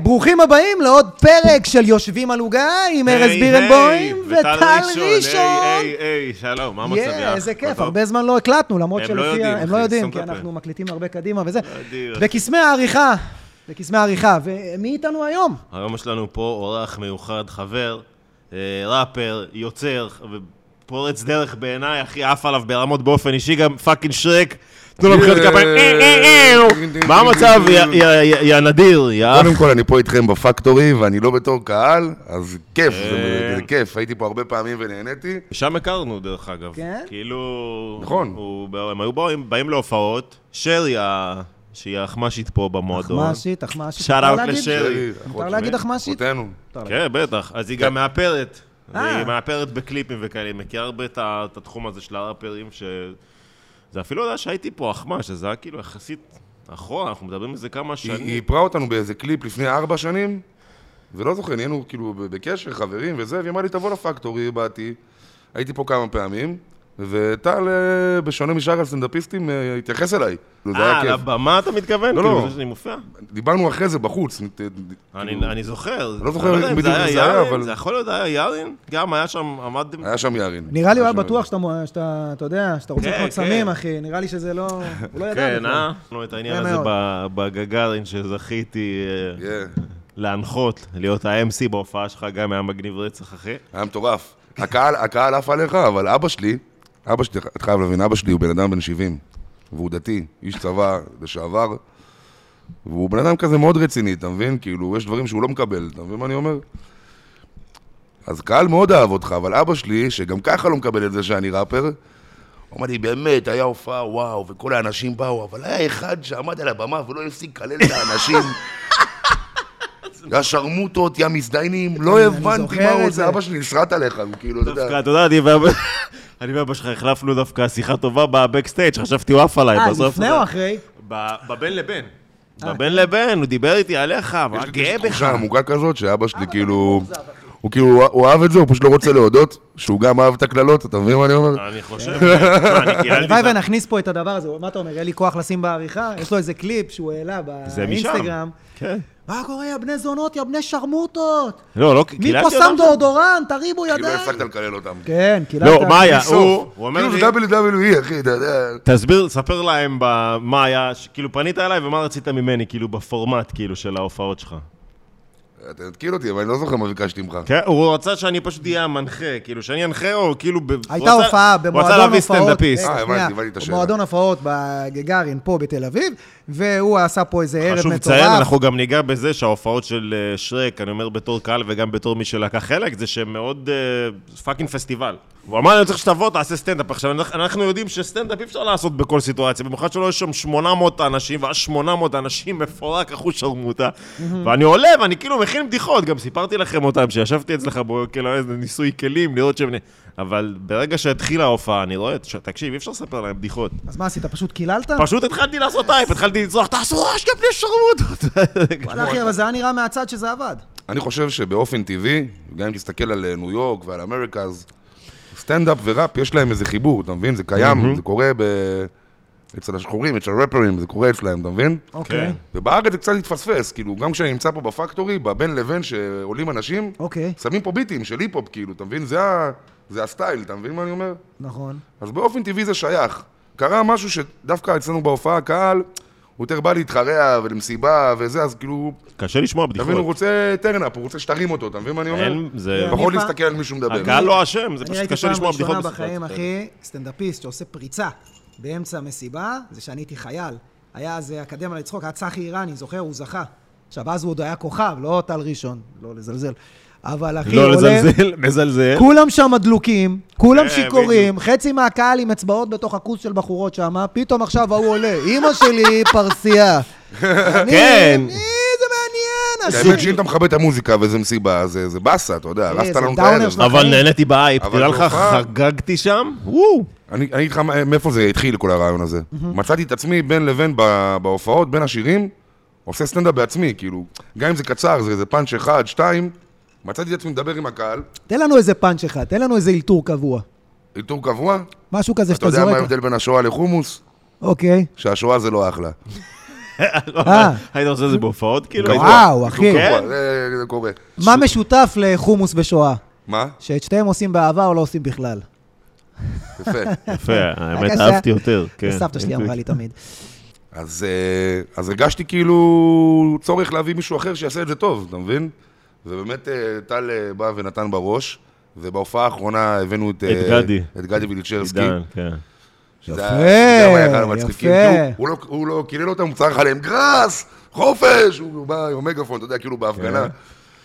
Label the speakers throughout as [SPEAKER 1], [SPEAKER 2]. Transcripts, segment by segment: [SPEAKER 1] ברוכים הבאים לעוד פרק של יושבים על עוגה עם ארז בירנבוים וטל ראשון.
[SPEAKER 2] היי, היי, שלום, מה מצבך?
[SPEAKER 1] יאה, איזה כיף, הרבה זמן לא הקלטנו, למרות
[SPEAKER 2] הם לא
[SPEAKER 1] שלפי...
[SPEAKER 2] יודעים,
[SPEAKER 1] ה- הם
[SPEAKER 2] אחי,
[SPEAKER 1] לא יודעים,
[SPEAKER 2] סתום
[SPEAKER 1] כי
[SPEAKER 2] את הפה.
[SPEAKER 1] אנחנו מקליטים הרבה קדימה וזה.
[SPEAKER 2] אדיר.
[SPEAKER 1] בקסמי העריכה, בקסמי העריכה. ומי איתנו היום?
[SPEAKER 2] היום יש לנו פה אורח מיוחד, חבר, אה, ראפר, יוצר, ופורץ דרך בעיניי, הכי עף עליו ברמות באופן אישי, גם פאקינג שרק. תנו לו מחיאות כפיים, אה, אה, אה. מה המצב, יא- יא- יא- יא נדיר, יא אח?
[SPEAKER 1] אה.
[SPEAKER 3] קודם כל, אני פה איתכם בפקטורי, ואני לא בתור קהל, אז כיף, זה-
[SPEAKER 1] אה.
[SPEAKER 2] כן.
[SPEAKER 3] זה כיף. הייתי פה הרבה פעמים ונהניתי.
[SPEAKER 2] שם הכרנו, דרך אגב.
[SPEAKER 1] כן?
[SPEAKER 2] כאילו...
[SPEAKER 3] נכון.
[SPEAKER 2] הוא- הם היו באים- באים להופעות, שרי, ה- שהיא האחמ"שית פה במועדון.
[SPEAKER 1] אחמ"שית, אחמ"שית.
[SPEAKER 2] Shout
[SPEAKER 1] מותר
[SPEAKER 2] out
[SPEAKER 1] להגיד?
[SPEAKER 2] לשרי.
[SPEAKER 1] מותר להגיד אחמ"שית?
[SPEAKER 3] אחותנו.
[SPEAKER 1] מותר להגיד.
[SPEAKER 2] כן, בטח. אז היא גם מאפרת. אז
[SPEAKER 1] אה.
[SPEAKER 2] היא מאפרת בקליפים וכאלה, היא מכירה הרבה את ה- את התחום הזה של הראפרים, ש... זה אפילו היה שהייתי פה אחמ"ש, אז זה היה כאילו יחסית אחורה, אנחנו מדברים על זה כמה
[SPEAKER 3] היא היא
[SPEAKER 2] שנים.
[SPEAKER 3] איפרה אותנו באיזה קליפ לפני ארבע שנים, ולא זוכר, נהיינו כאילו ב- בקשר, חברים וזה, והיא אמרה לי, תבוא לפקטורי, באתי. הייתי פה כמה פעמים, וטל, אה, בשונה משאר הסטנדאפיסטים, אה, התייחס אליי. זה
[SPEAKER 2] אה,
[SPEAKER 3] היה
[SPEAKER 2] על
[SPEAKER 3] כיף.
[SPEAKER 2] הבמה אתה מתכוון?
[SPEAKER 3] לא,
[SPEAKER 2] כאילו,
[SPEAKER 3] לא.
[SPEAKER 2] זה שאני מופיע?
[SPEAKER 3] דיברנו אחרי זה בחוץ. נת-
[SPEAKER 2] אני
[SPEAKER 3] כאילו,
[SPEAKER 2] אני זוכר.
[SPEAKER 3] לא זוכר
[SPEAKER 2] אני יודע
[SPEAKER 3] בדיוק אם זה היה,
[SPEAKER 2] יארין,
[SPEAKER 3] אבל- אה,
[SPEAKER 2] זה יכול להיות היה יארין? גם היה שם, עמדתם...
[SPEAKER 3] היה שם יערין.
[SPEAKER 1] נראה לי הוא היה
[SPEAKER 3] שם
[SPEAKER 1] בטוח שאתה, מ- שאתה, אתה יודע, שאתה רוצה
[SPEAKER 2] כן,
[SPEAKER 1] לקנות
[SPEAKER 2] כן.
[SPEAKER 1] סמים, אחי. נראה לי שזה לא... הוא לא ידע בכלל.
[SPEAKER 2] כן, אה? לא, את העניין
[SPEAKER 1] יפה
[SPEAKER 2] הזה
[SPEAKER 1] מאוד.
[SPEAKER 2] ב- בגגארין שזכיתי אה,
[SPEAKER 3] יערין. כן.
[SPEAKER 2] להנחות, להיות ה-MC בהופעה שלך, גם היה מגניב רצח, אחי.
[SPEAKER 3] היה מטורף. הקהל, הקהל עף עליך, אבל אבא שלי, אבא שלי, אתה חייב להבין, אבא שלי הוא בן אדם בן 70, והוא דתי, איש צבא לשעבר, והוא בן אדם כזה מאוד רציני, אתה מבין? כאילו, יש דברים שהוא לא מקבל, אתה מבין מה אני אומר? אז קהל מאוד אהב אותך, אבל אבא שלי, שגם ככה לא מקבל את זה שאני ראפר, הוא אמר לי, באמת, היה הופעה, וואו, וכל האנשים באו, אבל היה אחד שעמד על הבמה ולא הפסיק לקלל את האנשים. יא שרמוטות, יא מזדיינים, לא
[SPEAKER 1] אני
[SPEAKER 3] הבנתי
[SPEAKER 1] זוכר
[SPEAKER 3] מה
[SPEAKER 1] את
[SPEAKER 3] הוא רוצה,
[SPEAKER 1] זה.
[SPEAKER 3] אבא שלי נסרט עליך, הוא כאילו, אתה
[SPEAKER 2] דווקא,
[SPEAKER 3] יודע.
[SPEAKER 2] אתה יודע, אני ואבא- אני ואבא שלך החלפנו דווקא שיחה טובה בבקסטייג', חשבתי הוא עף עליי.
[SPEAKER 1] אה,
[SPEAKER 2] בסוף,
[SPEAKER 1] לפני
[SPEAKER 2] אתה
[SPEAKER 1] או
[SPEAKER 2] יודע,
[SPEAKER 1] אחרי?
[SPEAKER 2] ב- בבין לבין. בבין לבין, הוא דיבר איתי עליך, הוא היה
[SPEAKER 3] יש
[SPEAKER 2] גאה
[SPEAKER 3] לי תחושה
[SPEAKER 2] בך.
[SPEAKER 3] עמוקה כזאת, שאבא שלי כאילו... הוא כאילו, הוא- הוא אהב את זה, הוא פשוט לא רוצה להודות שהוא גם אהב את הקללות, אתה מבין מה אני אומר?
[SPEAKER 2] אני חושב, תשמע, אני קיללתי
[SPEAKER 1] הלוואי
[SPEAKER 2] את ה-
[SPEAKER 1] ונכניס פה את הדבר הזה, מה אתה אומר, אין לי כוח לשים בעריכה? יש לו איזה קליפ שהוא העלה
[SPEAKER 2] זה משם.
[SPEAKER 1] באינסטגרם.
[SPEAKER 2] כן.
[SPEAKER 1] מה קורה, יא בני זונות, יא בני שרמוטות?
[SPEAKER 2] לא, לא,
[SPEAKER 1] מי
[SPEAKER 2] קיללתי
[SPEAKER 1] פה
[SPEAKER 2] אותם
[SPEAKER 1] שם
[SPEAKER 2] שם?
[SPEAKER 1] דאודורנט, תרימו
[SPEAKER 3] כאילו, לא
[SPEAKER 1] ידיים.
[SPEAKER 3] הפסקת לקלל אותם.
[SPEAKER 1] כן, קיללת.
[SPEAKER 2] לא, מה היה?
[SPEAKER 3] בסוף,
[SPEAKER 2] הוא הוא אומר
[SPEAKER 3] כאילו,
[SPEAKER 2] לי,
[SPEAKER 3] זה WWE, אחי, אתה יודע.
[SPEAKER 2] תסביר, ספר להם ב- מה היה, ש- כאילו פנית אליי ומה רצית ממני, כאילו בפורמט, כאילו, של ההופעות שלך.
[SPEAKER 3] אתה תתקיל אותי, אבל אני לא זוכר מה ביקשתי ממך.
[SPEAKER 2] כן, הוא רצה שאני פשוט אהיה המנחה, כאילו, שאני אנחה או כאילו... ב-
[SPEAKER 1] הייתה
[SPEAKER 2] הוא רצה-
[SPEAKER 1] הופעה
[SPEAKER 2] הוא רצה
[SPEAKER 1] במועדון
[SPEAKER 2] להביא
[SPEAKER 1] הופעות,
[SPEAKER 2] סטנדאפיסט.
[SPEAKER 1] רגע,
[SPEAKER 3] אה, הבנתי,
[SPEAKER 1] שנייה.
[SPEAKER 3] הבנתי את השאלה.
[SPEAKER 1] במועדון הופעות בגגארין פה בתל אביב, והוא עשה פה איזה ערב
[SPEAKER 2] חשוב
[SPEAKER 1] מטורף.
[SPEAKER 2] לציין, אנחנו גם ניגע בזה שההופעות של אה, שרק, אני אומר בתור קהל וגם בתור מי שלקח חלק, זה שמאוד אה, פאקינג פסטיבל. הוא אמר, אני צריך שתבוא, תעשה סטנדאפ. עכשיו, אנחנו- אנחנו יודעים שסטנדאפ אי אפשר לעשות בכל סיטואציה, במיוחד שלא יש שם 800 אנשים, ואז 800 אנשים מפורק אחוז שרמוטה. ואני עולה, ואני כאילו מכין בדיחות, גם סיפרתי לכם אותם, שישבתי אצלך בו, כאילו, איזה ניסוי כלים, לראות שהם... נ- אבל ברגע שהתחילה ההופעה, אני רואה, ש- תקשיב, אי אפשר לספר להם בדיחות.
[SPEAKER 1] אז מה עשית, פשוט קיללת?
[SPEAKER 2] פשוט התחלתי לעשות טייפ, התחלתי לצרוח, תעשו רעש גם בלי שרמוטות.
[SPEAKER 1] וואלה, אחי, אבל זה היה נראה מהצד שזה עבד.
[SPEAKER 2] כן.
[SPEAKER 3] אני חושב שבאופן טבעי, גם אם תסתכל על אה, ניו יורק ועל אמריקה, אז סטנדאפ וראפ, יש להם איזה חיבור, אתה מבין? זה קיים, זה קורה ב... אצל השחורים, אצל הראפרים, זה קורה אצלהם, אתה מבין?
[SPEAKER 1] אוקיי.
[SPEAKER 3] ובארץ זה קצת התפספס, כאילו, גם כשאני נמצא פה בפקטורי, בבין לבין שעולים אנשים,
[SPEAKER 1] אוקיי,
[SPEAKER 3] שמים פה ביטים של היפ-הופ, כאילו, אתה מבין? זה, ה... זה הסטייל, אתה מבין מה אני אומר?
[SPEAKER 1] נכון.
[SPEAKER 3] אז באופן טבעי זה שייך. קרה משהו שדווקא אצלנו בהופעה, הקהל, הוא יותר בא להתחרע ולמסיבה וזה, אז כאילו,
[SPEAKER 2] קשה לשמוע
[SPEAKER 3] אתה מבין, הוא
[SPEAKER 1] נכון.
[SPEAKER 2] בדיחות.
[SPEAKER 3] רוצה טרנאפ, הוא רוצה שתרים אותו, אתה מבין מה אני אומר?
[SPEAKER 2] אין, זה...
[SPEAKER 1] אני
[SPEAKER 3] פחות
[SPEAKER 1] פעם-
[SPEAKER 3] להסתכל על מישהו מדבר.
[SPEAKER 2] הקהל לא אשם,
[SPEAKER 1] אני
[SPEAKER 2] זה פשוט
[SPEAKER 1] ראיתי
[SPEAKER 2] קשה
[SPEAKER 1] פעם
[SPEAKER 2] לשמוע
[SPEAKER 1] ראשונה
[SPEAKER 2] בדיחות לא,
[SPEAKER 1] בחיים,
[SPEAKER 2] בסיטואציות האלה.
[SPEAKER 1] אחי, סטנדאפיסט שעושה פריצה באמצע המסיבה, זה שאני הייתי חייל. היה אז אה, אקדמיה לצחוק, היה צחי איראני, זוכר? הוא זכה. עכשיו, אז הוא עוד היה כוכב, לא טל ראשון, לא לזלזל. אבל אחי,
[SPEAKER 2] לא
[SPEAKER 1] עולה-
[SPEAKER 2] לזלזל, מזלזל.
[SPEAKER 1] כולם שם דלוקים, כולם
[SPEAKER 2] אה,
[SPEAKER 1] שיכורים, חצי מהקהל עם אצבעות בתוך הכוס של בחורות שם, פתאום עכשיו ההוא עולה, אימא שלי פרסייה. אני-
[SPEAKER 2] כן.
[SPEAKER 1] מי זה מעניין,
[SPEAKER 3] האמת
[SPEAKER 1] אחי.
[SPEAKER 3] שאם אתה מכבה את המוזיקה וזה מסיבה, אז זה זה באסה, אתה יודע, הרסת
[SPEAKER 1] כן, זה
[SPEAKER 3] לנו את
[SPEAKER 1] דאונר
[SPEAKER 3] הערב.
[SPEAKER 1] שלך.
[SPEAKER 2] אבל נהניתי באייפ,
[SPEAKER 3] אבל
[SPEAKER 2] תדע לך,
[SPEAKER 3] בהופעה-
[SPEAKER 2] חגגתי שם, וואו.
[SPEAKER 3] אני אני אגיד לך מה- מאיפה זה התחיל, כל הרעיון הזה. מצאתי את עצמי בין לבין ב- בהופעות, בין השירים, עושה סטנדאפ בעצמי, כאילו, גם אם זה קצר, זה איזה פאנץ' אחד, שתיים, מצאתי את עצמי מדבר עם הקהל,
[SPEAKER 1] תן לנו איזה פאנץ' אחד, תן לנו איזה אלתור קבוע.
[SPEAKER 3] אלתור קבוע,
[SPEAKER 1] משהו כזה
[SPEAKER 3] אתה
[SPEAKER 1] שאתה
[SPEAKER 3] יודע מה
[SPEAKER 1] זורק.
[SPEAKER 3] ההבדל בין השואה לחומוס?
[SPEAKER 1] אוקיי.
[SPEAKER 3] שהשואה זה לא אחלה.
[SPEAKER 1] אה.
[SPEAKER 2] היית עושה את זה בהופעות, כאילו? היית-
[SPEAKER 1] וואו, אחי.
[SPEAKER 2] כן?
[SPEAKER 3] זה זה קורה.
[SPEAKER 1] מה משותף לחומוס בשואה?
[SPEAKER 3] מה?
[SPEAKER 1] שאת שתיהם עושים באהבה או לא עושים בכלל.
[SPEAKER 3] יפה.
[SPEAKER 2] יפה, האמת,
[SPEAKER 1] הקשה.
[SPEAKER 2] אהבתי יותר. כן.
[SPEAKER 1] סבתא שלי אמרה לי תמיד.
[SPEAKER 3] אז, אה, אז הרגשתי כאילו צורך להביא מישהו אחר שיעשה את זה טוב, אתה מבין? ובאמת אה, טל אה, בא ונתן בראש, ובהופעה האחרונה הבאנו את...
[SPEAKER 2] את
[SPEAKER 3] אה,
[SPEAKER 2] גדי.
[SPEAKER 3] את גדי וילצ'רסקי.
[SPEAKER 2] עידן, כן.
[SPEAKER 3] שזה
[SPEAKER 1] יפה,
[SPEAKER 3] היה- שזה היה אחד המצחיקים,
[SPEAKER 1] יפה.
[SPEAKER 3] כי הוא- הוא לא- הוא לא קילל אותם, הוא צרח עליהם גראס, חופש, הוא בא עם המגאפון, אתה יודע, כאילו בהפגנה.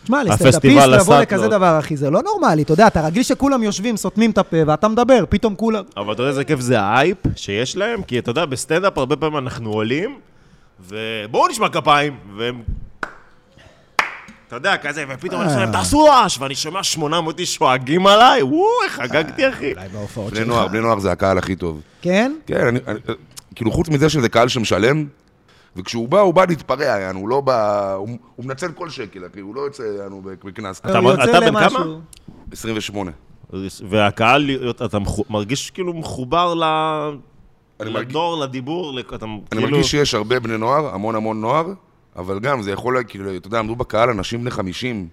[SPEAKER 1] תשמע,
[SPEAKER 2] הפסטיבל
[SPEAKER 1] לסטנדאפיסט לבוא
[SPEAKER 2] עשה
[SPEAKER 1] לכזה
[SPEAKER 2] תלאות.
[SPEAKER 1] דבר, אחי, זה לא נורמלי. אתה יודע, אתה רגיל שכולם יושבים, סותמים את הפה, ואתה מדבר, פתאום כולם...
[SPEAKER 2] אבל אתה יודע איזה כיף זה האייפ שיש להם? כי אתה יודע, בסטנדאפ הרבה פעמים אנחנו עולים, ובואו נשמע כפיים, והם... אתה יודע, כזה, ופתאום אני שומע להם, תעשו רעש, ואני שומע 800 איש שואגים עליי, וואו, איך חגגתי, אחי.
[SPEAKER 1] אולי בהופעות
[SPEAKER 3] בני
[SPEAKER 1] שלך.
[SPEAKER 3] נוער, בני נוער זה הקהל הכי טוב.
[SPEAKER 1] כן?
[SPEAKER 3] כן, אני, אני, כאילו חוץ מזה שזה קהל שמשלם, וכשהוא בא, הוא בא להתפרע, יענו, הוא לא בא, הוא, הוא מנצל כל שקל, אחי, הוא לא יוצא, יענו, בקנס.
[SPEAKER 2] אתה-
[SPEAKER 1] הוא יוצא
[SPEAKER 2] אתה בן
[SPEAKER 1] למשהו.
[SPEAKER 2] כמה?
[SPEAKER 3] 28.
[SPEAKER 2] והקהל, אתה מחו- מרגיש כאילו מחובר ל...
[SPEAKER 3] אני מרגיש-
[SPEAKER 2] לדור, לדיבור, לכ- אתה
[SPEAKER 3] אני
[SPEAKER 2] כאילו...
[SPEAKER 3] מרגיש שיש הרבה בני נוער, המון המון נוער, אבל גם זה יכול, להיות, כאילו, אתה יודע, עמדו בקהל אנשים בני 50.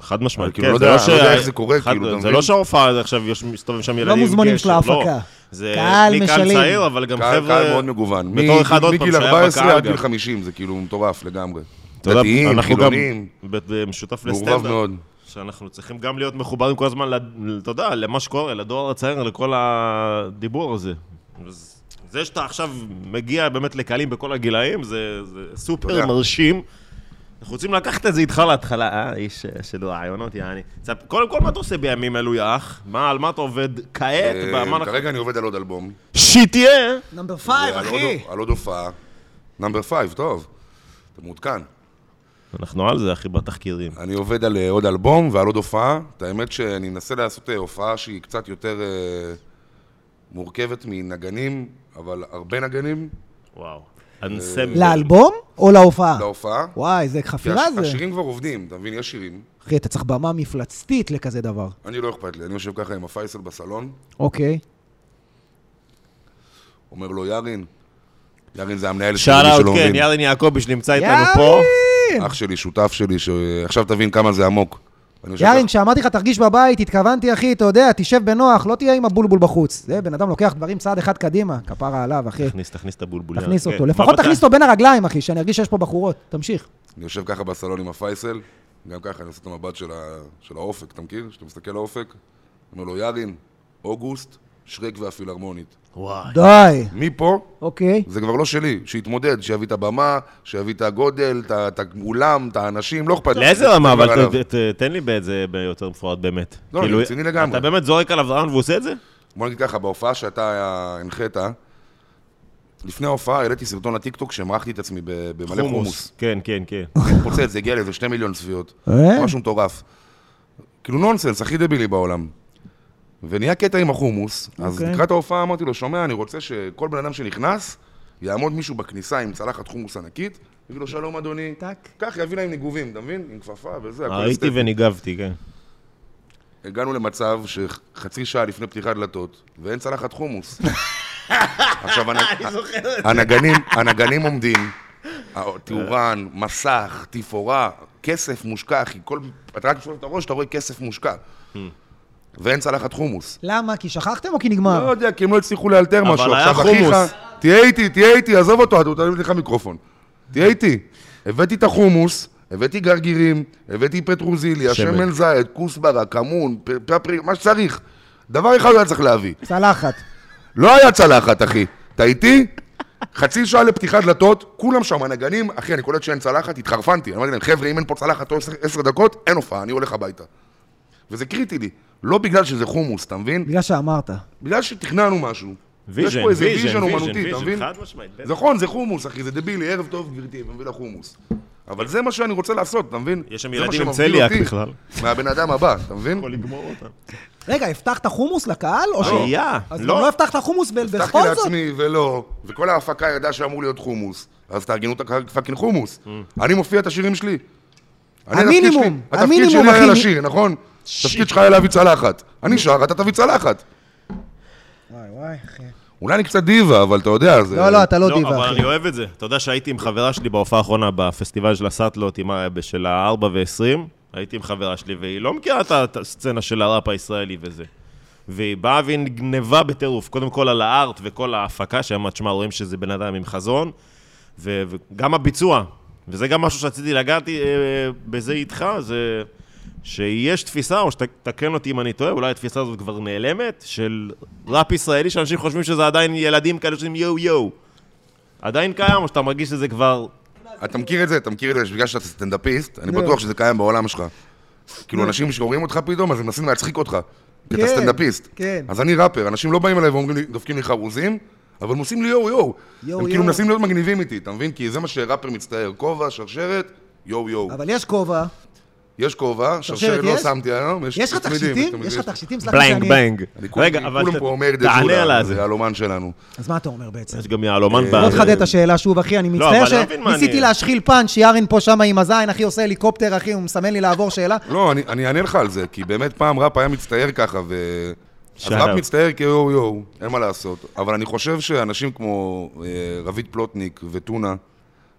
[SPEAKER 2] חד משמעית,
[SPEAKER 3] כאילו,
[SPEAKER 2] כן,
[SPEAKER 3] לא
[SPEAKER 2] זה
[SPEAKER 3] יודע-
[SPEAKER 2] לא
[SPEAKER 3] לא
[SPEAKER 2] ש...
[SPEAKER 3] יודע איך זה קורה,
[SPEAKER 2] חד-
[SPEAKER 3] כאילו, אתה
[SPEAKER 2] זה
[SPEAKER 3] מבין?
[SPEAKER 2] לא שההופעה עכשיו יש- מסתובבים שם ילדים. עם
[SPEAKER 1] לא מוזמנים
[SPEAKER 2] גשר,
[SPEAKER 1] של ההפקה.
[SPEAKER 2] לא. זה
[SPEAKER 1] קהל
[SPEAKER 2] מקהל
[SPEAKER 1] משלים.
[SPEAKER 2] צעיר, אבל גם
[SPEAKER 3] קהל,
[SPEAKER 2] חבר'ה...
[SPEAKER 3] קהל מאוד מגוון.
[SPEAKER 2] בתור
[SPEAKER 3] מ-
[SPEAKER 2] אחד עוד פעם,
[SPEAKER 3] מגיל
[SPEAKER 2] שהיה
[SPEAKER 3] 14
[SPEAKER 2] בקהל
[SPEAKER 3] עד גיל
[SPEAKER 2] גם.
[SPEAKER 3] 50, זה כאילו מטורף לגמרי.
[SPEAKER 2] אתה יודע,
[SPEAKER 3] דתיים,
[SPEAKER 2] אנחנו גם
[SPEAKER 3] חילונים,
[SPEAKER 2] ב- משותף
[SPEAKER 3] מעורבב
[SPEAKER 2] לסטנדאפ,
[SPEAKER 3] מאוד.
[SPEAKER 2] שאנחנו צריכים גם להיות מחוברים כל הזמן, ל- אתה יודע, למה שקורה, לדואר הצעיר, לכל הדיבור הזה. אז זה שאתה עכשיו מגיע באמת לקהלים בכל הגילאים, זה זה
[SPEAKER 3] תודה.
[SPEAKER 2] סופר מרשים. אנחנו רוצים לקחת את זה איתך להתחלה, אה, איש אה, של רעיונות, יעני. צפ- קודם כל, מה אתה עושה בימים אלו, יא אח? מה, על מה אתה עובד כעת?
[SPEAKER 3] אה,
[SPEAKER 2] במה אנחנו...
[SPEAKER 3] כרגע אני עובד על עוד אלבום.
[SPEAKER 2] שיתיה!
[SPEAKER 1] נאמבר פייב,
[SPEAKER 3] ועל
[SPEAKER 1] אחי.
[SPEAKER 3] עוד- על עוד הופעה. נאמבר 5, טוב. אתה מעודכן.
[SPEAKER 2] אנחנו על זה, אחי, בתחקירים.
[SPEAKER 3] אני עובד על אה, עוד אלבום ועל עוד הופעה. את האמת שאני מנסה לעשות אה, הופעה שהיא קצת יותר אה, מורכבת מנגנים, אבל הרבה נגנים
[SPEAKER 2] וואו.
[SPEAKER 3] אה,
[SPEAKER 2] אנסמבל.
[SPEAKER 1] לאלבום או להופעה?
[SPEAKER 3] להופעה.
[SPEAKER 1] וואי, זה
[SPEAKER 3] כי
[SPEAKER 1] חפירה
[SPEAKER 3] הש-
[SPEAKER 1] זה.
[SPEAKER 3] לא. השירים כבר עובדים, אתה מבין? יש שירים.
[SPEAKER 1] אחי, אתה צריך במה מפלצתית לכזה דבר.
[SPEAKER 3] אני לא אכפת לי, אני יושב ככה עם הפייסל בסלון,
[SPEAKER 1] אוקיי.
[SPEAKER 3] אומר לו ירין. ירין זה המנהל שלי,
[SPEAKER 2] שאל
[SPEAKER 3] מי
[SPEAKER 2] אאוט,
[SPEAKER 3] שלא
[SPEAKER 2] כן,
[SPEAKER 3] מבין.
[SPEAKER 2] ירדן יעקבי שנמצא איתנו
[SPEAKER 1] יאללה.
[SPEAKER 2] פה.
[SPEAKER 3] אח שלי, שותף שלי, שעכשיו תבין כמה זה עמוק. אני יושב
[SPEAKER 1] יארין,
[SPEAKER 3] ככה-
[SPEAKER 1] כשאמרתי לך תרגיש בבית, התכוונתי, אחי, אתה יודע, תשב בנוח, לא תהיה עם הבולבול בחוץ. זה, בן אדם לוקח דברים צעד אחד קדימה, כפרה עליו, אחי.
[SPEAKER 2] תכניס, תכניס את הבולבול.
[SPEAKER 1] כן. תכניס
[SPEAKER 2] יאללה,
[SPEAKER 1] אותו.
[SPEAKER 2] כן.
[SPEAKER 1] לפחות
[SPEAKER 2] מה
[SPEAKER 1] תכניס
[SPEAKER 2] בצד?
[SPEAKER 1] אותו בין הרגליים, אחי, שאני ארגיש שיש פה בחורות. תמשיך.
[SPEAKER 3] אני יושב ככה בסלון עם הפייסל, גם ככה אני עושה את המבט של, ה... של האופק, אתה מכיר? כשאתה מסתכל לאופק, אומר לו, יארין, אוגוסט, שרק והפילהרמונית.
[SPEAKER 2] וואי.
[SPEAKER 1] די.
[SPEAKER 3] מפה,
[SPEAKER 1] אוקיי.
[SPEAKER 3] זה כבר לא שלי, שיתמודד, שיביא את הבמה, שיביא את הגודל, את ה- את האולם, את האנשים, לא אכפת לי.
[SPEAKER 2] לאיזה רמה,
[SPEAKER 3] אני
[SPEAKER 2] אבל
[SPEAKER 3] עליו.
[SPEAKER 2] ת- ת- תן לי באיזה יותר מפורט באמת.
[SPEAKER 3] לא, אני
[SPEAKER 2] כאילו,
[SPEAKER 3] רציני לגמרי.
[SPEAKER 2] אתה באמת זורק עליו רעיון והוא עושה את זה?
[SPEAKER 3] בוא נגיד ככה, בהופעה שאתה הנחית, לפני ההופעה העליתי סרטון לטיקטוק שהמרחתי את עצמי ב- במלא חומוס.
[SPEAKER 2] כן, כן, כן.
[SPEAKER 3] התפוצץ, זה הגיע לאיזה שני מיליון צפיות.
[SPEAKER 1] אה?
[SPEAKER 3] משהו מטורף. כאילו נונסנס, הכי דבילי בעולם. ונהיה קטע עם החומוס, אז
[SPEAKER 1] אוקיי.
[SPEAKER 3] לקראת ההופעה אמרתי לו, שומע, אני רוצה שכל בן אדם שנכנס, יעמוד מישהו בכניסה עם צלחת חומוס ענקית, יגיד לו, שלום אדוני.
[SPEAKER 1] טק.
[SPEAKER 3] כך יביא להם ניגובים, אתה מבין? עם כפפה וזה, הכל
[SPEAKER 2] ראיתי
[SPEAKER 3] אסתטי.
[SPEAKER 2] וניגבתי, כן.
[SPEAKER 3] הגענו למצב שחצי שעה לפני פתיחת דלתות, ואין צלחת חומוס. עכשיו, הנ- הנגנים, הנגנים עומדים, הא- תאורן, מסך, תפאורה, כסף מושקע, אחי, כל... אתה רק שואל את הראש, אתה רואה כסף מושקע. ואין צלחת חומוס.
[SPEAKER 1] למה? כי שכחתם או כי
[SPEAKER 3] לא
[SPEAKER 1] נגמר?
[SPEAKER 3] יודע, כי הם לא הצליחו לאלתר
[SPEAKER 2] אבל
[SPEAKER 3] משהו.
[SPEAKER 2] היה
[SPEAKER 3] עכשיו, אחיך,
[SPEAKER 2] חומוס.
[SPEAKER 3] תהיה איתי, תהיה איתי, עזוב אותו, אתה תביא לך מיקרופון. תהיה איתי. הבאתי את החומוס, הבאתי גרגירים, הבאתי פטרוזיליה,
[SPEAKER 2] שמן.
[SPEAKER 3] שמן זית, כוסברה, כמון, פ- פפרי, מה שצריך. דבר אחד הוא היה צריך להביא.
[SPEAKER 1] צלחת.
[SPEAKER 3] לא היה צלחת, אחי. אתה איתי? חצי שעה לפתיחת דלתות, כולם שם, הנגנים, אחי, אני קולט שאין צלחת, התחרפנתי. אמרתי להם, חבר'ה, אם אין פה צלחת עוד עשר- עשר דקות, אין הופעה, אני הולך הביתה. וזה קריטי לי. לא בגלל שזה חומוס, אתה מבין?
[SPEAKER 1] בגלל שאמרת.
[SPEAKER 3] בגלל שתכננו משהו. יש
[SPEAKER 2] ויז'ן,
[SPEAKER 3] פה איזה
[SPEAKER 2] ויז'ן,
[SPEAKER 3] ויז'ן
[SPEAKER 2] ויז'ן,
[SPEAKER 3] אומנותי, אתה
[SPEAKER 2] ויז'ן,
[SPEAKER 3] מבין?
[SPEAKER 2] חד משמעית, בטח.
[SPEAKER 3] זה נכון, זה חומוס, אחי, זה דבילי, ערב טוב, גברתי, מביא לה חומוס. אבל זה מה שאני רוצה לעשות, אתה מבין?
[SPEAKER 2] יש שם
[SPEAKER 3] זה מה
[SPEAKER 2] ילדים עם
[SPEAKER 3] שמבדיל
[SPEAKER 2] צליאק
[SPEAKER 3] אותי
[SPEAKER 2] בכלל.
[SPEAKER 3] מהבן אדם הבא, אתה מבין?
[SPEAKER 2] יכול לגמור אותם.
[SPEAKER 1] רגע, הבטחת חומוס לקהל? או ש...
[SPEAKER 2] היה,
[SPEAKER 1] אז גם
[SPEAKER 2] לא.
[SPEAKER 1] לא הבטחת חומוס ב-
[SPEAKER 3] הבטחתי
[SPEAKER 1] בכל זאת?
[SPEAKER 3] לעצמי, ולא, וכל ההפקה ידעה שאמור להיות חומוס, אז תארגנו את הקהל פאקינג חומוס.
[SPEAKER 2] Mm.
[SPEAKER 3] אני מופיע את השירים שלי. אני, התפקיד
[SPEAKER 1] המינימום,
[SPEAKER 3] שלי-
[SPEAKER 1] המינימום,
[SPEAKER 3] התפקיד שלי היה
[SPEAKER 1] אחי.
[SPEAKER 3] לשיר, נכון? התפקיד שלך היה להביא צלחת. אני שר, אתה תביא צלחת.
[SPEAKER 1] וואי, וואי, אחי.
[SPEAKER 3] אולי אני קצת דיבה, אבל אתה יודע, זה...
[SPEAKER 1] לא, לא, אתה לא
[SPEAKER 2] לא,
[SPEAKER 1] דיבה,
[SPEAKER 2] אבל
[SPEAKER 1] אחי.
[SPEAKER 2] אני אוהב את זה. אתה יודע שהייתי עם חברה שלי בהופעה האחרונה בפסטיבל של הסאטלות, עם ה- של ה-4 ו-20, הייתי עם חברה שלי, והיא לא מכירה את ה- את הסצנה של הראפ הישראלי וזה. והיא באה והיא נגנבה בטירוף, קודם כל על הארט וכל ההפקה, שהם, תשמע, רואים שזה בן אדם עם חזון, ו- וגם הביצוע, וזה גם משהו שרציתי לגעת אה, בזה איתך, זה שיש תפיסה, או שתקן אותי אם אני טועה, אולי התפיסה הזאת כבר נעלמת, של ראפ ישראלי, שאנשים חושבים שזה עדיין ילדים כאלה שעושים יואו יואו. עדיין קיים, או שאתה מרגיש שזה כבר...
[SPEAKER 3] אתה מכיר את זה, אתה מכיר את זה, בגלל שאתה סטנדאפיסט, אני
[SPEAKER 1] לא.
[SPEAKER 3] בטוח שזה קיים בעולם שלך. כאילו, אנשים שרואים אותך פתאום, אז הם מנסים להצחיק אותך. כי
[SPEAKER 1] כן,
[SPEAKER 3] אתה סטנדאפיסט.
[SPEAKER 1] כן.
[SPEAKER 3] אז אני ראפר, אנשים לא באים אליי ואומרים לי, דופקים לי חרוזים, אבל הם עושים לי יואו יואו.
[SPEAKER 1] יואו,
[SPEAKER 3] הם
[SPEAKER 1] יואו.
[SPEAKER 3] כאילו מנסים להיות מגניבים איתי, אתה מבין? כי זה מה שראפר מצטער. כובע, שרשרת, יואו
[SPEAKER 2] לא-
[SPEAKER 3] יואו.
[SPEAKER 1] אבל יש כובע,
[SPEAKER 3] יש כובע, שרשרת
[SPEAKER 1] שרשרת
[SPEAKER 3] לא
[SPEAKER 1] יש?
[SPEAKER 3] שמתי היום,
[SPEAKER 1] יש לך
[SPEAKER 3] צמידים,
[SPEAKER 1] תכשיטים?
[SPEAKER 3] תמיד
[SPEAKER 1] יש לך תכשיטים? סלח לי
[SPEAKER 2] בלנג
[SPEAKER 1] שאני-
[SPEAKER 2] בלנג.
[SPEAKER 3] אני
[SPEAKER 2] רגע, אבל
[SPEAKER 3] כולם
[SPEAKER 2] ת-
[SPEAKER 3] פה אומר
[SPEAKER 2] תענה על
[SPEAKER 3] דז'ולה, זה לא- אה,
[SPEAKER 2] זה.
[SPEAKER 3] היהלומן שלנו.
[SPEAKER 1] אז מה אתה אומר בעצם?
[SPEAKER 2] יש גם יהלומן ב...
[SPEAKER 1] בוא תחדד את השאלה שוב, אחי, אני מצטער
[SPEAKER 2] אה, לא, אבל להבין מה
[SPEAKER 1] שניסיתי
[SPEAKER 2] אני-
[SPEAKER 1] להשחיל פאנץ', יארין פה שמה עם הזין, אחי, עושה הליקופטר, אחי, הוא מסמן לי לעבור שאלה.
[SPEAKER 3] לא, אני- אני אענה לך על זה, כי באמת פעם ראפ היה מצטייר ככה, ו... אז
[SPEAKER 2] שאלה.
[SPEAKER 3] ראפ מצטייר כיו יו, אין מה לעשות. אבל אני חושב שאנשים כמו אה, רביד פלוטניק וטונה,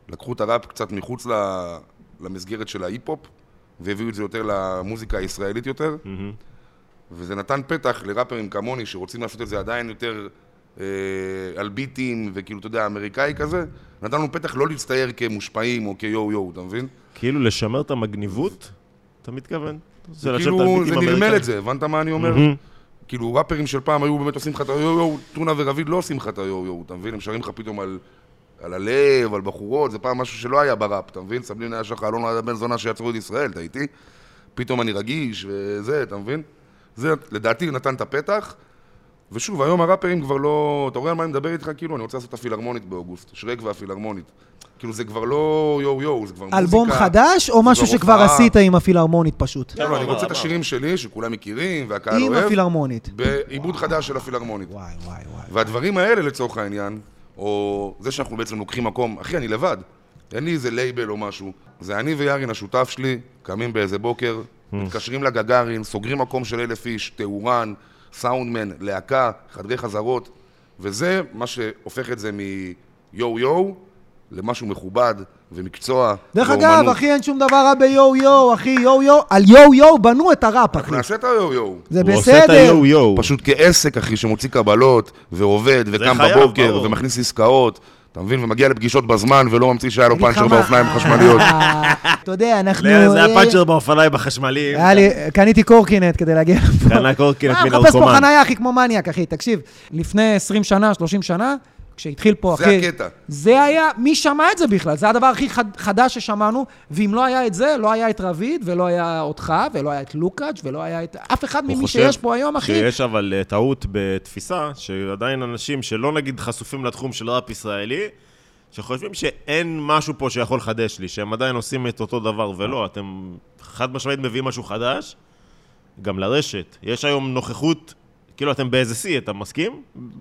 [SPEAKER 3] לקחו את הראפ קצת מחוץ ל- למסגרת של ההיפ-הופ, והביאו את זה יותר למוזיקה הישראלית יותר, וזה נתן פתח לראפרים כמוני, שרוצים לעשות את זה עדיין יותר אה, על ביטים, וכאילו, אתה יודע, אמריקאי כזה, נתן לנו פתח לא להצטייר כמושפעים או כיו יו, אתה מבין?
[SPEAKER 2] כאילו לשמר את המגניבות? אתה מתכוון? זה לשבת על
[SPEAKER 3] כאילו,
[SPEAKER 2] ביטים
[SPEAKER 3] זה
[SPEAKER 2] אמריקאים.
[SPEAKER 3] נרמל את זה, הבנת מה אני אומר? כאילו, ראפרים של פעם היו באמת עושים לך את היו-יו, טונה ורביד לא עושים לך את היו-יו, אתה מבין? הם שרים לך פתאום על... על הלב, על בחורות, זה פעם משהו שלא היה בראפ, אתה מבין? סבלין היה שלך, אלון היה בן זונה שיצרו את ישראל, אתה איתי? פתאום אני רגיש וזה, אתה מבין? זה לדעתי נתן את הפתח, ושוב, היום הראפרים כבר לא... אתה רואה על מה אני מדבר איתך? כאילו, אני רוצה לעשות את הפילהרמונית באוגוסט, שרק והפילהרמונית. כאילו, זה כבר לא יו-יו, זה כבר מוזיקה.
[SPEAKER 1] אלבום חדש, או
[SPEAKER 3] זה
[SPEAKER 1] משהו
[SPEAKER 2] לא
[SPEAKER 3] כבר
[SPEAKER 1] שכבר
[SPEAKER 3] הופעה.
[SPEAKER 1] עשית עם הפילהרמונית פשוט?
[SPEAKER 3] לא, לא, אני
[SPEAKER 2] אמר,
[SPEAKER 3] רוצה את
[SPEAKER 2] אמר.
[SPEAKER 3] השירים שלי, שכולם מכירים, והקהל
[SPEAKER 1] עם
[SPEAKER 3] אוהב,
[SPEAKER 1] הפילהרמונית.
[SPEAKER 3] בעיבוד חדש של הפילהרמונית.
[SPEAKER 1] וואי, וואי, וואי.
[SPEAKER 3] והדברים האלה, לצורך העניין, או זה שאנחנו בעצם לוקחים מקום, אחי, אני לבד, אין לי איזה לייבל או משהו. זה אני ויארין, השותף שלי, קמים באיזה בוקר, מתקשרים לגגארין, סוגרים מקום של אלף איש, תאורן, סאונדמן, להקה, חדרי חזרות, וזה מה שהופך את זה מיו-יו למשהו מכובד ומקצוע.
[SPEAKER 1] דרך אגב,
[SPEAKER 3] ואומנות.
[SPEAKER 1] אחי, אין שום דבר רע ביו-יו, אחי, יו-יו, על יו-יו בנו את הראפ, אחי.
[SPEAKER 3] אנחנו נעשה את היו-יו.
[SPEAKER 1] זה
[SPEAKER 2] הוא עושה את
[SPEAKER 1] בסדר.
[SPEAKER 2] היו יואו.
[SPEAKER 3] פשוט כעסק, אחי, שמוציא קבלות, ועובד, וקם
[SPEAKER 2] חייב,
[SPEAKER 3] בבוקר,
[SPEAKER 2] ברור.
[SPEAKER 3] ומכניס עסקאות, אתה מבין? ומגיע לפגישות בזמן, ולא ממציא שהיה לו
[SPEAKER 1] אני
[SPEAKER 3] פאנצ'ר
[SPEAKER 1] חמה.
[SPEAKER 3] באופניים החשמליות.
[SPEAKER 1] אה, אתה יודע, אנחנו...
[SPEAKER 2] זה היה
[SPEAKER 1] אה,
[SPEAKER 2] פאנצ'ר באופניים החשמליים.
[SPEAKER 1] היה לי, קניתי קורקינט כדי להגיע לפה.
[SPEAKER 2] קנה קורקינט
[SPEAKER 1] אה,
[SPEAKER 2] מן
[SPEAKER 1] מחפש פה
[SPEAKER 2] הרחומן.
[SPEAKER 1] חניה, אחי, כמו מניאק, אחי, תקשיב. לפני 20 שנה, 30 שנה, כשהתחיל פה,
[SPEAKER 3] זה
[SPEAKER 1] אחי...
[SPEAKER 3] הקטע.
[SPEAKER 1] זה היה, מי שמע את זה בכלל? זה הדבר הכי חד, חדש ששמענו, ואם לא היה את זה, לא היה את רביד, ולא היה אותך, ולא היה את לוקאץ', ולא היה את אף אחד
[SPEAKER 2] הוא
[SPEAKER 1] ממי
[SPEAKER 2] חושב
[SPEAKER 1] שיש פה היום, אחי.
[SPEAKER 2] שיש אבל אה, טעות בתפיסה, שעדיין אנשים שלא נגיד חשופים לתחום של ראפ ישראלי, שחושבים שאין משהו פה שיכול לחדש לי, שהם עדיין עושים את אותו דבר, ולא, אתם חד משמעית מביאים משהו חדש, גם לרשת. יש היום נוכחות, כאילו אתם באיזה שיא, אתה מסכים?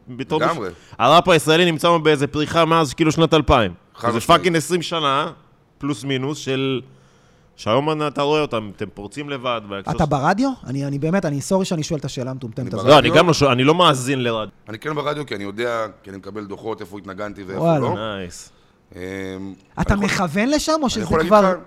[SPEAKER 2] בתור-
[SPEAKER 3] לגמרי.
[SPEAKER 2] הראפ הישראלי נמצא באיזה פריחה מאז כאילו שנת 2000.
[SPEAKER 3] חד
[SPEAKER 2] זה
[SPEAKER 3] משמעית.
[SPEAKER 2] פאקינג 20 שנה, פלוס מינוס, של... שהיום אתה רואה אותם, אתם פורצים לבד. בהקשר
[SPEAKER 1] אתה ברדיו? אני, אני באמת, אני סורי שאני שואל את השאלה המטומטמת
[SPEAKER 3] אני
[SPEAKER 1] הזאת.
[SPEAKER 3] ברדיו.
[SPEAKER 2] לא, אני גם לא שומע, אני לא מאזין לרדיו.
[SPEAKER 3] אני כן ברדיו, כי אני יודע, כי אני מקבל דוחות, איפה התנגנתי ואיפה
[SPEAKER 1] וואלה.
[SPEAKER 3] לא.
[SPEAKER 2] נייס.
[SPEAKER 3] אמ,
[SPEAKER 1] אתה
[SPEAKER 3] אני יכול-
[SPEAKER 1] מכוון לשם, או
[SPEAKER 3] אני
[SPEAKER 1] שזה
[SPEAKER 3] יכול להגיד
[SPEAKER 1] כבר...
[SPEAKER 3] לך,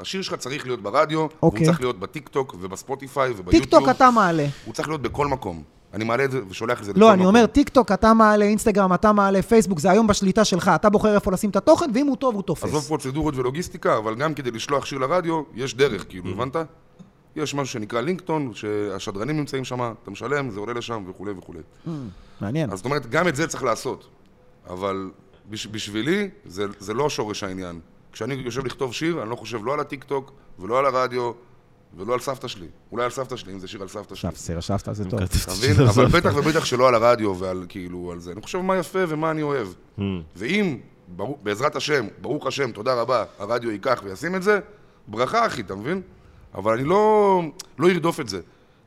[SPEAKER 3] השיר שלך צריך להיות ברדיו, והוא
[SPEAKER 1] אוקיי.
[SPEAKER 3] צריך להיות בטיקטוק ובספוטיפיי וביוטיוב.
[SPEAKER 1] טיקטוק אתה מעלה.
[SPEAKER 3] הוא צריך להיות בכל מקום. אני מעלה את זה ושולח את זה לכל מקום.
[SPEAKER 1] לא, אני אומר, טיקטוק אתה מעלה, אינסטגרם אתה מעלה, פייסבוק, זה היום בשליטה שלך, אתה בוחר איפה לשים את התוכן, ואם הוא טוב, הוא
[SPEAKER 3] עזוב
[SPEAKER 1] תופס.
[SPEAKER 3] פרוצדורות ולוגיסטיקה, אבל גם כדי לשלוח שיר לרדיו, יש דרך, כאילו, הבנת? יש משהו שנקרא לינקטון, שהשדרנים נמצאים שם, אתה משלם, זה עולה לשם וכולי וכולי.
[SPEAKER 1] מעניין.
[SPEAKER 3] אז זאת אומרת, גם את זה צריך לעשות. אבל בש, בשבילי, זה, זה לא שורש העניין. כשאני יושב לכתוב שיר, אני לא חושב לא על הטיקטוק, ולא על הרדיו, ולא על סבתא שלי. אולי על סבתא שלי, אם זה שיר על סבתא שלי.
[SPEAKER 1] שפסר, שפת, זה טוב.
[SPEAKER 3] אתה מבין? אבל בטח ובטח שלא על הרדיו ועל כאילו, על זה. אני חושב מה יפה ומה אני אוהב. ואם, ברור- בעזרת השם, ברוך השם, תודה רבה, הרדיו ייקח וישים את זה, ברכה, אחי, אתה מבין? אבל אני לא לא ארדוף את זה.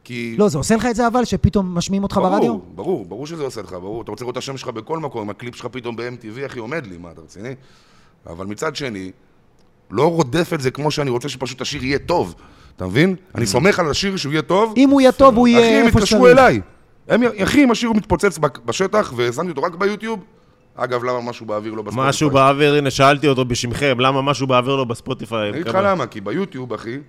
[SPEAKER 3] כי...
[SPEAKER 1] לא, זה עושה לך את זה אבל, שפתאום משמיעים אותך ברדיו?
[SPEAKER 3] ברור, ברור, ברור שזה עושה לך, ברור. אתה רוצה לראות את השם שלך בכל מקום, הקליפ שלך פתאום ב-MTV, אחי, עומד לי, מה, אתה רציני? אבל מצד שני, לא רודף את זה כמו שאני רוצה שפשוט השיר יהיה טוב, אתה מבין? אני סומך על השיר שהוא יהיה טוב,
[SPEAKER 1] אם הוא יהיה טוב, הוא יהיה
[SPEAKER 3] אחי, הם
[SPEAKER 1] איפה
[SPEAKER 3] התקשרו אליי. הם, י- אחי, אם השיר מתפוצץ בק- בשטח, ושמתי אותו רק ביוטיוב, אגב, למה משהו באוויר לא בספוטיפיי?
[SPEAKER 2] משהו באוויר, הנה, שאלתי אותו בשמכם, למה משהו באוויר לא בספוטיפיי?
[SPEAKER 3] אני אגיד לך
[SPEAKER 2] כמה-
[SPEAKER 3] למה, כי ביוטיוב, אחי,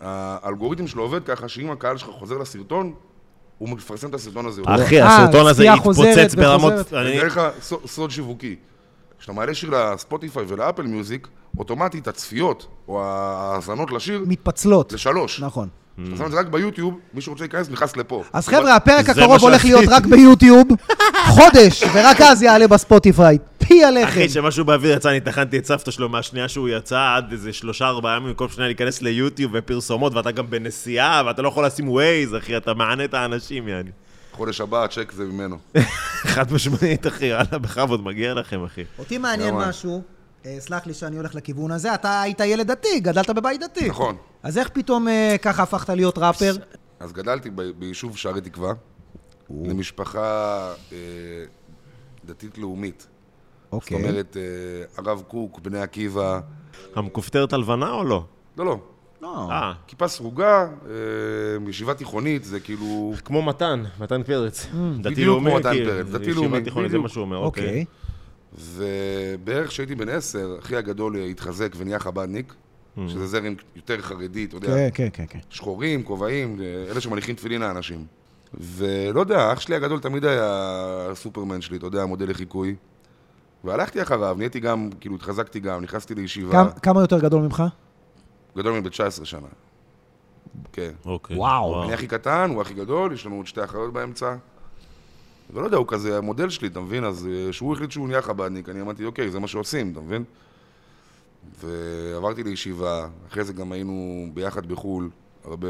[SPEAKER 3] האלגוריתם שלו עובד ככה שאם הקהל שלך חוזר לסרטון, הוא מפרסם את הסרטון הזה. הוא
[SPEAKER 2] אחי,
[SPEAKER 1] אה,
[SPEAKER 2] הסרטון הזה
[SPEAKER 1] הצפייה חוזרת
[SPEAKER 2] התפוצץ ברמות...
[SPEAKER 1] וחוזרת.
[SPEAKER 3] אני
[SPEAKER 2] אני-
[SPEAKER 3] אגיד לך סו- סוד שיווקי. כשאתה מעלה שיר לספוטיפיי ולאפל מיוזיק, אוטומטית הצפיות, או ההאזנות לשיר,
[SPEAKER 1] מתפצלות.
[SPEAKER 3] זה שלוש.
[SPEAKER 1] נכון.
[SPEAKER 3] כשאתה שם את זה רק ביוטיוב, מי שרוצה להיכנס נכנס לפה.
[SPEAKER 1] אז חבר'ה, הפרק
[SPEAKER 2] זה
[SPEAKER 1] הקרוב
[SPEAKER 2] מה
[SPEAKER 1] הולך להיות רק
[SPEAKER 2] שעשיתי.
[SPEAKER 1] ביוטיוב, חודש, ורק אז יעלה בספוטיפיי. פי עליכם.
[SPEAKER 2] אחי, שמשהו באוויר יצא, אני טחנתי את סבתא שלו מהשנייה שהוא יצא עד איזה שלושה, ארבעה ימים, במקום שנייה להיכנס ליוטיוב ופרסומות, ואתה גם בנסיעה, ואתה לא יכול לשים ווייז, אחי, אתה מענה את האנשים, יעני.
[SPEAKER 3] חודש הבא, הצ'ק זה ממנו.
[SPEAKER 2] חד משמעית, אחי, יאללה, בכבוד, מגיע לכם, אחי.
[SPEAKER 1] אותי מעניין
[SPEAKER 3] יאמן.
[SPEAKER 1] משהו, אה, סלח לי שאני הולך לכיוון הזה, אתה היית ילד דתי, גדלת בבית דתי.
[SPEAKER 3] נכון.
[SPEAKER 1] אז איך פתאום אה, ככה הפכת להיות ראפר?
[SPEAKER 3] אז גדלתי ב- ביישוב שערי תקווה, למשפחה אה, דתית-לאומית. זאת
[SPEAKER 1] כן. אוקיי.
[SPEAKER 3] אומרת, אה, הרב קוק, בני עקיבא,
[SPEAKER 2] המכופתרת הלבנה או לא?
[SPEAKER 3] לא, לא,
[SPEAKER 1] לא.
[SPEAKER 2] אה,
[SPEAKER 3] כיפה סרוגה, אה, ישיבה תיכונית, זה כאילו...
[SPEAKER 2] כמו מתן, מתן פרץ. דתי
[SPEAKER 3] Mm, בדיוק
[SPEAKER 2] לאומי,
[SPEAKER 3] כמו מתן
[SPEAKER 2] כאילו,
[SPEAKER 3] פרץ, דתי
[SPEAKER 2] ישיבה
[SPEAKER 3] לאומי,
[SPEAKER 2] תיכונית, זה
[SPEAKER 3] בדיוק.
[SPEAKER 2] מה שהוא אומר,
[SPEAKER 1] אוקיי.
[SPEAKER 2] אוקיי.
[SPEAKER 3] ובערך כשהייתי בן עשר, אחי הגדול התחזק ונהיה חב"דניק, שזה זרם יותר חרדי, אתה יודע,
[SPEAKER 1] כן, כן, כן.
[SPEAKER 3] שחורים, כובעים, אלה שמניחים תפילין לאנשים. ולא יודע, אח שלי הגדול תמיד היה סופרמן שלי, אתה יודע, מודל לחיקוי. והלכתי אחריו, נהייתי גם, כאילו התחזקתי גם, נכנסתי לישיבה.
[SPEAKER 1] כמה- כמה יותר גדול ממך?
[SPEAKER 3] גדול ממני ב-19 שנה. כן.
[SPEAKER 2] אוקיי.
[SPEAKER 1] וואו.
[SPEAKER 3] אני הכי קטן, הוא הכי גדול, יש לנו עוד שתי אחיות באמצע. ולא יודע, הוא כזה המודל שלי, אתה מבין? אז אה, שהוא החליט שהוא נהיה חב"דניק, אני אמרתי, אוקיי, זה מה שעושים, אתה מבין? ועברתי לישיבה, אחרי זה גם היינו ביחד בחו"ל, הרבה...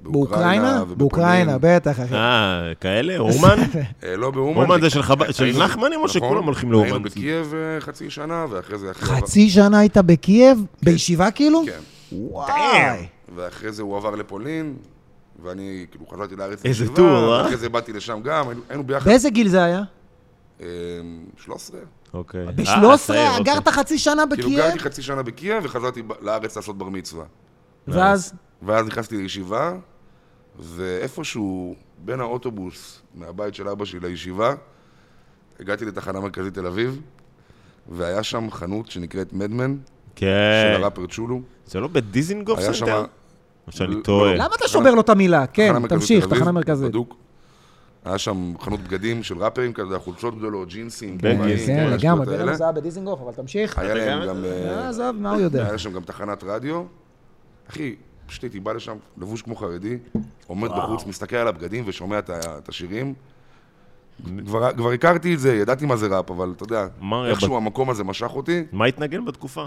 [SPEAKER 1] באוקראינה?
[SPEAKER 3] ובפולין.
[SPEAKER 1] באוקראינה, בטח, אחי.
[SPEAKER 2] אה, כאלה? אומן?
[SPEAKER 3] אה, לא באומן.
[SPEAKER 2] אומן זה של חב"ד,
[SPEAKER 3] אה,
[SPEAKER 2] של
[SPEAKER 3] היינו-
[SPEAKER 2] נחמנים או שכולם
[SPEAKER 3] נכון,
[SPEAKER 2] הולכים לאומן?
[SPEAKER 3] היינו בקייב אה, חצי שנה, ואחרי זה... אחי עבר-
[SPEAKER 1] חצי שנה היית בקייב? בישיבה כאילו?
[SPEAKER 3] כן.
[SPEAKER 1] וואי.
[SPEAKER 3] ואחרי זה הוא עבר לפולין, ואני כאילו חזרתי לארץ
[SPEAKER 2] איזה טור, אה?
[SPEAKER 3] ואחרי זה באתי לשם גם, היינו- היינו ביחד.
[SPEAKER 1] באיזה גיל זה היה?
[SPEAKER 3] אה, 13.
[SPEAKER 2] אוקיי. אה,
[SPEAKER 1] ב-13
[SPEAKER 2] צעיר, אוקיי.
[SPEAKER 1] גרת חצי שנה
[SPEAKER 3] כאילו
[SPEAKER 1] בקייב?
[SPEAKER 3] גרתי חצי שנה בקייב וחזרתי ב- לארץ לעשות בר מצווה.
[SPEAKER 1] ואז?
[SPEAKER 3] ואז נכנסתי לישיבה, ואיפשהו בין האוטובוס מהבית של אבא שלי לישיבה, הגעתי לתחנה מרכזית תל אביב, והיה שם חנות שנקראת מדמן,
[SPEAKER 2] כן.
[SPEAKER 3] של הראפר צ'ולו.
[SPEAKER 2] זה לא בדיזינגוף
[SPEAKER 3] היה שם
[SPEAKER 2] סנטר? או שאני
[SPEAKER 3] לא,
[SPEAKER 2] טועה.
[SPEAKER 3] לא.
[SPEAKER 1] למה אתה שובר לו את המילה? כן,
[SPEAKER 3] תחנה מרכזית
[SPEAKER 1] תמשיך,
[SPEAKER 3] תל אביב,
[SPEAKER 1] תחנה מרכזית.
[SPEAKER 3] בדוק. היה שם חנות בגדים של ראפרים כזה, חולצות גדולות, ג'ינסים,
[SPEAKER 2] בגים,
[SPEAKER 3] כובעים,
[SPEAKER 2] כן,
[SPEAKER 3] כל
[SPEAKER 1] כן,
[SPEAKER 3] השטויות
[SPEAKER 1] לגמרי, בן
[SPEAKER 3] האלה.
[SPEAKER 1] אדם זהב בדיזינגוף, אבל תמשיך.
[SPEAKER 3] היה
[SPEAKER 2] גם-
[SPEAKER 3] להם גם... אה,
[SPEAKER 1] אה, עזוב, מה הוא
[SPEAKER 2] כן.
[SPEAKER 1] יודע?
[SPEAKER 3] היה שם גם תחנת רדיו. אחי, פשוט הייתי בא לשם, לבוש כמו חרדי, עומד בחוץ, מסתכל על הבגדים ושומע את ה- את השירים. כבר, כבר הכרתי את זה, ידעתי מה זה ראפ, אבל אתה יודע,
[SPEAKER 2] מה היה
[SPEAKER 3] איכשהו המקום הזה משך אותי.
[SPEAKER 2] מה התנגן בתקופה?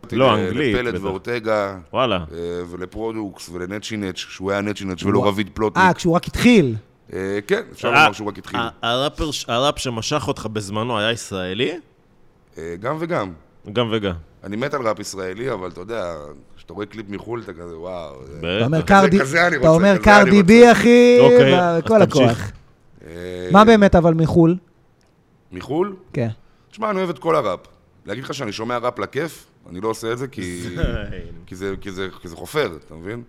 [SPEAKER 3] הלכתי
[SPEAKER 2] לא,
[SPEAKER 3] ל-
[SPEAKER 2] אנגלית.
[SPEAKER 3] לפלט
[SPEAKER 2] בטח.
[SPEAKER 3] ואורטגה,
[SPEAKER 2] וואלה.
[SPEAKER 3] אה, ולפרודוקס, ולנצ'ינץ', שהוא היה נצ'ינץ' ולא רביד פלוטניק.
[SPEAKER 1] אה, כשהוא רק התחיל.
[SPEAKER 3] אה, כן, אפשר
[SPEAKER 2] אה,
[SPEAKER 3] לומר שהוא רק התחיל.
[SPEAKER 2] ה- הראפר ש- הראפ שמשך אותך בזמנו היה ישראלי?
[SPEAKER 3] אה, גם וגם.
[SPEAKER 2] גם וגם.
[SPEAKER 3] אני מת על ראפ ישראלי, אבל אתה יודע, כשאתה רואה קליפ מחו"ל, אתה כזה, וואו. זה-
[SPEAKER 1] אתה אומר
[SPEAKER 2] בטח.
[SPEAKER 1] קרדי-
[SPEAKER 3] כזה אני
[SPEAKER 1] אתה
[SPEAKER 3] רוצה,
[SPEAKER 1] אומר
[SPEAKER 3] כזה אני
[SPEAKER 1] קרדי בי, אחי,
[SPEAKER 2] אוקיי,
[SPEAKER 1] בכל
[SPEAKER 2] אז
[SPEAKER 1] הכוח.
[SPEAKER 2] תמשיך.
[SPEAKER 3] אה,
[SPEAKER 1] מה באמת אבל מחו"ל?
[SPEAKER 3] מחו"ל?
[SPEAKER 1] כן.
[SPEAKER 3] תשמע, אני אוהב את כל הראפ. להגיד לך שאני שומע ראפ לכיף, אני לא עושה את זה כי...
[SPEAKER 2] אה,
[SPEAKER 3] כי, זה, כי, זה, כי זה חופר, אתה מבין?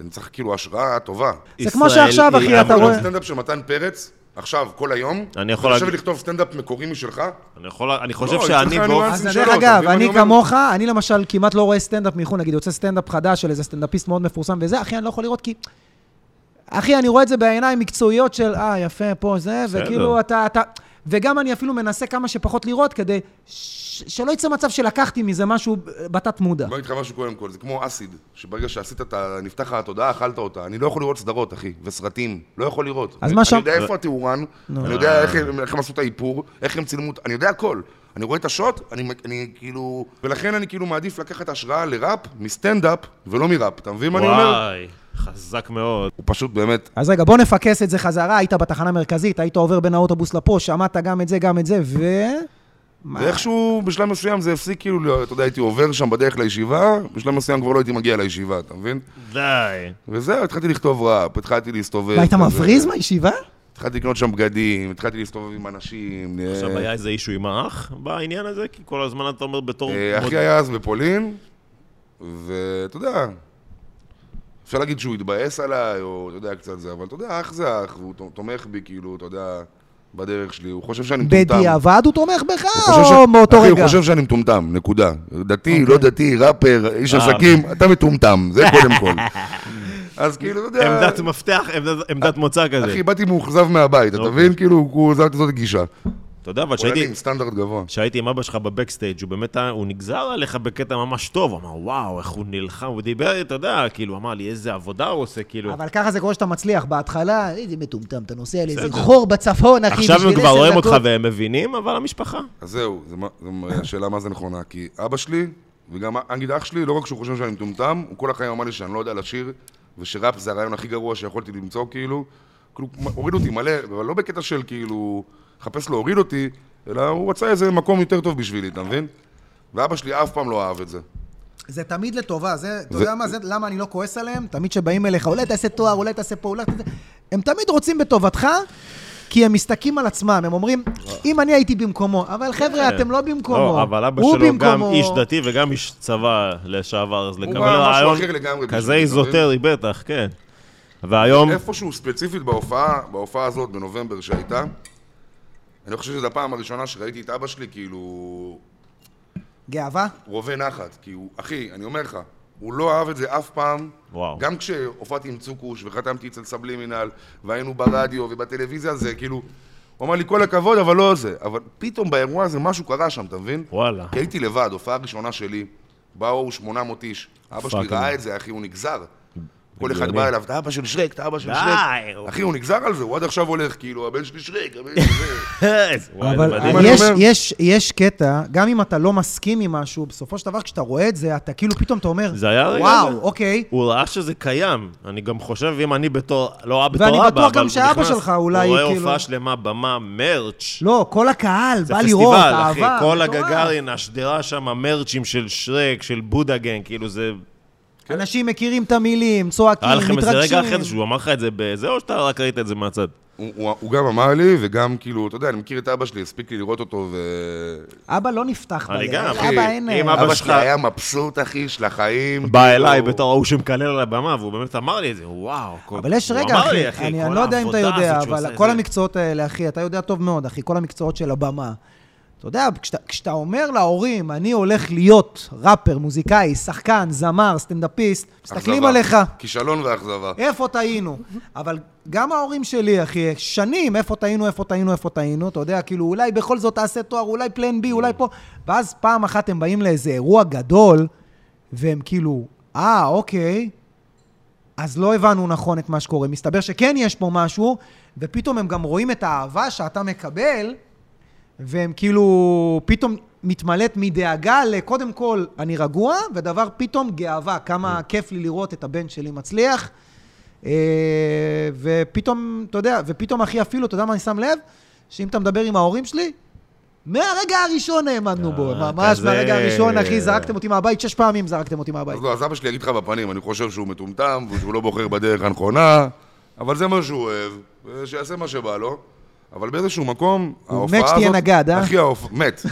[SPEAKER 3] אני צריך כאילו השראה טובה.
[SPEAKER 1] זה כמו שעכשיו,
[SPEAKER 2] ישראל
[SPEAKER 1] אחי, אתה
[SPEAKER 2] היא אמונה.
[SPEAKER 3] לראות
[SPEAKER 1] רואה-
[SPEAKER 3] סטנדאפ של מתן פרץ, עכשיו, כל היום,
[SPEAKER 2] אני יכול
[SPEAKER 3] לשבת
[SPEAKER 2] להגיד-
[SPEAKER 3] לכתוב סטנדאפ מקורי משלך,
[SPEAKER 2] אני יכול- אני חושב
[SPEAKER 3] לא,
[SPEAKER 2] שאני
[SPEAKER 3] אצלך אני
[SPEAKER 2] באופן...
[SPEAKER 3] רואה-
[SPEAKER 1] אז
[SPEAKER 3] עושים
[SPEAKER 1] דרך
[SPEAKER 3] שאלות, אתה
[SPEAKER 1] אגב,
[SPEAKER 3] מבין מה
[SPEAKER 1] אני
[SPEAKER 3] אני אומר?
[SPEAKER 1] כמוך, אני למשל כמעט לא רואה סטנדאפ מחו"ל, נגיד יוצא סטנדאפ חדש של איזה סטנדאפיסט מאוד מפורסם וזה, אחי, אני לא יכול לראות כי... אחי, אני רואה את זה בעיניים מקצועיות של, אה, יפה, פה, זה,
[SPEAKER 2] בסדר.
[SPEAKER 1] וכאילו אתה, אתה... וגם אני אפילו מנסה כמה שפחות לראות כדי ש- שלא יצא מצב שלקחתי מזה משהו בתת מודע.
[SPEAKER 3] בוא נגיד לך משהו קודם כל, זה כמו אסיד, שברגע שעשית את ה... נפתח לך התודעה, אכלת אותה. אני לא יכול לראות סדרות, אחי, וסרטים, לא יכול לראות.
[SPEAKER 1] אז מה שם-
[SPEAKER 3] אני יודע איפה התאורן, אני יודע איך הם- איך הם עשו את האיפור, איך הם צילמו, את- אני יודע הכל. אני רואה את השוט, אני מק- אני כאילו... ולכן אני כאילו מעדיף לקחת השראה לראפ מסטנדאפ ולא מראפ, אתה מבין מה אני אומר?
[SPEAKER 2] וואי, חזק מאוד.
[SPEAKER 3] הוא פשוט באמת...
[SPEAKER 1] אז רגע, בוא נפקס את זה חזרה, היית בתחנה המרכזית, היית עובר בין האוטובוס לפה, שמעת גם את זה, גם את זה, ו... מה?
[SPEAKER 3] ואיכשהו בשלב מסוים זה הפסיק כאילו, להיות- אתה יודע, הייתי עובר שם בדרך לישיבה, בשלב מסוים כבר לא הייתי מגיע לישיבה, אתה מבין?
[SPEAKER 2] די.
[SPEAKER 3] וזהו, התחלתי לכתוב ראפ, התחלתי להסתובב.
[SPEAKER 1] והיית
[SPEAKER 3] כזה.
[SPEAKER 1] מבריז מהישיבה?
[SPEAKER 3] התחלתי לקנות שם בגדים, התחלתי להסתובב עם אנשים. אה,
[SPEAKER 2] עכשיו היה איזה אישו עם האח בעניין הזה? כי כל הזמן אתה אומר בתור...
[SPEAKER 3] אה,
[SPEAKER 2] מוד-
[SPEAKER 3] אחי היה אז בפולין, ואתה יודע, אפשר להגיד שהוא התבאס עליי, או אתה יודע, קצת זה, אבל אתה יודע, אח זה אח, והוא תומך בי, כאילו, אתה יודע, בדרך שלי, הוא חושב שאני מטומטם.
[SPEAKER 1] בדיעבד הוא תומך בך,
[SPEAKER 3] הוא חושב ש-
[SPEAKER 1] או מאותו
[SPEAKER 3] אחי,
[SPEAKER 1] רגע? אוקיי.
[SPEAKER 3] הוא חושב שאני מטומטם, נקודה. דתי, לא דתי, ראפר, איש
[SPEAKER 2] אה.
[SPEAKER 3] עסקים, אתה מטומטם, זה קודם כל. אז כאילו, אתה יודע...
[SPEAKER 2] עמדת מפתח, עמדת- עמדת מוצא כזה.
[SPEAKER 3] אה, אחי, באתי מאוכזב מהבית, אתה
[SPEAKER 2] אוקיי.
[SPEAKER 3] מבין? כאילו, הוא זאת זאת גישה.
[SPEAKER 2] אתה יודע, אבל
[SPEAKER 3] הוא היה לי
[SPEAKER 2] שהייתי...
[SPEAKER 3] עם סטנדרט גבוה.
[SPEAKER 2] כשהייתי עם אבא שלך בבקסטייג', הוא באמת, היה- הוא נגזר עליך בקטע ממש טוב, הוא אמר, וואו, איך הוא נלחם, הוא דיבר, אתה יודע, כאילו, אמר לי, איזה עבודה הוא עושה, כאילו.
[SPEAKER 1] אבל ככה זה קורה שאתה מצליח. בהתחלה, איזה מטומטם, אתה נוסע לאיזה
[SPEAKER 2] בסדר.
[SPEAKER 1] חור בצפון, אחי,
[SPEAKER 2] עכשיו הם
[SPEAKER 1] בשביל
[SPEAKER 2] כבר
[SPEAKER 1] עשר
[SPEAKER 2] רואים
[SPEAKER 1] דקות.
[SPEAKER 2] אותך והם מבינים, אבל המשפחה.
[SPEAKER 3] אז זהו, זה מה- זה מ- השאלה מה זה נכונה. כי אבא שלי, וגם נגיד אח שלי, לא רק שהוא חושב שאני מטומטם, הוא כל החיים אמר לי שאני לא יודע לשיר, ושראפ זה הרעיון הכי גרוע שיכולתי למצוא, כאילו. כאילו, מ- הוריד אותי מלא, אבל לא בקטע של כאילו, חפש להוריד אותי, אלא הוא רצה איזה מקום יותר טוב בשבילי, אתה מבין? ואבא שלי אף פעם לא אהב את זה.
[SPEAKER 1] זה תמיד לטובה, זה, אתה
[SPEAKER 3] זה-
[SPEAKER 1] יודע מה, זה למה אני לא כועס עליהם? תמיד שבאים אליך, אולי תעשה תואר, אולי תעשה פה, אולי תעשה... הם תמיד רוצים בטובתך, כי הם מסתכלים על עצמם, הם אומרים, אם אני הייתי במקומו, אבל חבר'ה, אתם לא במקומו,
[SPEAKER 2] לא, אבל אבא
[SPEAKER 1] הוא
[SPEAKER 2] שלו גם
[SPEAKER 1] במקומו.
[SPEAKER 2] איש דתי וגם איש צבא לשעבר, אז לקבל
[SPEAKER 3] בא משהו
[SPEAKER 2] רעיון
[SPEAKER 3] אחר לגמרי
[SPEAKER 2] כזה
[SPEAKER 3] בשבילי, אתה מבין?
[SPEAKER 2] איזוטרי, בטח, כן. והיום,
[SPEAKER 3] איפשהו ספציפית בהופעה, בהופעה הזאת בנובמבר שהייתה, אני חושב שזו הפעם הראשונה שראיתי את אבא שלי כאילו
[SPEAKER 1] גאווה?
[SPEAKER 3] רובה נחת, כי הוא, אחי, אני אומר לך, הוא לא אהב את זה אף פעם.
[SPEAKER 2] וואו.
[SPEAKER 3] גם כשהופעתי עם צוקוש וחתמתי אצל סבלימינל, והיינו ברדיו ובטלוויזיה, זה כאילו, הוא אמר לי כל הכבוד, אבל לא זה. אבל פתאום באירוע הזה משהו קרה שם, אתה מבין?
[SPEAKER 2] וואלה.
[SPEAKER 3] כי הייתי לבד, הופעה ראשונה שלי, באו 800 איש. אבא שלי
[SPEAKER 2] פאקינג.
[SPEAKER 3] ראה את זה, אחי, הוא נגזר. כל אחד
[SPEAKER 2] הגיוני.
[SPEAKER 3] בא אליו, אתה אבא של שרק, אתה אבא של
[SPEAKER 2] די, אוקיי.
[SPEAKER 3] שרק.
[SPEAKER 2] הוא-
[SPEAKER 3] אחי, הוא נגזר על זה, הוא עד עכשיו הולך, כאילו, הבן שלי שרק, הבן שלי זה.
[SPEAKER 2] וואי, זה
[SPEAKER 1] אבל
[SPEAKER 2] מדהים.
[SPEAKER 3] אני
[SPEAKER 1] יש,
[SPEAKER 3] אומר-
[SPEAKER 1] יש, יש קטע, גם אם אתה לא מסכים עם משהו, בסופו של דבר כשאתה רואה את זה, אתה כאילו פתאום אתה אומר,
[SPEAKER 2] זה היה רגע
[SPEAKER 1] וואו,
[SPEAKER 2] הזה.
[SPEAKER 1] אוקיי.
[SPEAKER 2] הוא ראה שזה קיים. אני גם חושב, אם אני בתור, לא בתור אבא,
[SPEAKER 1] ואני
[SPEAKER 2] אבל
[SPEAKER 1] בטוח גם
[SPEAKER 2] הוא
[SPEAKER 1] שאבא
[SPEAKER 2] נכנס,
[SPEAKER 1] שלך אולי,
[SPEAKER 2] הוא רואה
[SPEAKER 1] כאילו-
[SPEAKER 2] הופעה שלמה, במה, מרץ'.
[SPEAKER 1] לא, כל הקהל
[SPEAKER 2] זה
[SPEAKER 1] בא לראות,
[SPEAKER 2] פסטיבל, אחי.
[SPEAKER 1] אהבה.
[SPEAKER 2] כל
[SPEAKER 1] מטורף.
[SPEAKER 2] הגגארין, השדרה שם, המרצ'ים של שרק, של בודה גנג, כאילו זה...
[SPEAKER 1] אנשים מכירים את המילים, צועקים,
[SPEAKER 2] כן. היה לכם
[SPEAKER 1] כן, מתרגשים.
[SPEAKER 2] איזה רגע אחרי זה שהוא אמר לך את זה בזה, או שאתה רק ראית את זה מהצד?
[SPEAKER 3] הוא- הוא הוא גם אמר לי, וגם כאילו, אתה יודע, אני מכיר את אבא שלי, הספיק לי לראות אותו, ו...
[SPEAKER 1] אבא לא נפתח
[SPEAKER 2] אני
[SPEAKER 1] בלב.
[SPEAKER 2] גם,
[SPEAKER 1] אבא
[SPEAKER 2] אחי,
[SPEAKER 1] אין...
[SPEAKER 2] אם
[SPEAKER 1] אה,
[SPEAKER 2] אבא
[SPEAKER 3] אבא
[SPEAKER 2] שלך-
[SPEAKER 3] שלי היה מבסוט, אחי, של החיים.
[SPEAKER 2] בא אליי
[SPEAKER 3] כאילו,
[SPEAKER 2] בתור ההוא שמקלל על הבמה, והוא באמת אמר לי את זה, וואו. כל-
[SPEAKER 1] אה, אבל יש
[SPEAKER 2] הוא
[SPEAKER 1] רגע,
[SPEAKER 2] אמר
[SPEAKER 1] אחי,
[SPEAKER 2] לי,
[SPEAKER 1] אני
[SPEAKER 2] כל
[SPEAKER 1] אני לא יודע אם אתה
[SPEAKER 2] העבודה
[SPEAKER 1] יודע,
[SPEAKER 2] הזאת שהוא
[SPEAKER 1] אבל
[SPEAKER 2] עושה,
[SPEAKER 1] כל
[SPEAKER 2] זה-
[SPEAKER 1] המקצועות האלה, אחי, אתה יודע טוב מאוד, אחי, כל המקצועות של הבמה. אתה יודע, כשאתה- כשאתה אומר להורים, אני הולך להיות ראפר, מוזיקאי, שחקן, זמר, סטנדאפיסט, מסתכלים
[SPEAKER 3] אכזבה.
[SPEAKER 1] עליך, אה.
[SPEAKER 3] כישלון ואכזבה.
[SPEAKER 1] איפה טעינו? אבל גם ההורים שלי, אחי, שנים, איפה טעינו, איפה טעינו, איפה טעינו, אתה יודע, כאילו, אולי בכל זאת תעשה תואר, אולי פלן בי, אולי פה, ואז פעם אחת הם באים לאיזה אירוע גדול, והם כאילו, אה, אוקיי, אז לא הבנו נכון את מה שקורה. מסתבר שכן יש פה משהו, ופתאום הם גם רואים את האהבה שאתה מקבל, והם כאילו, פתאום מתמלאת מדאגה לקודם כל, אני רגוע, ודבר פתאום גאווה, כמה
[SPEAKER 2] כן.
[SPEAKER 1] כיף לי לראות את הבן שלי מצליח. אה, ופתאום, אתה יודע, ופתאום אחי אפילו, אתה יודע מה אני שם לב? שאם אתה מדבר עם ההורים שלי, מהרגע הראשון האמנו בו,
[SPEAKER 2] אה,
[SPEAKER 1] ממש
[SPEAKER 2] כזה.
[SPEAKER 1] מהרגע הראשון, אחי, זרקתם אותי מהבית, שש פעמים זרקתם אותי מהבית.
[SPEAKER 3] אז לא, אז אבא שלי יגיד לך בפנים, אני חושב שהוא מטומטם, ושהוא לא בוחר בדרך הנכונה, אבל זה מה שהוא אוהב, ושיעשה מה שבא לו. אבל באיזשהו מקום, ההופעה
[SPEAKER 1] מת
[SPEAKER 3] הזאת...
[SPEAKER 1] שתהיה נגד, אה?
[SPEAKER 3] אחי, ההופ... מת.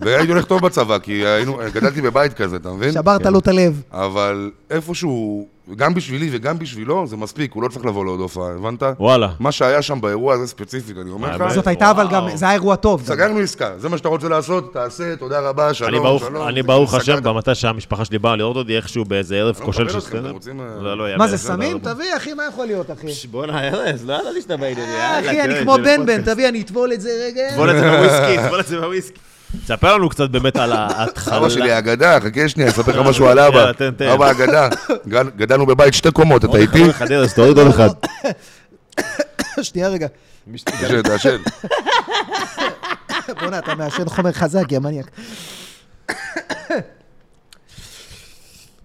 [SPEAKER 3] והייתי הולך טוב בצבא, כי היינו, גדלתי בבית כזה, אתה
[SPEAKER 2] כן.
[SPEAKER 3] מבין?
[SPEAKER 1] שברת לו את הלב.
[SPEAKER 3] אבל איפשהו, גם בשבילי וגם בשבילו, זה מספיק, הוא לא צריך לבוא לעוד הופעה, הבנת?
[SPEAKER 2] וואלה.
[SPEAKER 3] מה שהיה שם באירוע הזה ספציפית, אני אומר לך,
[SPEAKER 2] האמת?
[SPEAKER 1] זאת הייתה אבל גם,
[SPEAKER 2] וואו.
[SPEAKER 1] זה היה אירוע טוב. גם.
[SPEAKER 3] סגרנו עסקה, זה מה שאתה רוצה לעשות, תעשה, תודה רבה, שלום,
[SPEAKER 2] אני ברוך,
[SPEAKER 3] שלום.
[SPEAKER 2] אני ברוך
[SPEAKER 3] סגרת.
[SPEAKER 2] השם, במתי שהמשפחה שלי באה לראות אותי איכשהו באיזה ערב
[SPEAKER 3] לא
[SPEAKER 2] כושל
[SPEAKER 3] מקבל
[SPEAKER 2] של
[SPEAKER 3] אתכם, אתם
[SPEAKER 2] סטנדאפ.
[SPEAKER 3] רוצים, אה,
[SPEAKER 2] זה לא ייאמן.
[SPEAKER 1] מה זה, סמים?
[SPEAKER 2] בסדר.
[SPEAKER 1] תביא, אחי, מה יכול להיות, אחי?
[SPEAKER 2] בואנה, ארז, לא ידעתי שאתה בעניין.
[SPEAKER 1] אה,
[SPEAKER 2] יאללה,
[SPEAKER 1] אחי, אני
[SPEAKER 2] תראה,
[SPEAKER 1] כמו
[SPEAKER 2] זה
[SPEAKER 1] בן בן,
[SPEAKER 2] פודקאסט.
[SPEAKER 1] תביא, אני אטבול את זה רגע.
[SPEAKER 2] טבול את זה בוויסקי, טבול את זה בוויסקי. תספר לנו קצת באמת על ההתחלה.
[SPEAKER 3] אבא שלי אגדה, חכה שנייה, אספר לך משהו על אבא.
[SPEAKER 2] אה, יאללה, תן, תן.
[SPEAKER 3] אבא אגדה, גד- גדלנו בבית שתי קומות, אתה איתי?
[SPEAKER 2] אחד ארז, תוריד עוד אחד.
[SPEAKER 1] שנייה רגע.
[SPEAKER 3] תעשן, תעשן.
[SPEAKER 1] בואנה, אתה מעשן חומר חזק, יא מניאק.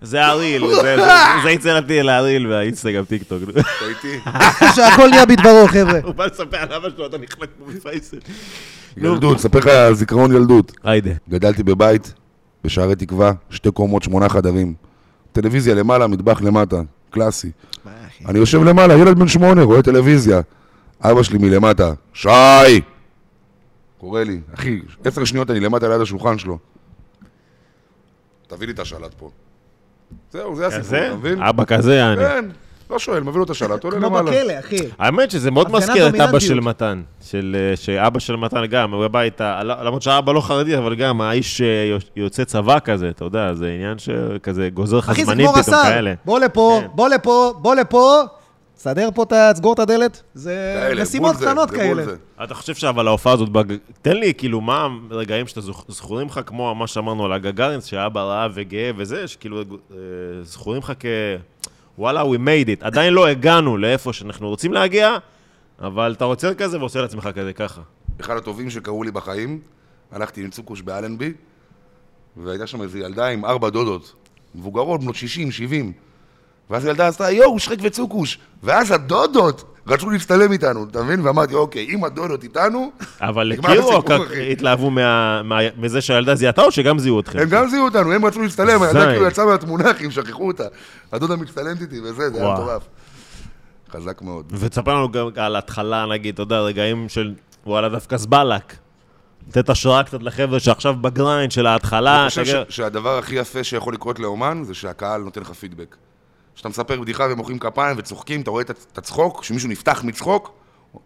[SPEAKER 2] זה הריל, זה- זה- זה יצירתי על הריל והאינסטגרם טיקטוק.
[SPEAKER 3] אתה איתי?
[SPEAKER 1] שהכל נהיה בדברו, חבר'ה.
[SPEAKER 2] הוא בא לספר על אבא שלו, אתה נחלק כמו בפייסל.
[SPEAKER 3] ילדות, ספר לך זיכרון ילדות.
[SPEAKER 2] היידה.
[SPEAKER 3] גדלתי בבית, בשערי תקווה, שתי קומות, שמונה חדרים. טלוויזיה למעלה, מטבח למטה, קלאסי. אני יושב למעלה, ילד בן שמונה, רואה טלוויזיה. אבא שלי מלמטה, שי! קורא לי, אחי, עשר שניות אני למטה ליד השולחן שלו. תביא לי את השלט פה. זהו, זה הסיפור,
[SPEAKER 2] כזה?
[SPEAKER 3] אתה מבין?
[SPEAKER 2] אבא כזה, יעני.
[SPEAKER 3] כן, לא שואל, מביא לו את השלט, עולה
[SPEAKER 1] כמו
[SPEAKER 2] לא?
[SPEAKER 3] למעלה.
[SPEAKER 1] בכלא, אחי.
[SPEAKER 2] האמת שזה מאוד
[SPEAKER 1] הפגנת
[SPEAKER 2] מזכיר את אבא
[SPEAKER 1] דומיננטיות.
[SPEAKER 2] של מתן, של, אה, שאבא של מתן גם, הוא הביתה, למרות שהאבא לא חרדי, אבל גם האיש אה, יוצ- יוצא צבא כזה, אתה יודע, זה עניין שכזה גוזר לך
[SPEAKER 1] אחי, זה
[SPEAKER 2] זמנים
[SPEAKER 1] כמו
[SPEAKER 2] פתאום
[SPEAKER 1] רס"ל.
[SPEAKER 2] כאלה.
[SPEAKER 1] בוא לפה,
[SPEAKER 2] כן.
[SPEAKER 1] בוא לפה, בוא לפה. סדר פה, את ה- תסגור את הדלת. זה
[SPEAKER 3] כאלה,
[SPEAKER 1] משימות
[SPEAKER 3] בול זה,
[SPEAKER 1] קטנות
[SPEAKER 3] זה בול
[SPEAKER 1] כאלה.
[SPEAKER 3] זה.
[SPEAKER 2] אתה חושב שאבל ההופעה הזאת, בג... תן לי, כאילו, מה הרגעים שאתה זוכ- זכורים לך, כמו מה שאמרנו על הגגרינס, שאבא ראה וגאה וזה, שכאילו, אה, זכורים לך כ... וואלה, we made it. עדיין לא הגענו לאיפה שאנחנו רוצים להגיע, אבל אתה רוצה כזה ועושה לעצמך כזה ככה.
[SPEAKER 3] אחד הטובים שקרו לי בחיים, הלכתי עם צוקוש באלנבי, והייתה שם איזו ילדה עם ארבע דודות, מבוגרות, בנות 60, 70. ואז הילדה עשתה, יואו, שחק וצוקוש. ואז הדודות רצו להצטלם איתנו, אתה מבין? ואמרתי, אוקיי, אם הדודות איתנו,
[SPEAKER 2] אבל
[SPEAKER 3] נגמר
[SPEAKER 2] הכירו או
[SPEAKER 3] הסיפור,
[SPEAKER 2] כ-
[SPEAKER 3] אחי.
[SPEAKER 2] התלהבו מה- מה- מזה שהילדה זיהתה או שגם זיהו אתכם?
[SPEAKER 3] הם גם זיהו אותנו, הם רצו להצטלם,
[SPEAKER 2] זין.
[SPEAKER 3] הילדה כאילו יצאה מהתמונה, אחי, הם שכחו אותה. הדודה מצטלמת איתי וזה, זה היה
[SPEAKER 2] וואו.
[SPEAKER 3] מטורף. חזק מאוד.
[SPEAKER 2] ותספר לנו גם על ההתחלה, נגיד, אתה יודע, רגעים של וואלה, דווקא זבלק. לתת השראה קצת לחבר'ה שעכשיו בגריינד של ההתחלה.
[SPEAKER 3] אני חושב
[SPEAKER 2] תגיד-
[SPEAKER 3] ש- שהדבר הכי יפה שיכול לקרות לאומן, זה שהקהל נותן לך פידבק. כשאתה מספר בדיחה ומוחאים כפיים וצוחקים, אתה רואה את הצ- את הצחוק, כשמישהו נפתח מצחוק,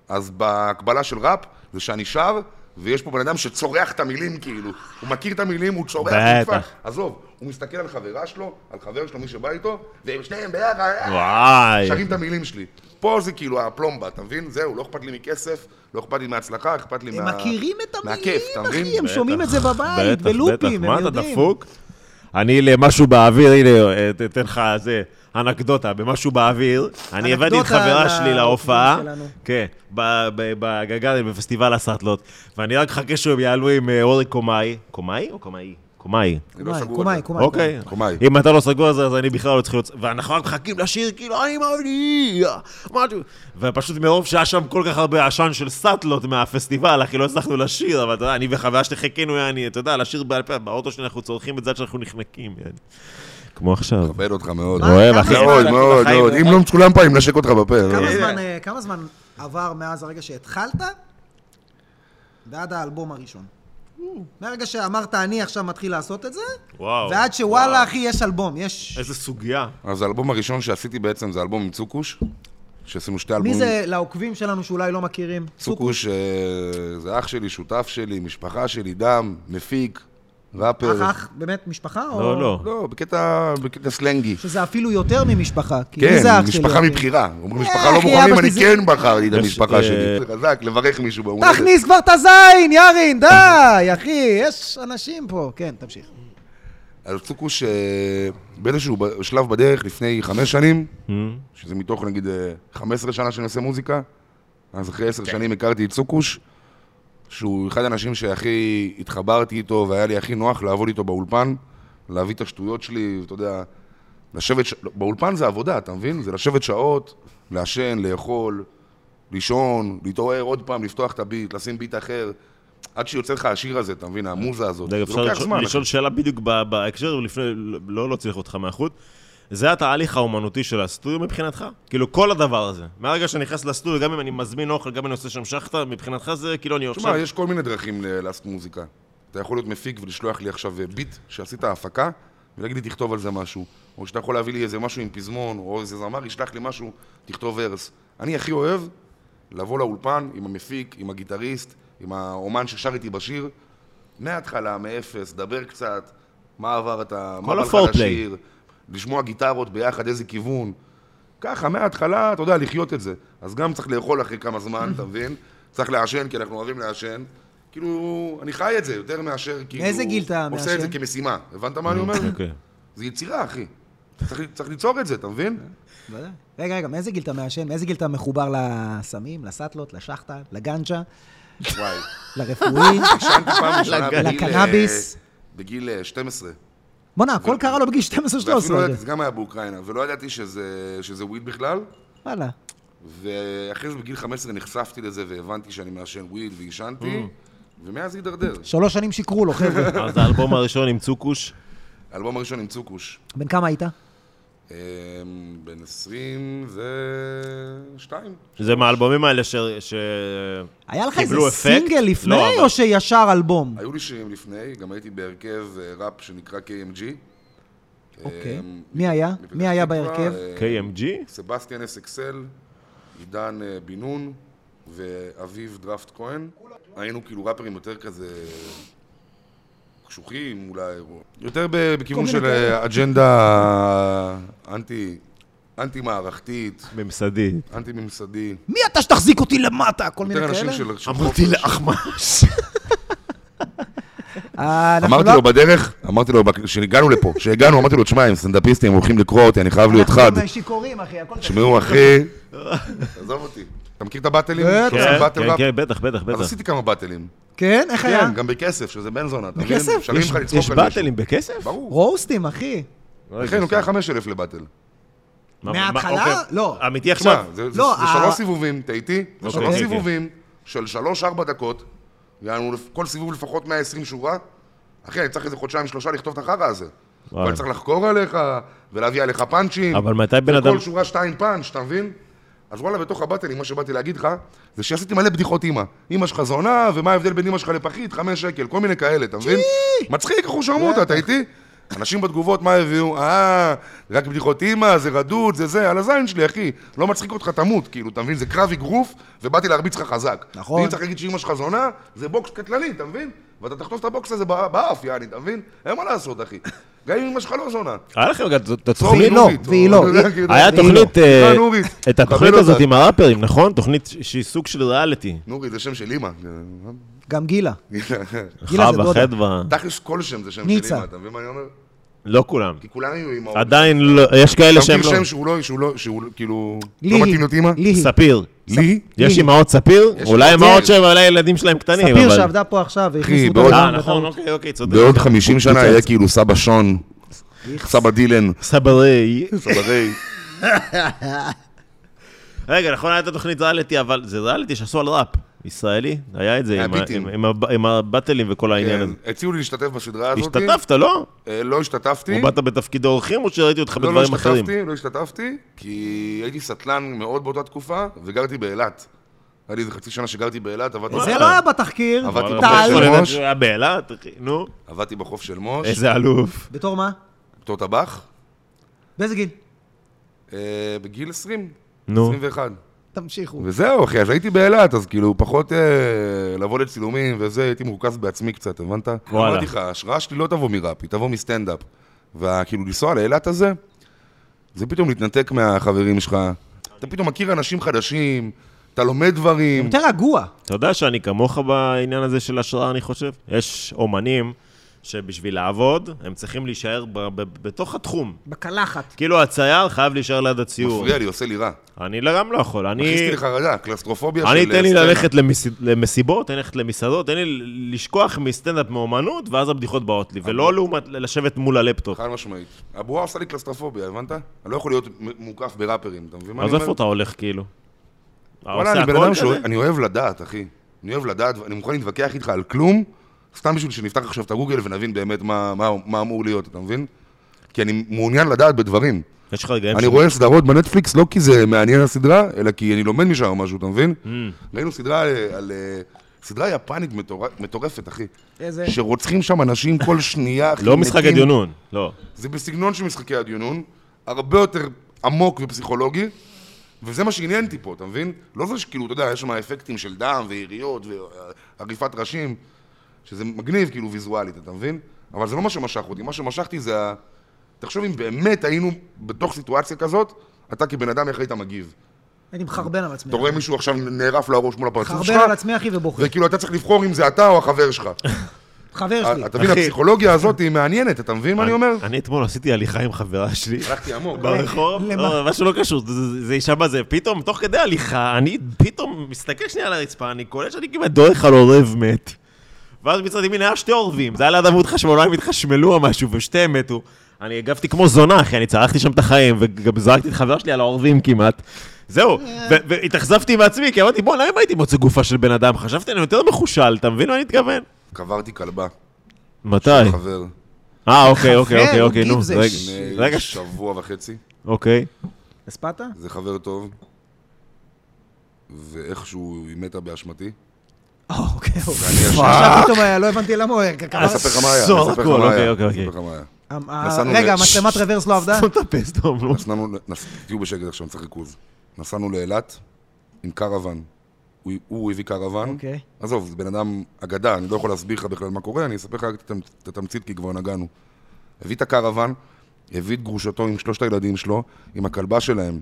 [SPEAKER 3] אז בהקבלה של ראפ, זה שאני שר, ויש פה בן אדם שצורח את המילים, כאילו. הוא מכיר את המילים, הוא צורח, הוא
[SPEAKER 2] בטח.
[SPEAKER 3] נדפק. עזוב, הוא מסתכל על חברה שלו, על חבר שלו, מי שבא איתו, והם שניהם ביחד, אה,
[SPEAKER 2] וואי.
[SPEAKER 3] שרים את המילים שלי. פה זה כאילו הפלומבה, אתה מבין? זהו, לא אכפת לי מכסף, לא אכפת לי מההצלחה, אכפת לי
[SPEAKER 1] הם
[SPEAKER 3] מה...
[SPEAKER 1] מכירים את
[SPEAKER 3] מהכיף, אתה
[SPEAKER 1] המילים,
[SPEAKER 3] מבין?
[SPEAKER 1] אחי, הם שומעים את זה בבית,
[SPEAKER 2] בטח,
[SPEAKER 1] בלופים,
[SPEAKER 2] בטח.
[SPEAKER 1] הם
[SPEAKER 2] מה אתה
[SPEAKER 1] יודעים.
[SPEAKER 2] דפוק? אני למשהו באוויר, הנה, אה, ת- תן לך זה, אנקדוטה, במשהו באוויר. אני הבאתי את
[SPEAKER 1] אנקדוטה
[SPEAKER 2] חברה
[SPEAKER 1] על
[SPEAKER 2] שלי
[SPEAKER 1] האורחים
[SPEAKER 2] להופעה,
[SPEAKER 1] שלנו.
[SPEAKER 2] כן, ב- ב- בגגרין, בפסטיבל הסאטלות, ואני רק מחכה שהם יעלו עם אה, אורי קומאי. קומאי או קומאי? קומאי.
[SPEAKER 3] אני לא
[SPEAKER 1] קומאי,
[SPEAKER 3] סגור על
[SPEAKER 1] קומאי,
[SPEAKER 3] זה.
[SPEAKER 1] קומאי.
[SPEAKER 2] אוקיי.
[SPEAKER 3] קומאי.
[SPEAKER 2] אם אתה לא סגור על זה, אז אני בכלל לא צריך להיות... ואנחנו רק מחכים לשיר, כאילו, אני מאמין, משהו... ופשוט מרוב שהיה שם כל כך הרבה עשן של סאטלות מהפסטיבל, אחי, לא הצלחנו לשיר, אבל אתה יודע, אני וחברה שלי חיכינו, יעני, אתה יודע, לשיר בעל פה, באוטו שלי אנחנו צורכים את זה עד שאנחנו נחנקים, יעני. כמו עכשיו.
[SPEAKER 3] מכבד אותך מאוד.
[SPEAKER 1] מה,
[SPEAKER 2] אוהב,
[SPEAKER 1] כמה
[SPEAKER 2] אחי.
[SPEAKER 1] זמן
[SPEAKER 3] מאוד,
[SPEAKER 1] לקח
[SPEAKER 3] מאוד,
[SPEAKER 1] לחיים?
[SPEAKER 3] מאוד. אם לא מצולם פעם, נשק אותך בפה. לא?
[SPEAKER 1] כמה זמן, אה, כמה זמן עבר מאז הרגע שהתחלת ועד האלבום הראשון? מהרגע שאמרת, אני עכשיו מתחיל לעשות את זה,
[SPEAKER 2] וואו.
[SPEAKER 1] ועד שוואלה, אחי, יש אלבום, יש...
[SPEAKER 2] איזה סוגיה.
[SPEAKER 3] אז האלבום הראשון שעשיתי בעצם זה אלבום עם צוקוש, שעשינו שתי אלבומים.
[SPEAKER 1] מי זה לעוקבים שלנו שאולי לא מכירים?
[SPEAKER 3] צוקוש אה, זה אח שלי, שותף שלי, משפחה שלי, דם, מפיק, ראפר.
[SPEAKER 1] אח, אח, באמת, משפחה? או-
[SPEAKER 2] לא, לא.
[SPEAKER 3] לא, בקטע בקטע סלנגי.
[SPEAKER 1] שזה אפילו יותר ממשפחה, כי מי
[SPEAKER 3] כן,
[SPEAKER 1] זה אח שלי?
[SPEAKER 3] משפחה
[SPEAKER 1] אחי?
[SPEAKER 3] מבחירה. אומרים
[SPEAKER 1] אה,
[SPEAKER 3] משפחה לא
[SPEAKER 1] אחי,
[SPEAKER 3] מוכנים,
[SPEAKER 1] אבא שלי
[SPEAKER 3] אני
[SPEAKER 1] זה-
[SPEAKER 3] כן בחרתי את
[SPEAKER 2] יש,
[SPEAKER 3] המשפחה
[SPEAKER 2] אה,
[SPEAKER 3] שלי. זה חזק, לברך מישהו ביום הולדת.
[SPEAKER 1] תכניס כבר את הזין, ירין, די, אחי, יש אנשים פה. כן, תמשיך.
[SPEAKER 3] אז צוקוש אה, באיזשהו ב- שלב בדרך, לפני חמש שנים,
[SPEAKER 2] Hmm?
[SPEAKER 3] שזה מתוך נגיד אה, 15 שנה שאני עושה מוזיקה, אז אחרי עשר
[SPEAKER 2] כן.
[SPEAKER 3] שנים הכרתי את צוקוש, שהוא אחד האנשים שהכי התחברתי איתו והיה לי הכי נוח לעבוד איתו באולפן, להביא את השטויות שלי, אתה יודע, לשבת, ש... לא, באולפן זה עבודה, אתה מבין? זה לשבת שעות, לעשן, לאכול, לישון, להתעורר עוד פעם, לפתוח את הביט, לשים ביט אחר, עד שיוצא לך השיר הזה, אתה מבין? המוזה הזאת,
[SPEAKER 2] כן. דרך,
[SPEAKER 3] זה
[SPEAKER 2] אפשר
[SPEAKER 3] לוקח זמן.
[SPEAKER 2] לשאול- לשאול שאלה בדיוק ב- בהקשר, לפני, לא להוציא לך אותך מהחוט. זה התהליך האומנותי של הסטודיו מבחינתך? כאילו, כל הדבר הזה. מהרגע שאני נכנס לסטודיו, גם אם אני מזמין אוכל, גם אם אני עושה שם שחטה, מבחינתך זה כאילו אני
[SPEAKER 3] תשמע,
[SPEAKER 2] עכשיו...
[SPEAKER 3] יש כל מיני דרכים ל- לעשות מוזיקה. אתה יכול להיות מפיק ולשלוח לי עכשיו אה, ביט שעשית הפקה, ולהגיד לי, תכתוב על זה משהו. או שאתה יכול להביא לי איזה משהו עם פזמון, או איזה זמר, ישלח לי משהו, תכתוב ורס. אני הכי אוהב לבוא לאולפן עם המפיק, עם הגיטריסט, עם האומן ששר איתי בשיר, מההתחלה, מאפס, דבר קצת, מה עבר אתה, מה
[SPEAKER 2] כל
[SPEAKER 3] בא לך
[SPEAKER 2] הפורפליי.
[SPEAKER 3] לשיר, לשמוע גיטרות ביחד, איזה כיוון. ככה, מההתחלה, אתה יודע, לחיות את זה. אז גם צריך לאכול אחרי כמה זמן, אתה מבין? צריך לעשן, כי אנחנו אוהבים לעשן. כאילו, אני חי את זה יותר מאשר, כאילו...
[SPEAKER 1] מאיזה גיל אתה
[SPEAKER 3] עושה את זה
[SPEAKER 1] מעשן?
[SPEAKER 3] כמשימה. הבנת מה אני אומר?
[SPEAKER 2] אוקיי.
[SPEAKER 3] זה יצירה, אחי. צריך- צריך ליצור את זה, אתה מבין?
[SPEAKER 1] בוודאי. רגע, רגע, מאיזה גיל אתה מעשן? מאיזה גיל אתה מחובר לסמים, לסאטלות, לשחטה, לגנג'ה,
[SPEAKER 3] וואי.
[SPEAKER 1] לרפואי?
[SPEAKER 3] עשנתי פעם ראשונה בגיל... אה,
[SPEAKER 1] לקנאביס.
[SPEAKER 3] בגיל אה, 12.
[SPEAKER 1] בואנה, הכל קרה לו בגיל 12-13.
[SPEAKER 3] ואפילו לא ידעתי,
[SPEAKER 1] כן.
[SPEAKER 3] זה גם היה באוקראינה, ולא ידעתי שזה שזה וויד בכלל.
[SPEAKER 1] וואלה.
[SPEAKER 3] ואחרי זה בגיל 15 נחשפתי לזה והבנתי שאני מעשן וויד ועישנתי, ומאז הידרדר.
[SPEAKER 1] שלוש שנים שיקרו לו, חבר'ה.
[SPEAKER 2] אז האלבום הראשון עם צוקוש,
[SPEAKER 3] האלבום הראשון עם צוקוש,
[SPEAKER 1] בן כמה היית?
[SPEAKER 3] אמ, בן 22.
[SPEAKER 2] זה מהאלבומים האלה ש... ש...
[SPEAKER 1] היה לך איזה
[SPEAKER 2] קיבלו אפקט?
[SPEAKER 1] סינגל לפני,
[SPEAKER 2] לא, אבל-
[SPEAKER 1] או שישר אלבום?
[SPEAKER 3] היו לי שירים לפני, גם הייתי בהרכב אה, ראפ שנקרא KMG.
[SPEAKER 1] אוקיי.
[SPEAKER 3] אמ,
[SPEAKER 1] מי היה?
[SPEAKER 3] מפתח
[SPEAKER 1] מי היה
[SPEAKER 3] תקווה,
[SPEAKER 1] בהרכב?
[SPEAKER 3] אה,
[SPEAKER 2] KMG?
[SPEAKER 3] סבסטיאן אסקסל, עידן אה, בן נון ואביב דרפט כהן. היינו כאילו ראפרים יותר כזה קשוחים אולי, או- יותר ב- בכיוון
[SPEAKER 1] כל מיני
[SPEAKER 3] של אה, אג'נדה אנטי... אנטי-מערכתית,
[SPEAKER 2] ממסדי.
[SPEAKER 3] אנטי-ממסדי,
[SPEAKER 1] מי אתה שתחזיק אותי למטה? כל מיני
[SPEAKER 3] יותר אנשים
[SPEAKER 1] כאלה?
[SPEAKER 3] של... של
[SPEAKER 2] אמרתי
[SPEAKER 3] חופש. כן,
[SPEAKER 2] לאחמש.
[SPEAKER 1] אה, אנחנו
[SPEAKER 3] אמרתי
[SPEAKER 1] לא-
[SPEAKER 3] לו בדרך, אמרתי לו, כשהגענו לפה, כשהגענו, אמרתי לו, תשמע, הם סטנדאפיסטים, הם הולכים לקרוא אותי, אני חייב להיות חד.
[SPEAKER 2] לא
[SPEAKER 1] אנחנו שיכורים, אחי, הכל טוב.
[SPEAKER 3] תשמעו, אחי... עזוב אותי. אתה מכיר את הבטלים?
[SPEAKER 1] בטח.
[SPEAKER 3] אתה עושה באטל
[SPEAKER 2] כן,
[SPEAKER 3] ראפ?
[SPEAKER 2] כן, בטח, בטח,
[SPEAKER 3] אז
[SPEAKER 2] בטח.
[SPEAKER 3] עשיתי כמה באטלים.
[SPEAKER 1] כן, איך היה?
[SPEAKER 3] כן, גם בכסף, שזה בן זונה. אתה מבין?
[SPEAKER 1] בכסף?
[SPEAKER 3] משלמים לך
[SPEAKER 2] יש
[SPEAKER 3] לצחוק על מישהו.
[SPEAKER 2] באטלים בכסף?
[SPEAKER 3] ברור.
[SPEAKER 1] רוסטים, אחי.
[SPEAKER 3] אחי, אני לוקח 5,000 לבטל.
[SPEAKER 2] מה- מה-
[SPEAKER 1] מההתחלה?
[SPEAKER 2] אוקיי.
[SPEAKER 1] לא.
[SPEAKER 2] אמיתי
[SPEAKER 3] תשמע,
[SPEAKER 2] עכשיו?
[SPEAKER 3] זה זה-
[SPEAKER 1] לא,
[SPEAKER 3] זה
[SPEAKER 1] ה-
[SPEAKER 3] שלוש סיבובים, אתה איתי? זה שלוש
[SPEAKER 2] אוקיי.
[SPEAKER 3] סיבובים של שלוש-ארבע דקות, יענו כל סיבוב לפחות 120 שורה. אחי, אני צריך איזה חודשיים-שלושה לכתוב את החרא הזה.
[SPEAKER 2] וואלה.
[SPEAKER 3] אבל צריך לחקור עליך, ולהביא עליך פאנצ'ים.
[SPEAKER 2] אבל מתי בן אדם-
[SPEAKER 3] וכל שורה שתיים פאנץ', אתה מבין? אז וואלה, בתוך הבטלים, מה שבאתי להגיד לך, זה שעשיתי מלא בדיחות אימא. אימא שלך זונה, ומה ההבדל בין אימא שלך לפחית? חמש שקל, כל מיני כאלה, אתה מבין? מצחיק, אחוז שרמוטה, אתה איתי? אנשים בתגובות, מה הביאו? אה, רק בדיחות אימא, זה רדוד, זה זה, על הזין שלי, אחי. לא מצחיק אותך, תמות, כאילו, אתה מבין? זה קרב אגרוף, ובאתי להרביץ לך חזק.
[SPEAKER 1] נכון.
[SPEAKER 3] ואם צריך להגיד שאימא שלך זונה, זה בוקס קטלני, אתה מבין? ואתה תחטוף את הבוקס הזה בא- באף, יעני, אתה מבין? אין מה לעשות, אחי. גם אם אמא שלך לא זונה.
[SPEAKER 2] היה לכם גם את
[SPEAKER 3] והיא
[SPEAKER 2] התוכנית,
[SPEAKER 1] לא, והיא לא.
[SPEAKER 2] היה תוכנית, אה,
[SPEAKER 3] כאילו- נורית.
[SPEAKER 2] את התוכנית
[SPEAKER 3] קבל
[SPEAKER 2] הזאת
[SPEAKER 3] אותה.
[SPEAKER 2] עם הראפרים, נכון? תוכנית ש- שהיא סוג של ריאליטי.
[SPEAKER 3] נורי זה שם של אימא.
[SPEAKER 1] גם גילה. גילה
[SPEAKER 3] לא
[SPEAKER 1] זה
[SPEAKER 2] חווה,
[SPEAKER 1] דודה.
[SPEAKER 2] חדווה,
[SPEAKER 3] תכלס כל שם זה שם
[SPEAKER 1] ניצה.
[SPEAKER 3] של אימא, אתה מבין מה אני אומר?
[SPEAKER 2] לא כולם.
[SPEAKER 3] כי כולם יהיו אימהות.
[SPEAKER 2] עדיין לא, יש כאלה
[SPEAKER 3] אתה
[SPEAKER 2] שהם
[SPEAKER 3] מכיר
[SPEAKER 2] לא.
[SPEAKER 3] שם שהוא לא, שהוא לא, שהוא כאילו... לא
[SPEAKER 1] ליהי.
[SPEAKER 3] מתאים להיות אימא?
[SPEAKER 1] ליהי.
[SPEAKER 2] ספיר.
[SPEAKER 3] לי?
[SPEAKER 2] יש אימהות ספיר?
[SPEAKER 3] יש
[SPEAKER 2] אולי
[SPEAKER 3] אימהות
[SPEAKER 2] אימהות
[SPEAKER 3] ספיר.
[SPEAKER 2] שהם, אולי ילדים שלהם קטנים, אבל...
[SPEAKER 1] ספיר שעבדה פה עכשיו, והכניסו אותה
[SPEAKER 3] בעוד-
[SPEAKER 1] גם
[SPEAKER 2] אה,
[SPEAKER 1] בטעות.
[SPEAKER 2] נכון, אוקיי, אוקיי, צודק.
[SPEAKER 3] בעוד 50 שנה יהיה כאילו סבא שון, סבא דילן,
[SPEAKER 2] סברי.
[SPEAKER 3] סבא ריי.
[SPEAKER 2] רגע, נכון, הייתה תוכנית ריאליטי, אבל זה ריאליטי שעשו על ראפ. ישראלי, היה את זה עם ה-
[SPEAKER 3] הביטים.
[SPEAKER 2] עם הב- עם הבטלים וכל העניין הזה.
[SPEAKER 3] כן, הציעו לי להשתתף בסדרה הזאת.
[SPEAKER 2] השתתפת, לא?
[SPEAKER 3] אה, לא השתתפתי.
[SPEAKER 2] או באת בתפקיד האורחים, או שראיתי אותך
[SPEAKER 3] לא, לא
[SPEAKER 2] בדברים אחרים?
[SPEAKER 3] השתתפתי, לא השתתפתי, כי הייתי סטלן מאוד באותה תקופה, וגרתי באילת. היה לי איזה חצי שנה שגרתי באילת, עבדתי
[SPEAKER 1] זה
[SPEAKER 2] וואלה.
[SPEAKER 1] לא היה בתחקיר.
[SPEAKER 3] עבדתי
[SPEAKER 2] אבל
[SPEAKER 1] טל.
[SPEAKER 2] בחוף של
[SPEAKER 3] ראש.
[SPEAKER 2] זה היה אה, באילת, אחי, נו.
[SPEAKER 3] עבדתי בחוף של מוש,
[SPEAKER 2] איזה אלוף.
[SPEAKER 1] בתור מה?
[SPEAKER 3] בתור טבח,
[SPEAKER 1] באיזה גיל?
[SPEAKER 3] אה, בגיל 20,
[SPEAKER 2] נו.
[SPEAKER 3] 21.
[SPEAKER 1] תמשיכו.
[SPEAKER 3] וזהו, אחי, אז הייתי באילת, אז כאילו, פחות אה, לבוא לצילומים וזה, הייתי מורכז בעצמי קצת, הבנת?
[SPEAKER 2] וואלה.
[SPEAKER 3] אמרתי לך, ההשראה שלי לא תבוא מראפ, היא תבוא מסטנדאפ. וכאילו, לנסוע לאילת הזה, זה פתאום להתנתק מהחברים שלך. אתה פתאום מכיר אנשים חדשים, אתה לומד
[SPEAKER 2] כן.
[SPEAKER 3] דברים.
[SPEAKER 1] יותר רגוע.
[SPEAKER 2] אתה יודע שאני כמוך בעניין הזה של השראה, אני חושב? יש אומנים שבשביל לעבוד, הם צריכים להישאר ב- ב- בתוך התחום.
[SPEAKER 1] בקלחת.
[SPEAKER 2] כאילו, הצייר חייב להישאר ליד הציור.
[SPEAKER 3] מפריע לי, עושה לי רע.
[SPEAKER 2] אני לא- גם לא יכול. אני...
[SPEAKER 3] הכניסתי לחרדה, קלסטרופוביה של... אה,
[SPEAKER 2] אני, תן לי
[SPEAKER 3] סצנה.
[SPEAKER 2] ללכת למסיד- למסיבות, תן לי ללכת למסעדות, תן לי לשכוח מסטנדאפ מאומנות, ואז הבדיחות באות לי, ולא לעומת לשבת מול הלפטופ.
[SPEAKER 3] חד משמעית. הבועה עושה לי קלסטרופוביה, הבנת? אני לא יכול להיות מ- מוקף בראפרים, אתה מבין מה אני
[SPEAKER 2] אז
[SPEAKER 3] אומר?
[SPEAKER 2] איפה אתה הולך, כאילו? אתה
[SPEAKER 3] וואלה,
[SPEAKER 2] עושה
[SPEAKER 3] אני בן
[SPEAKER 2] הכל
[SPEAKER 3] אדם
[SPEAKER 2] כזה?
[SPEAKER 3] שאני אוהב לדעת, אחי. אני אוהב לדעת, ואני מוכן להתווכח איתך על כלום, סתם בשביל שנפתח עכשיו את הגוגל ונבין באמת מה- מה מה אמור להיות, אתה מבין? כי אני מעוניין לדעת בדברים.
[SPEAKER 2] יש לך רגעים
[SPEAKER 3] אני רואה סדרות בנטפליקס לא כי זה מעניין הסדרה, אלא כי אני לומד משם משהו, אתה מבין?
[SPEAKER 2] Mm.
[SPEAKER 3] ראינו סדרה אה, על... אה, סדרה יפנית מטור- מטורפת, אחי.
[SPEAKER 1] איזה...
[SPEAKER 3] שרוצחים שם אנשים כל שנייה, אחי.
[SPEAKER 2] לא משחק
[SPEAKER 3] מתים.
[SPEAKER 2] הדיונון, לא.
[SPEAKER 3] זה בסגנון של משחקי הדיונון, הרבה יותר עמוק ופסיכולוגי, וזה מה שעניין אותי פה, אתה מבין? לא זה שכאילו, אתה יודע, יש שם אפקטים של דם ויריות ועריפת ראשים, שזה מגניב כאילו ויזואלית, אתה מבין? אבל זה לא מה שמשך אותי, מה שמשכתי זה ה... תחשוב אם באמת היינו בתוך סיטואציה כזאת, אתה כבן אדם איך היית מגיב.
[SPEAKER 1] הייתי מחרבן על עצמי.
[SPEAKER 3] אתה רואה מישהו עכשיו נערף לו הראש מול הפרצוף
[SPEAKER 1] מחרבן על
[SPEAKER 3] שלך,
[SPEAKER 1] עצמי, אחי, ובוכה.
[SPEAKER 3] וכאילו אתה צריך לבחור אם זה אתה או החבר שלך.
[SPEAKER 1] חבר שלי.
[SPEAKER 3] אה, אתה מבין, הפסיכולוגיה הזאת היא מעניינת, אתה מבין מה אני אומר?
[SPEAKER 2] אני אתמול עשיתי הליכה עם חברה שלי.
[SPEAKER 3] הלכתי עמוק.
[SPEAKER 2] ברחוב,
[SPEAKER 1] למה?
[SPEAKER 2] לא, משהו לא קשור, זה- זה- זה יישמע זה, פתאום, תוך כדי הליכה, אני פתאום מסתכל שנייה על הרצפה, אני קולט שאני כמעט דורך על עורב מת. ואז מצד ימין היה שתי עורבים, זה היה ליד עמוד חשמל, אולי הם התחשמלו או משהו, ושתיהם מתו. אני הגבתי כמו זונה, אחי, אני צרחתי שם את החיים, וגם זרקתי את חברה שלי על העורבים כמעט. זהו, ו- והתאכזבתי מעצמי, כי אמרתי, בוא'נה, אם הייתי מוצא גופה של בן אדם, חשבתי, אני יותר מחושל, אתה מבין מה אני מתכוון?
[SPEAKER 3] קברתי כלבה,
[SPEAKER 2] מתי?
[SPEAKER 3] חבר.
[SPEAKER 2] אה, אוקיי, אוקיי,
[SPEAKER 1] חבר,
[SPEAKER 2] אוקיי,
[SPEAKER 1] הוא
[SPEAKER 2] אוקיי, נו,
[SPEAKER 1] גיב זה
[SPEAKER 2] רגע,
[SPEAKER 1] ש-
[SPEAKER 3] לפני
[SPEAKER 2] רגע,
[SPEAKER 3] שבוע וחצי,
[SPEAKER 2] אוקיי.
[SPEAKER 1] הספדת?
[SPEAKER 3] זה חבר טוב, ואיכשהו היא מתה באשמתי.
[SPEAKER 1] אה, אוקיי, אוקיי. עכשיו פתאום אה, לא הבנתי למה הוא...
[SPEAKER 3] אני אספר לך מה היה, אני אספר לך
[SPEAKER 2] סוקול,
[SPEAKER 3] מה
[SPEAKER 2] אה, אוקיי,
[SPEAKER 3] היה.
[SPEAKER 2] אוקיי,
[SPEAKER 3] אני אספר
[SPEAKER 2] אוקיי.
[SPEAKER 3] לך מה היה.
[SPEAKER 1] המ- ה-
[SPEAKER 3] נסענו
[SPEAKER 1] אה, רגע,
[SPEAKER 3] ל-
[SPEAKER 1] מצלמת רוורס לא עבדה?
[SPEAKER 2] סתום את הפה, סתום, נו.
[SPEAKER 3] נסענו, נס... תהיו בשקט עכשיו, צריך ריכוז. נסענו לאילת עם קרוון. הוא, הוא הביא קרוון.
[SPEAKER 1] אוקיי.
[SPEAKER 3] עזוב, זה בן אדם אגדה, אני לא יכול להסביר לך בכלל מה קורה, אני אספר לך רק את התמצ- את התמצית, כי כבר נגענו. הביא את הקרוון, הביא את גרושתו עם שלושת הילדים שלו, עם הכלבה שלהם.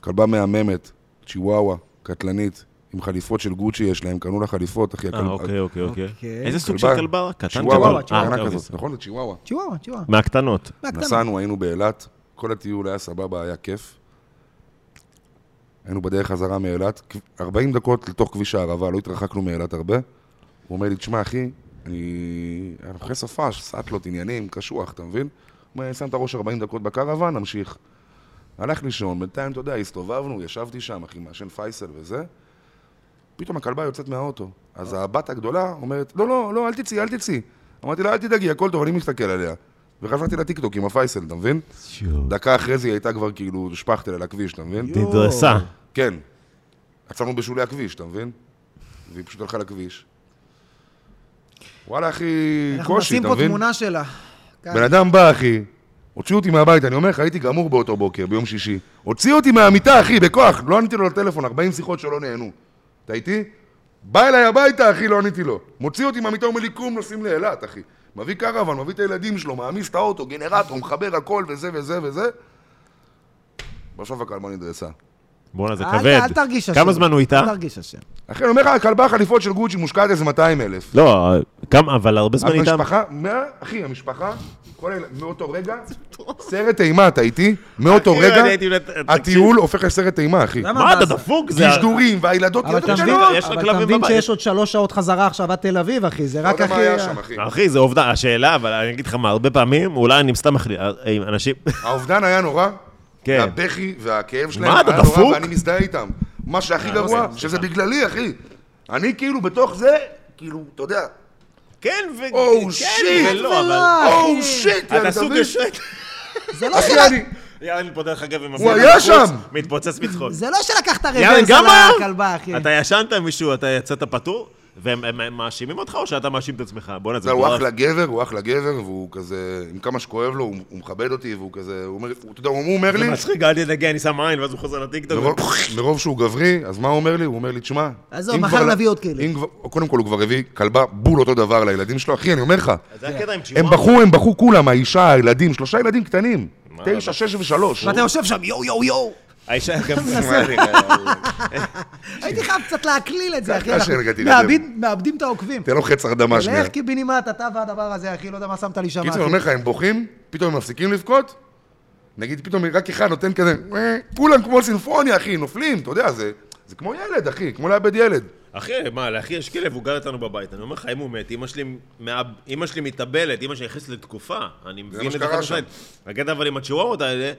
[SPEAKER 3] כלבה מהממת, צ'יוואווה, קטלנית, עם חליפות של גוצ'י יש להם, קנו לה חליפות, אחי,
[SPEAKER 2] אה, אוקיי, אוקיי, אוקיי.
[SPEAKER 1] אוקיי.
[SPEAKER 2] איזה סוג של כלבה? קטן כזה?
[SPEAKER 3] צ'יוואווה,
[SPEAKER 2] אה,
[SPEAKER 3] קטנה
[SPEAKER 2] אוקיי,
[SPEAKER 3] כזאת, נכון? זה צ'יוואווה.
[SPEAKER 1] צ'יוואווה, צ'יוואווה.
[SPEAKER 2] מהקטנות.
[SPEAKER 1] מהקטנה.
[SPEAKER 3] נסענו, היינו באילת, כל הטיול היה סבבה, היה כיף. היינו בדרך חזרה מאילת, כב- 40 דקות לתוך כביש הערבה, לא התרחקנו מאילת הרבה. הוא אומר לי, תשמע, אחי, אני... אנחנו אחרי סופש, סאטלות, עניינים, קשוח, אתה מבין? הוא אומר, אני שם את הראש 40 דקות בקרוון, נמשיך. הלך לישון, בינתיים, אתה יודע, הסתובבנו, ישבתי שם, אחי, מעשן פייסל וזה. פתאום הכלבה יוצאת מהאוטו. אז הבת הגדולה אומרת, לא, לא, לא, אל תצאי, אל תצאי. אמרתי לה, אל תדאגי, הכל טוב, אני מסתכל עליה. וחזרתי לטיקטוק עם הפייסל, אתה מבין? דקה אחרי זה היא הייתה כבר כאילו שפכטל על הכביש, אתה מבין?
[SPEAKER 1] יואו.
[SPEAKER 2] נדרסה.
[SPEAKER 3] כן. עצרנו בשולי הכביש, אתה מבין? והיא פשוט הלכה לכביש. וואלה, אחי,
[SPEAKER 1] אנחנו
[SPEAKER 3] קושי,
[SPEAKER 1] נשים
[SPEAKER 3] אתה
[SPEAKER 1] פה
[SPEAKER 3] מבין?
[SPEAKER 1] תמונה שלה. כאן.
[SPEAKER 3] בן אדם בא, אחי, הוציאו אותי מהבית, אני אומר לך, הייתי גמור באותו בוקר, ביום שישי. הוציאו אותי מהמיטה, אחי, בכוח, לא עניתי לו לטלפון, 40 שיחות שלא נהנו. אתה איתי? בא אליי הביתה, אחי, לא עניתי לו. מוציא אותי מהמיטה, אומר לי, קום, נוסעים לאילת, אחי. מביא קרוון, מביא את הילדים שלו, מעמיס את האוטו, גנרטור, מחבר הכל, וזה וזה וזה. בסוף הכלבה נדרסה.
[SPEAKER 2] בואנה, זה
[SPEAKER 1] אל-
[SPEAKER 2] כבד.
[SPEAKER 1] אל תרגיש אשם.
[SPEAKER 2] כמה זמן הוא איתה?
[SPEAKER 1] אל תרגיש אשם.
[SPEAKER 3] אחי, אני אומר לך, הכלבה חליפות של גוצ'י מושקעת איזה 200 אלף.
[SPEAKER 2] לא, כמה, אבל הרבה זמן איתם.
[SPEAKER 3] המשפחה, מה, אחי, המשפחה, כל הילד- מאותו רגע, סרט אימה, אתה איתי? מאותו
[SPEAKER 1] כאילו,
[SPEAKER 2] אחי,
[SPEAKER 3] רגע,
[SPEAKER 2] אני הייתי מנת- תקשיב.
[SPEAKER 3] הטיול הופך לסרט אימה, אחי.
[SPEAKER 1] אה, למה?
[SPEAKER 2] מה, אתה דפוק? זה...
[SPEAKER 3] דשדורים, והילדות
[SPEAKER 1] אבל אתה
[SPEAKER 3] יודעות
[SPEAKER 1] מבין-
[SPEAKER 3] שלא.
[SPEAKER 2] יש לה
[SPEAKER 1] אבל אתה
[SPEAKER 2] כלבים
[SPEAKER 1] מבין
[SPEAKER 2] בבית.
[SPEAKER 1] שיש עוד שלוש שעות חזרה עכשיו עד תל אביב, אחי, אה, זה
[SPEAKER 3] לא
[SPEAKER 1] רק
[SPEAKER 3] יודע
[SPEAKER 1] הכי...
[SPEAKER 3] מה היה שם, אחי.
[SPEAKER 2] אחי, זה עובדה, השאלה, אבל אני אגיד לך מה, הרבה פעמים, אולי אני סתם מחליט, אה, אה, אנשים...
[SPEAKER 3] האובדן היה נורא,
[SPEAKER 2] כן.
[SPEAKER 3] והבכי והכאב שלהם
[SPEAKER 2] מה, אתה
[SPEAKER 3] היה נורא,
[SPEAKER 2] דפוק?
[SPEAKER 3] ואני מזדהה איתם. מה
[SPEAKER 1] אה,
[SPEAKER 3] שהכי
[SPEAKER 1] לא
[SPEAKER 3] גרוע,
[SPEAKER 2] אוקיי,
[SPEAKER 3] שזה בגללי, אחי. אני כאילו בתוך זה, כאילו, אתה יודע,
[SPEAKER 1] אה,
[SPEAKER 2] כן, ו...
[SPEAKER 3] Oh,
[SPEAKER 2] כן,
[SPEAKER 3] shit. Oh,
[SPEAKER 2] ולא, אבל...
[SPEAKER 1] ולא.
[SPEAKER 3] או
[SPEAKER 1] אחי.
[SPEAKER 3] שיט,
[SPEAKER 2] אתה
[SPEAKER 3] אתה
[SPEAKER 2] סוג
[SPEAKER 3] מבין?
[SPEAKER 2] השט.
[SPEAKER 1] זה לא של-
[SPEAKER 3] אחי, אני...
[SPEAKER 2] יאללה, אני פותח לך גב עם
[SPEAKER 3] הוא
[SPEAKER 2] הפנים
[SPEAKER 3] היה
[SPEAKER 2] בחוץ,
[SPEAKER 3] שם.
[SPEAKER 2] מתפוצץ מצחוק.
[SPEAKER 1] זה לא שלקחת
[SPEAKER 2] יאללה,
[SPEAKER 1] רוורס
[SPEAKER 2] גם
[SPEAKER 1] על
[SPEAKER 2] היום?
[SPEAKER 1] הכלבה, אחי.
[SPEAKER 2] אתה ישנת מישהו, אתה יצאת פטור? והם הם- הם מאשימים אותך או שאתה מאשים את עצמך? בואנה,
[SPEAKER 3] זה
[SPEAKER 2] זה
[SPEAKER 3] הוא
[SPEAKER 2] מטורף.
[SPEAKER 3] לא, אחלה גבר, הוא אחלה גבר, והוא כזה, עם כמה שכואב לו, הוא הוא מכבד אותי, והוא כזה, הוא אומר, הוא- אתה יודע, הוא אומר לי,
[SPEAKER 2] זה מצחיק, אל תדאגי, אני שם עין, ואז הוא חוזר לטיקטוק.
[SPEAKER 3] מרוב- מרוב שהוא גברי, אז מה הוא אומר לי? הוא אומר לי, תשמע,
[SPEAKER 1] עזוב,
[SPEAKER 3] אם
[SPEAKER 1] מחר
[SPEAKER 3] כבר-
[SPEAKER 1] נביא עוד כאלה."
[SPEAKER 3] אם כבר- קודם כל, הוא כבר הביא כלבה בול אותו דבר לילדים שלו, אחי, אני אומר לך,
[SPEAKER 2] זה הקטע עם
[SPEAKER 3] הם
[SPEAKER 2] צ'יוואר.
[SPEAKER 3] בכו, הם בכו כולם, האישה, הילדים, שלושה ילדים קטנים, תשע, שש ושלוש.
[SPEAKER 1] ואתה יושב שם, יואו, יואו, יואו.
[SPEAKER 2] האישה גם...
[SPEAKER 1] הייתי חייב קצת להקליל את זה, אחי.
[SPEAKER 3] קשה
[SPEAKER 1] אנחנו
[SPEAKER 3] רגע, תירדם.
[SPEAKER 1] מאבדים- מאבדים את העוקבים.
[SPEAKER 3] תן לו חץ הרדמה שנייה.
[SPEAKER 1] לך קיבינימט, אתה והדבר הזה, אחי, לא יודע מה שמת לי שם,
[SPEAKER 3] קיצור,
[SPEAKER 1] אחי.
[SPEAKER 3] אני אומר לך, הם בוכים, פתאום הם מפסיקים לבכות, נגיד פתאום רק אחד נותן כזה, "אה", כולם כמו סינפוניה, אחי, נופלים, אתה יודע, זה זה כמו ילד, אחי, כמו לאבד ילד.
[SPEAKER 2] אחי, מה, לאחי יש כלב, הוא גר אצלנו בבית. אני אומר לך, אם הוא מת, אמא שלי מאב- אמא שלי מתאבלת, אמא שלי נכנסת לתקופה. אני מבין את זה
[SPEAKER 3] שקרה
[SPEAKER 2] חד משמעית. הקטע אבל עם הצ'יווארות האלה, אה,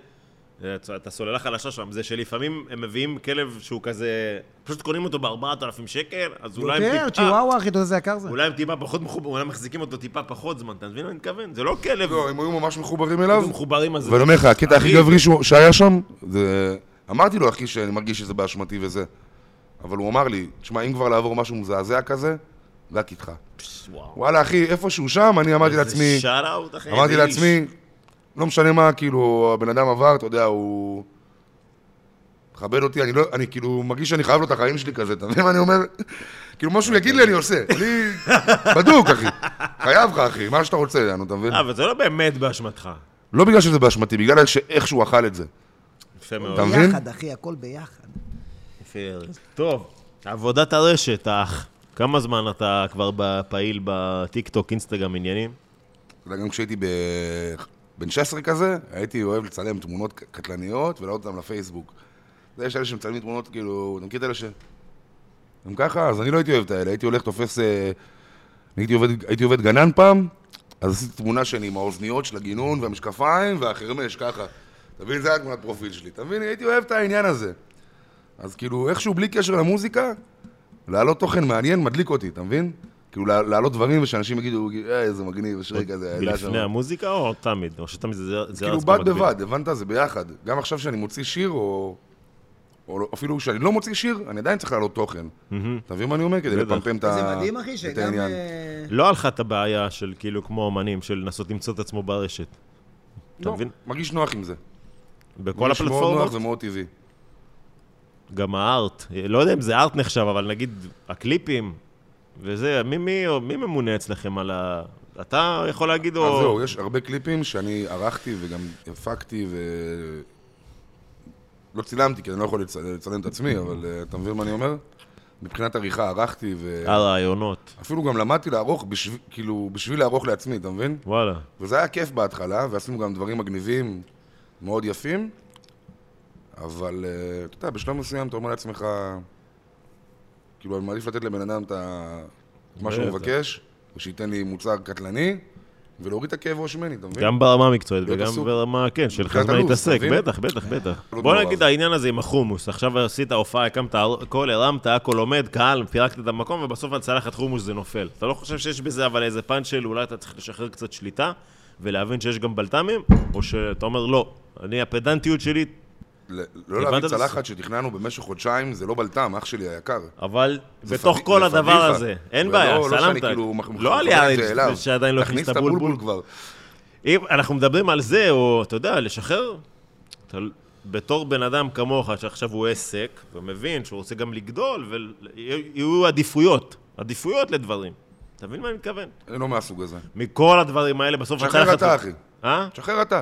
[SPEAKER 2] זה הצ- את הסוללה חלשה שם, זה שלפעמים הם מביאים כלב שהוא כזה... פשוט קונים אותו ב-4,000 שקל, אז אולי הם
[SPEAKER 1] יותר,
[SPEAKER 2] טיפה...
[SPEAKER 1] צ'יוואווה, אחי, אתה יודע זה יקר זה.
[SPEAKER 2] אולי הם טיפה פחות מחוברים, אולי מחזיקים אותו טיפה פחות זמן, אתה מבין מה אני מתכוון? זה לא כלב,
[SPEAKER 3] לא, הם היו ממש מחוברים אליו.
[SPEAKER 2] הם מחוברים אז...
[SPEAKER 3] ואני אומר לך, הקטע הכי
[SPEAKER 2] אחי,
[SPEAKER 3] גברי שהוא- שהיה שם, זה... אמרתי לו, אחי, שאני מרגיש שזה באשמתי וזה. אבל הוא אמר לי, תשמע, אם כבר לעבור משהו מזעזע כזה, רק איתך.
[SPEAKER 2] וואו.
[SPEAKER 3] וואלה, אחי, איפשהו שם, אני אמרתי לעצמי,
[SPEAKER 2] שאט אאוט, אחי.
[SPEAKER 3] אמרתי
[SPEAKER 2] איזה איש.
[SPEAKER 3] לעצמי, לא משנה מה, כאילו, הבן אדם עבר, אתה יודע, הוא... מכבד אותי, אני לא, אני כאילו מרגיש שאני חייב לו את החיים שלי כזה, אתה מבין מה אני אומר? כאילו, מה שהוא יגיד לי אני עושה, אני... בדוק, אחי. חייב לך, אחי, מה שאתה רוצה, יענו, אתה מבין?
[SPEAKER 2] אה, אבל זה לא באמת באשמתך.
[SPEAKER 3] לא בגלל שזה באשמתי, בגלל שאיך שהוא אכל את זה.
[SPEAKER 2] יפה מאוד.
[SPEAKER 3] אתה מבין?
[SPEAKER 1] ביחד, אחי, הכל ביחד.
[SPEAKER 2] יפה, ארז. טוב, עבודת הרשת, האח. כמה זמן אתה כבר ב- פעיל בטיקטוק, אינסטגרם, עניינים?
[SPEAKER 3] אתה יודע, גם כשהייתי ב... בן 16 כזה, הייתי אוהב לצלם תמונות ק- קטלניות ולהעלות אותן לפייסבוק. זה יש אלה שמצלמים תמונות, כאילו, אתה מכיר את אלה ש... הם ככה, אז אני לא הייתי אוהב את האלה, הייתי הולך, תופס... אה, אני הייתי עובד, הייתי עובד גנן פעם, אז עשיתי תמונה שלי עם האוזניות של הגינון והמשקפיים והחרמש, ככה. אתה מבין, זה היה תמונת פרופיל שלי, אתה מבין? הייתי אוהב את העניין הזה. אז כאילו, איכשהו בלי קשר למוזיקה, להעלות תוכן מעניין מדליק אותי, אתה מבין? כאילו, לה- להעלות דברים ושאנשים יגידו, אה, איזה מגניב, יש רגע, זה... העלה שם."
[SPEAKER 2] לפני המוזיקה או תמיד? או שתמיד זה- זה
[SPEAKER 3] כאילו
[SPEAKER 2] רץ
[SPEAKER 3] בד
[SPEAKER 2] במקביל?
[SPEAKER 3] בבד, הבנת? זה ביחד. גם עכשיו שאני מוציא שיר, או... או לא- אפילו כשאני לא מוציא שיר, אני עדיין צריך לעלות תוכן. אתה מבין מה אני אומר? כדי
[SPEAKER 2] בטח.
[SPEAKER 3] לפמפם את ה-
[SPEAKER 1] זה מדהים, אחי,
[SPEAKER 3] את
[SPEAKER 1] שגם...
[SPEAKER 3] העניין.
[SPEAKER 1] אה,
[SPEAKER 2] לא הלכה את הבעיה של כאילו כמו אמנים, של לנסות למצוא את עצמו ברשת. אתה
[SPEAKER 3] לא,
[SPEAKER 2] מבין?
[SPEAKER 3] מרגיש נוח עם זה.
[SPEAKER 2] בכל
[SPEAKER 3] מרגיש מאוד נוח
[SPEAKER 2] הפלטפורמות,
[SPEAKER 3] ומאוד טבעי.
[SPEAKER 2] גם הארט. לא יודע אם זה ארט נחשב, אבל נגיד הקליפים, וזה, מי- מי או- מי ממונה אצלכם על ה... אתה יכול להגיד,
[SPEAKER 3] אז
[SPEAKER 2] או...
[SPEAKER 3] אה, זהו, יש הרבה קליפים שאני ערכתי וגם הפקתי ו... לא צילמתי, כי אני לא יכול לצ- לצלם את עצמי, אבל אה, אתה מבין מה אני אומר? מבחינת עריכה ערכתי,
[SPEAKER 2] אה. הרעיונות.
[SPEAKER 3] ואפילו גם למדתי לערוך, בשב... כאילו, בשביל לערוך לעצמי, אתה מבין?
[SPEAKER 2] וואלה.
[SPEAKER 3] וזה היה כיף בהתחלה, ועשינו גם דברים מגניבים, מאוד יפים, אבל אה, אתה יודע, בשלב מסוים אתה אומר לעצמך, כאילו, אני מעדיף לתת לבן אדם את ה- את מה שהוא
[SPEAKER 2] בטח.
[SPEAKER 3] מבקש, ושייתן לי מוצר קטלני, ולהוריד את הכאב ראש ממני, אתה מבין?
[SPEAKER 2] גם ברמה המקצועית
[SPEAKER 3] להיות
[SPEAKER 2] וגם
[SPEAKER 3] עסוק.
[SPEAKER 2] ברמה, כן, של לך
[SPEAKER 3] מבחינת
[SPEAKER 2] זמן
[SPEAKER 3] הלו"ז,
[SPEAKER 2] להתעסק,
[SPEAKER 3] אתה מבין?
[SPEAKER 2] בטח, בטח, בטח.
[SPEAKER 3] לא
[SPEAKER 2] בוא
[SPEAKER 3] נורא,
[SPEAKER 2] נגיד
[SPEAKER 3] אבל.
[SPEAKER 2] העניין הזה עם החומוס, עכשיו עשית הופעה, הקמת הכל, הרמת, הכל עומד, קהל, פירקת את המקום, ובסוף על צלחת חומוס זה נופל. אתה לא חושב שיש בזה אבל איזה פאנץ' של אולי אתה צריך לשחרר קצת שליטה, ולהבין שיש גם בלת"מים, או שאתה אומר, לא, אני, הפדנטיות שלי,
[SPEAKER 3] ל- לא להביא
[SPEAKER 2] את
[SPEAKER 3] צלחת שתכננו במשך חודשיים, זה לא בלטם, אח שלי היקר.
[SPEAKER 2] אבל
[SPEAKER 3] זה
[SPEAKER 2] בתוך
[SPEAKER 3] פדיח-
[SPEAKER 2] כל
[SPEAKER 3] זה
[SPEAKER 2] הדבר
[SPEAKER 3] פדיחה.
[SPEAKER 2] הזה, אין
[SPEAKER 3] ולא-
[SPEAKER 2] בעיה,
[SPEAKER 3] לא שאני
[SPEAKER 2] סלמת.
[SPEAKER 3] כאילו מח- מכוון
[SPEAKER 2] לא
[SPEAKER 3] את
[SPEAKER 2] עלייה
[SPEAKER 3] זה אליו.
[SPEAKER 2] שעדיין לא הכניס את הבולבול.
[SPEAKER 3] כבר.
[SPEAKER 2] אם אנחנו מדברים על זה, או אתה יודע, לשחרר, אתה, בתור בן אדם כמוך, שעכשיו הוא עסק, ומבין שהוא רוצה גם לגדול, ויהיו עדיפויות, עדיפויות לדברים. אתה מבין מה אני מתכוון?
[SPEAKER 3] אני לא מהסוג הזה.
[SPEAKER 2] מכל הדברים האלה, בסוף...
[SPEAKER 3] שחרר
[SPEAKER 2] הצלחת-
[SPEAKER 3] אתה, אחי.
[SPEAKER 2] אה?
[SPEAKER 3] שחרר אתה.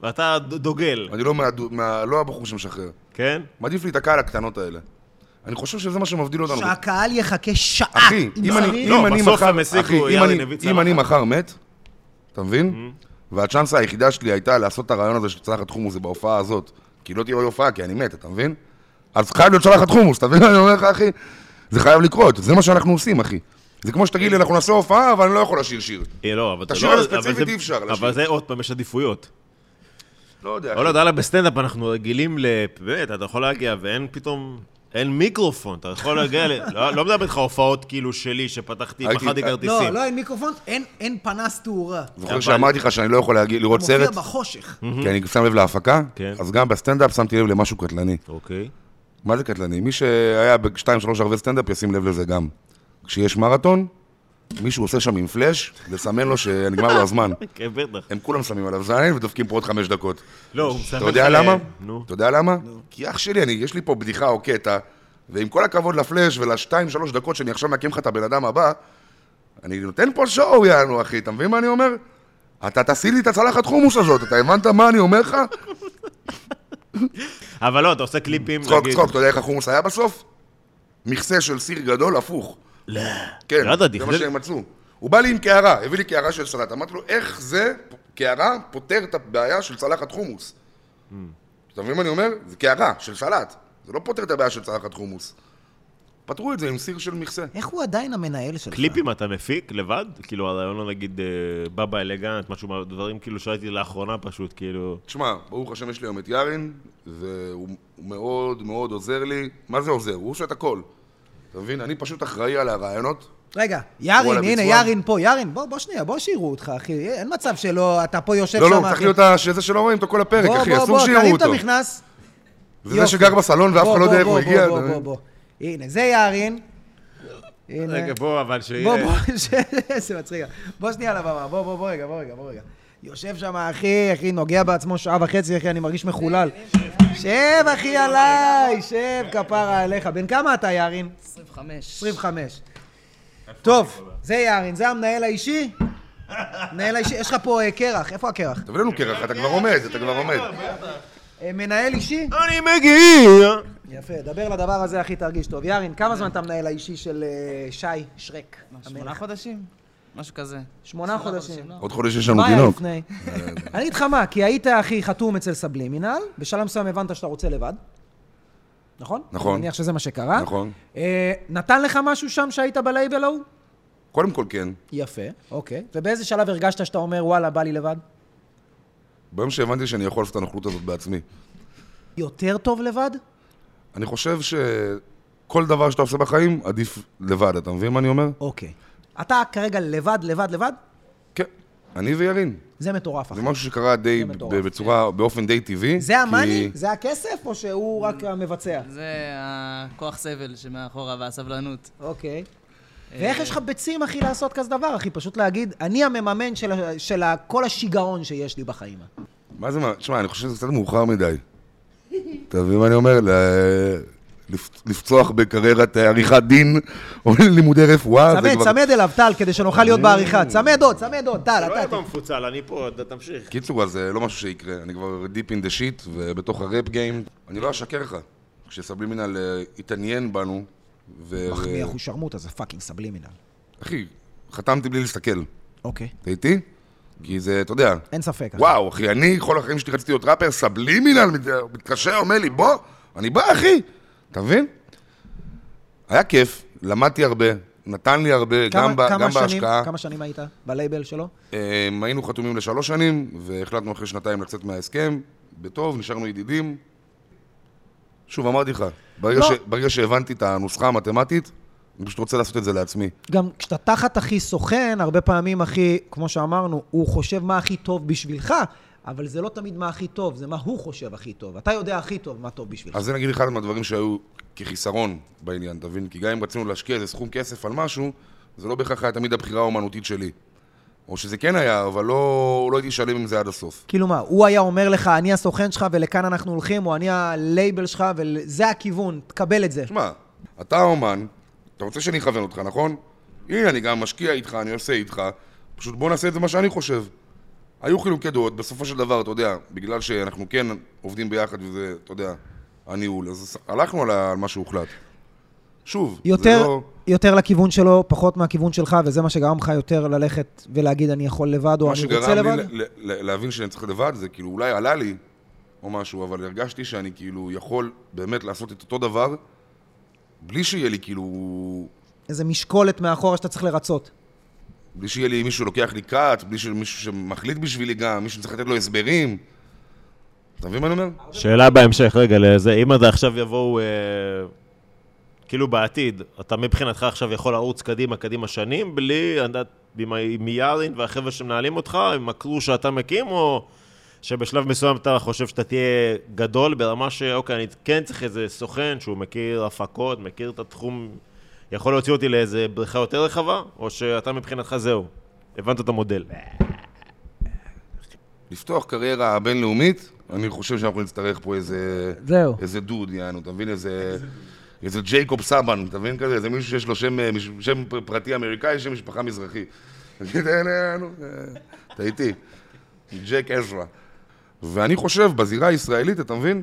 [SPEAKER 2] ואתה ד- דוגל,
[SPEAKER 3] אני לא מהדו- מה- לא הבחור שמשחרר.
[SPEAKER 2] כן?
[SPEAKER 3] מעדיף לי את הקהל הקטנות האלה. אני חושב שזה מה שמבדיל אותנו.
[SPEAKER 1] שהקהל יחכה שעה.
[SPEAKER 3] לא, אחי,
[SPEAKER 1] אם
[SPEAKER 3] אם אני-
[SPEAKER 1] צריך.
[SPEAKER 2] לא,
[SPEAKER 3] אם אני
[SPEAKER 2] בסוף
[SPEAKER 3] מחר...
[SPEAKER 2] הם הסיקו,
[SPEAKER 3] אחי, אם
[SPEAKER 2] יאללה,
[SPEAKER 3] אני-
[SPEAKER 2] נביא
[SPEAKER 3] אם אני
[SPEAKER 2] צלחת. Mm-hmm.
[SPEAKER 3] מחר מת, אתה מבין? והצ'אנס היחידה שלי הייתה לעשות את הרעיון הזה של צלחת חומוס, זה בהופעה הזאת. כי לא תהיה עוד הופעה, כי אני מת, אתה מבין? אז חייב להיות צלחת חומוס, אתה מבין מה אני אומר לך, אחי? זה חייב לקרות, זה מה שאנחנו עושים, אחי. זה כמו שתגיד לי, אנחנו נעשה הופעה, אבל אני לא יכול לשיר שיר.
[SPEAKER 2] אה, לא, אבל אתה
[SPEAKER 3] תשאיר
[SPEAKER 2] לא...
[SPEAKER 3] על הספציפית,
[SPEAKER 2] אבל זה-
[SPEAKER 3] אי אפשר להשאיר.
[SPEAKER 2] אבל זה עוד פעם, יש עדיפויות.
[SPEAKER 3] לא יודע.
[SPEAKER 2] לא, לא, וואלה, בסטנדאפ אנחנו רגילים ל... באמת, אתה יכול להגיע ואין פתאום... אין מיקרופון, אתה יכול להגיע ל... לא לא מדבר איתך הופעות כאילו שלי, שפתחתי,
[SPEAKER 3] הייתי-
[SPEAKER 2] מכרתי
[SPEAKER 1] לא,
[SPEAKER 2] כרטיסים.
[SPEAKER 1] לא, אין מיקרופון, אין- אין פנס תאורה.
[SPEAKER 3] זוכר שאמרתי לך שאני לא יכול להגיד- לראות
[SPEAKER 1] מופיע
[SPEAKER 3] סרט,
[SPEAKER 1] בחושך.
[SPEAKER 3] כי אני שם לב להפקה?
[SPEAKER 2] כן.
[SPEAKER 3] אז גם בסטנדאפ שמתי לב למשהו קטלני.
[SPEAKER 2] אוקיי.
[SPEAKER 3] מה זה קטלני? מי שהיה בשתיים, שלוש ערבי סטנדאפ ישים לב לזה גם. כשיש מרתון, מישהו עושה שם עם פלאש, לסמן לו שנגמר לו הזמן.
[SPEAKER 2] כן, בטח.
[SPEAKER 3] הם כולם שמים עליו זין ודופקים פה עוד חמש דקות.
[SPEAKER 2] לא, הוא מסמן
[SPEAKER 3] אתה יודע
[SPEAKER 2] לך-
[SPEAKER 3] למה?
[SPEAKER 2] נו.
[SPEAKER 3] אתה יודע למה? כי אח שלי, אני, יש לי פה בדיחה או קטע, ועם כל הכבוד לפלאש ולשתיים, שלוש דקות שאני עכשיו מקים לך את הבן אדם הבא, אני נותן פה שואו, יענו, אחי, אתה מבין מה אני אומר? אתה תשיא לי את הצלחת חומוס הזאת, אתה הבנת מה אני אומר לך?
[SPEAKER 2] אבל לא, אתה עושה קליפים,
[SPEAKER 3] צחוק,
[SPEAKER 2] נגיד-
[SPEAKER 3] צחוק, אתה יודע איך החומוס היה בסוף? מכסה של סיר גדול, הפוך.
[SPEAKER 2] לא.
[SPEAKER 3] כן,
[SPEAKER 2] לא ידעתי,
[SPEAKER 3] זה מה
[SPEAKER 2] זה-
[SPEAKER 3] שהם מצאו. הוא בא לי עם קערה, הביא לי קערה של סלט. אמרתי לו, איך זה, קערה פותר את הבעיה של צלחת חומוס. אתה מבין מה אני אומר? זה קערה של סלט. זה לא פותר את הבעיה של צלחת חומוס. פתרו את זה עם סיר של מכסה.
[SPEAKER 1] איך הוא עדיין המנהל שלך?
[SPEAKER 2] קליפים אתה מפיק לבד? כאילו, הרעיון לא נגיד אה, בבא אלגנט, משהו, מה- דברים כאילו שראיתי לאחרונה פשוט, כאילו...
[SPEAKER 3] תשמע, ברוך השם יש לי היום את יארין, והוא הוא מאוד מאוד עוזר לי. מה זה עוזר? הוא עושה את הכל. אתה מבין? אני פשוט אחראי על הרעיונות.
[SPEAKER 1] רגע, יארין,
[SPEAKER 3] וואלה,
[SPEAKER 1] הנה,
[SPEAKER 3] ביצוע.
[SPEAKER 1] יארין פה, יארין, בוא, בוא שנייה, בוא שיראו אותך, אחי. אה, אין מצב שלא, אתה פה יושב שם.
[SPEAKER 3] לא, לא, הוא
[SPEAKER 1] אחי.
[SPEAKER 3] צריך להיות ה- זה שלא רואים אותו כל הפרק,
[SPEAKER 1] בוא,
[SPEAKER 3] אחי,
[SPEAKER 1] בוא,
[SPEAKER 3] אסור
[SPEAKER 1] בוא,
[SPEAKER 3] שיראו
[SPEAKER 1] תרים את
[SPEAKER 3] אותו.
[SPEAKER 1] המכנס.
[SPEAKER 3] זה זה שגר בסלון ואף אחד לא יודע איך הוא הגיע.
[SPEAKER 1] בוא,
[SPEAKER 3] אתה
[SPEAKER 1] בוא,
[SPEAKER 3] מבין?
[SPEAKER 1] בוא. הנה, זה יארין. הנה.
[SPEAKER 2] רגע, בוא, אבל שיהיה...
[SPEAKER 1] בוא, בוא, ש- זה מצחיק. בוא שנייה לבמה, בוא, בוא, בוא רגע, בוא רגע, בוא רגע. יושב שם, אחי, אחי, נוגע בעצמו שעה וחצי, אחי, אני מרגיש מחולל. שב, אחי, עליי, שב, כפרה עליך. בן כמה אתה, יארין?
[SPEAKER 4] 25.
[SPEAKER 1] 25. טוב, זה יארין, זה המנהל האישי? מנהל האישי, יש לך פה אה, קרח, איפה הקרח?
[SPEAKER 3] תביא לנו קרח, אתה כבר עומד, אתה כבר עומד.
[SPEAKER 1] אה, מנהל אישי?
[SPEAKER 2] אני מגיע!
[SPEAKER 1] יפה, דבר לדבר הזה, אחי, תרגיש טוב. יארין, כמה זמן אתה המנהל האישי של אה, שי שרק?
[SPEAKER 4] שמונה
[SPEAKER 1] המלך?
[SPEAKER 4] חודשים? משהו כזה.
[SPEAKER 1] שמונה חודשים.
[SPEAKER 4] לא.
[SPEAKER 3] עוד חודש יש לנו
[SPEAKER 1] מה היה
[SPEAKER 3] תינוק.
[SPEAKER 1] לפני? אני אגיד לך מה, כי היית, אחי, חתום אצל סבלימינל, בשלב מסוים הבנת שאתה רוצה לבד. נכון?
[SPEAKER 3] נכון.
[SPEAKER 1] אני מניח שזה מה שקרה.
[SPEAKER 3] נכון.
[SPEAKER 1] אה, נתן לך משהו שם שהיית בלייבל ההוא?
[SPEAKER 3] קודם כל כן,
[SPEAKER 1] יפה, אוקיי. ובאיזה שלב הרגשת שאתה אומר, וואלה, בא לי לבד?
[SPEAKER 3] ביום שהבנתי שאני יכול לעשות את הנוכלות הזאת בעצמי.
[SPEAKER 1] יותר טוב לבד?
[SPEAKER 3] אני חושב שכל דבר שאתה עושה בחיים, עדיף לבד, אתה מבין מה אני אומר?
[SPEAKER 1] אוקיי. אתה כרגע לבד, לבד, לבד?
[SPEAKER 3] כן. אני וירין.
[SPEAKER 1] זה מטורף, אחי.
[SPEAKER 3] זה משהו שקרה די,
[SPEAKER 1] זה מטורף,
[SPEAKER 3] בצורה, באופן די טבעי.
[SPEAKER 1] זה המאני?
[SPEAKER 3] כי-
[SPEAKER 1] זה הכסף, או שהוא רק המבצע?
[SPEAKER 4] זה הכוח סבל שמאחורה והסבלנות.
[SPEAKER 1] אוקיי.
[SPEAKER 3] אה,
[SPEAKER 1] ואיך יש לך ביצים, אחי, לעשות כזה דבר, אחי? פשוט להגיד, אני המממן של ה- של ה- כל השיגעון שיש לי בחיים.
[SPEAKER 3] מה זה, מה- תשמע, אני חושב שזה קצת מאוחר מדי. אתה מבין מה אני אומר? ל- לפ- לפצוח בקריירת אה, עריכת דין או לימודי רפואה, זה
[SPEAKER 1] צמד,
[SPEAKER 3] כבר... אה.
[SPEAKER 1] צמד אליו, טל, כדי שנוכל להיות בעריכה. צמד עוד, צמד עוד, טל,
[SPEAKER 2] לא
[SPEAKER 1] אתה...
[SPEAKER 2] יהיה במפוצל, אני פה, אתה תמשיך.
[SPEAKER 3] קיצור, אז זה לא משהו שיקרה. אני כבר deep in the shit, ובתוך הראפ גיים. אני לא אשקר לך. כשסבלימינל אה, התעניין בנו, ו...
[SPEAKER 1] מחמיח הוא שרמוטה, זה פאקינג סבלימינל.
[SPEAKER 3] אחי, חתמתי בלי להסתכל.
[SPEAKER 1] אוקיי.
[SPEAKER 3] אתה איתי? כי זה, אתה יודע,
[SPEAKER 1] אין ספק. אחי.
[SPEAKER 3] וואו, אחי, אני כל החיים שלי רציתי להיות ראפר, סבלימינל, מת- מתקשר, אומר לי, בוא, אני בא, אחי. אתה מבין? היה כיף, למדתי הרבה, נתן לי הרבה,
[SPEAKER 1] כמה-
[SPEAKER 3] גם, ב,
[SPEAKER 1] כמה
[SPEAKER 3] גם
[SPEAKER 1] שנים-
[SPEAKER 3] בהשקעה.
[SPEAKER 1] כמה שנים היית בלייבל שלו?
[SPEAKER 3] אמ, היינו חתומים לשלוש שנים, והחלטנו אחרי שנתיים לצאת מההסכם, בטוב, נשארנו ידידים. שוב, אמרתי לך, ברגע,
[SPEAKER 1] לא.
[SPEAKER 3] ש, ברגע שהבנתי את הנוסחה המתמטית, אני פשוט רוצה לעשות את זה לעצמי.
[SPEAKER 1] גם כשאתה תחת אחי סוכן, הרבה פעמים אחי, כמו שאמרנו, הוא חושב מה הכי טוב בשבילך, אבל זה לא תמיד מה הכי טוב, זה מה הוא חושב הכי טוב. אתה יודע הכי טוב מה טוב בשבילך.
[SPEAKER 3] אז זה נגיד אחד מהדברים שהיו כחיסרון בעניין, אתה מבין? כי גם אם רצינו להשקיע איזה סכום כסף על משהו, זה לא בהכרח היה תמיד הבחירה האומנותית שלי. או שזה כן היה, אבל לא, לא הייתי שלם עם זה עד הסוף.
[SPEAKER 1] כאילו מה, הוא היה אומר לך, אני הסוכן שלך ולכאן אנחנו הולכים, או אני הלייבל שלך, וזה הכיוון, תקבל את זה.
[SPEAKER 3] תשמע, אתה האומן, אתה רוצה שאני אכוון אותך, נכון? הנה, אני גם משקיע איתך, אני עושה איתך, פשוט בוא נעשה את זה מה שאני חושב. היו חילוקי דעות, בסופו של דבר, אתה יודע, בגלל שאנחנו כן עובדים ביחד וזה, אתה יודע, הניהול, אז הלכנו על ה- על מה שהוחלט. שוב,
[SPEAKER 1] יותר,
[SPEAKER 3] זה לא...
[SPEAKER 1] יותר לכיוון שלו, פחות מהכיוון שלך, וזה מה שגרם לך יותר ללכת ולהגיד אני יכול לבד, או
[SPEAKER 3] מה
[SPEAKER 1] אני רוצה
[SPEAKER 3] שגרם
[SPEAKER 1] לבד?
[SPEAKER 3] לי ל- ל- להבין שאני צריך לבד, זה כאילו אולי עלה לי או משהו, אבל הרגשתי שאני כאילו יכול באמת לעשות את אותו דבר, בלי שיהיה לי כאילו...
[SPEAKER 1] איזה משקולת מאחורה שאתה צריך לרצות.
[SPEAKER 3] בלי שיהיה לי מישהו לוקח לי קאט, בלי שמישהו שמחליט בשבילי גם, מישהו שצריך לתת לו הסברים. אתה מבין מה אני אומר?
[SPEAKER 2] שאלה בהמשך, רגע, לזה, אם אתה עכשיו יבואו, אה, כאילו בעתיד, אתה מבחינתך עכשיו יכול לרוץ קדימה, קדימה שנים, בלי, אני יודעת, עם, ה- עם יארין והחבר'ה שמנהלים אותך, עם הקרו שאתה מקים, או שבשלב מסוים אתה חושב שאתה תהיה גדול ברמה שאוקיי, אני כן צריך איזה סוכן שהוא מכיר הפקות, מכיר את התחום, יכול להוציא אותי לאיזה בריכה יותר רחבה, או שאתה מבחינתך זהו, הבנת את המודל.
[SPEAKER 3] לפתוח קריירה בינלאומית, אני חושב שאנחנו נצטרך פה איזה...
[SPEAKER 1] זהו.
[SPEAKER 3] איזה דוד, יענו, אתה מבין? איזה... איזה ג'ייקוב סבן, אתה מבין כזה? איזה מישהו שיש לו שם, אה, מש- שם פ- פרטי אמריקאי, שם משפחה מזרחי. תגיד, אה, אה, נו, אה, אתה איתי. ג'ק עזרא. ואני חושב, בזירה הישראלית, אתה מבין?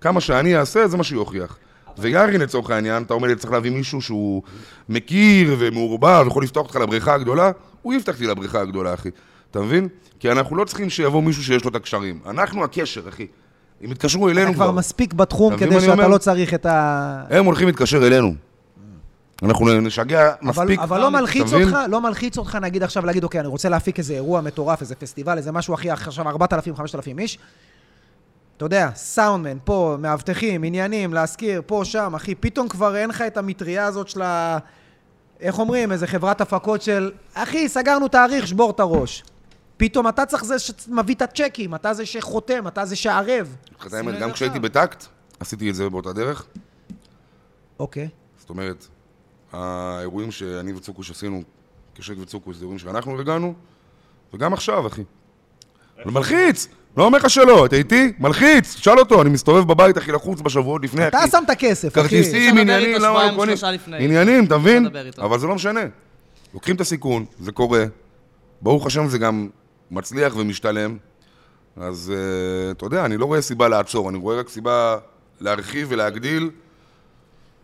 [SPEAKER 3] כמה שאני אעשה, זה מה שיוכיח. ויארי לצורך העניין, אתה אומר לי, צריך להביא מישהו שהוא מכיר ומעורבב, יכול לפתוח אותך לבריכה הגדולה, הוא יפתח לי לבריכה הגדולה, אחי. אתה מבין? כי אנחנו לא צריכים שיבוא מישהו שיש לו את הקשרים. אנחנו הקשר, אחי. אם יתקשרו אלינו
[SPEAKER 1] אתה כבר מספיק בתחום
[SPEAKER 3] אתה מבין
[SPEAKER 1] כדי
[SPEAKER 3] מה אני
[SPEAKER 1] שאתה
[SPEAKER 3] אומר?
[SPEAKER 1] לא צריך את ה...
[SPEAKER 3] הם הולכים להתקשר אלינו. אנחנו נשגע
[SPEAKER 1] אבל,
[SPEAKER 3] מספיק.
[SPEAKER 1] אבל לא מלחיץ
[SPEAKER 3] אתה מבין?
[SPEAKER 1] אותך, לא מלחיץ אותך נגיד עכשיו להגיד, אוקיי, אני רוצה להפיק איזה אירוע מטורף, איזה פסטיבל, איזה משהו אחי, עכשיו 4,000, 5,000 איש. אתה יודע, סאונדמן, פה, מאבטחים, עניינים, להשכיר, פה, שם, אחי, פתאום כבר אין לך את המטריה הזאת של ה... איך אומרים, איזה חברת הפקות של, אחי, סגרנו תאריך, שבור את הראש. פתאום אתה צריך זה שמביא את הצ'קים, אתה זה שחותם, אתה זה שערב.
[SPEAKER 3] לך את האמת, גם כשהייתי בטקט, עשיתי את זה באותה דרך.
[SPEAKER 1] אוקיי.
[SPEAKER 3] זאת אומרת, האירועים שאני וצוקוש עשינו, כשק וצוקוש, זה אירועים שאנחנו ארגנו, וגם עכשיו, אחי. אבל מלחיץ! לא אומר לך שלא, אתה איתי? מלחיץ! תשאל אותו, אני מסתובב בבית, אחי, לחוץ בשבועות לפני,
[SPEAKER 1] אתה
[SPEAKER 3] אחי.
[SPEAKER 1] שם את הכסף, אחי.
[SPEAKER 3] כרטיסים,
[SPEAKER 4] אפשר לדבר
[SPEAKER 3] עניינים,
[SPEAKER 4] איתו
[SPEAKER 3] למה
[SPEAKER 4] שבועיים,
[SPEAKER 3] הם קונים?
[SPEAKER 4] שלושה לפני.
[SPEAKER 3] עניינים, אתה מבין?
[SPEAKER 4] לדבר איתו.
[SPEAKER 3] אבל זה לא משנה. לוקחים את הסיכון, זה קורה. ברוך השם זה גם מצליח ומשתלם. אז אה, אתה יודע, אני לא רואה סיבה לעצור, אני רואה רק סיבה להרחיב ולהגדיל.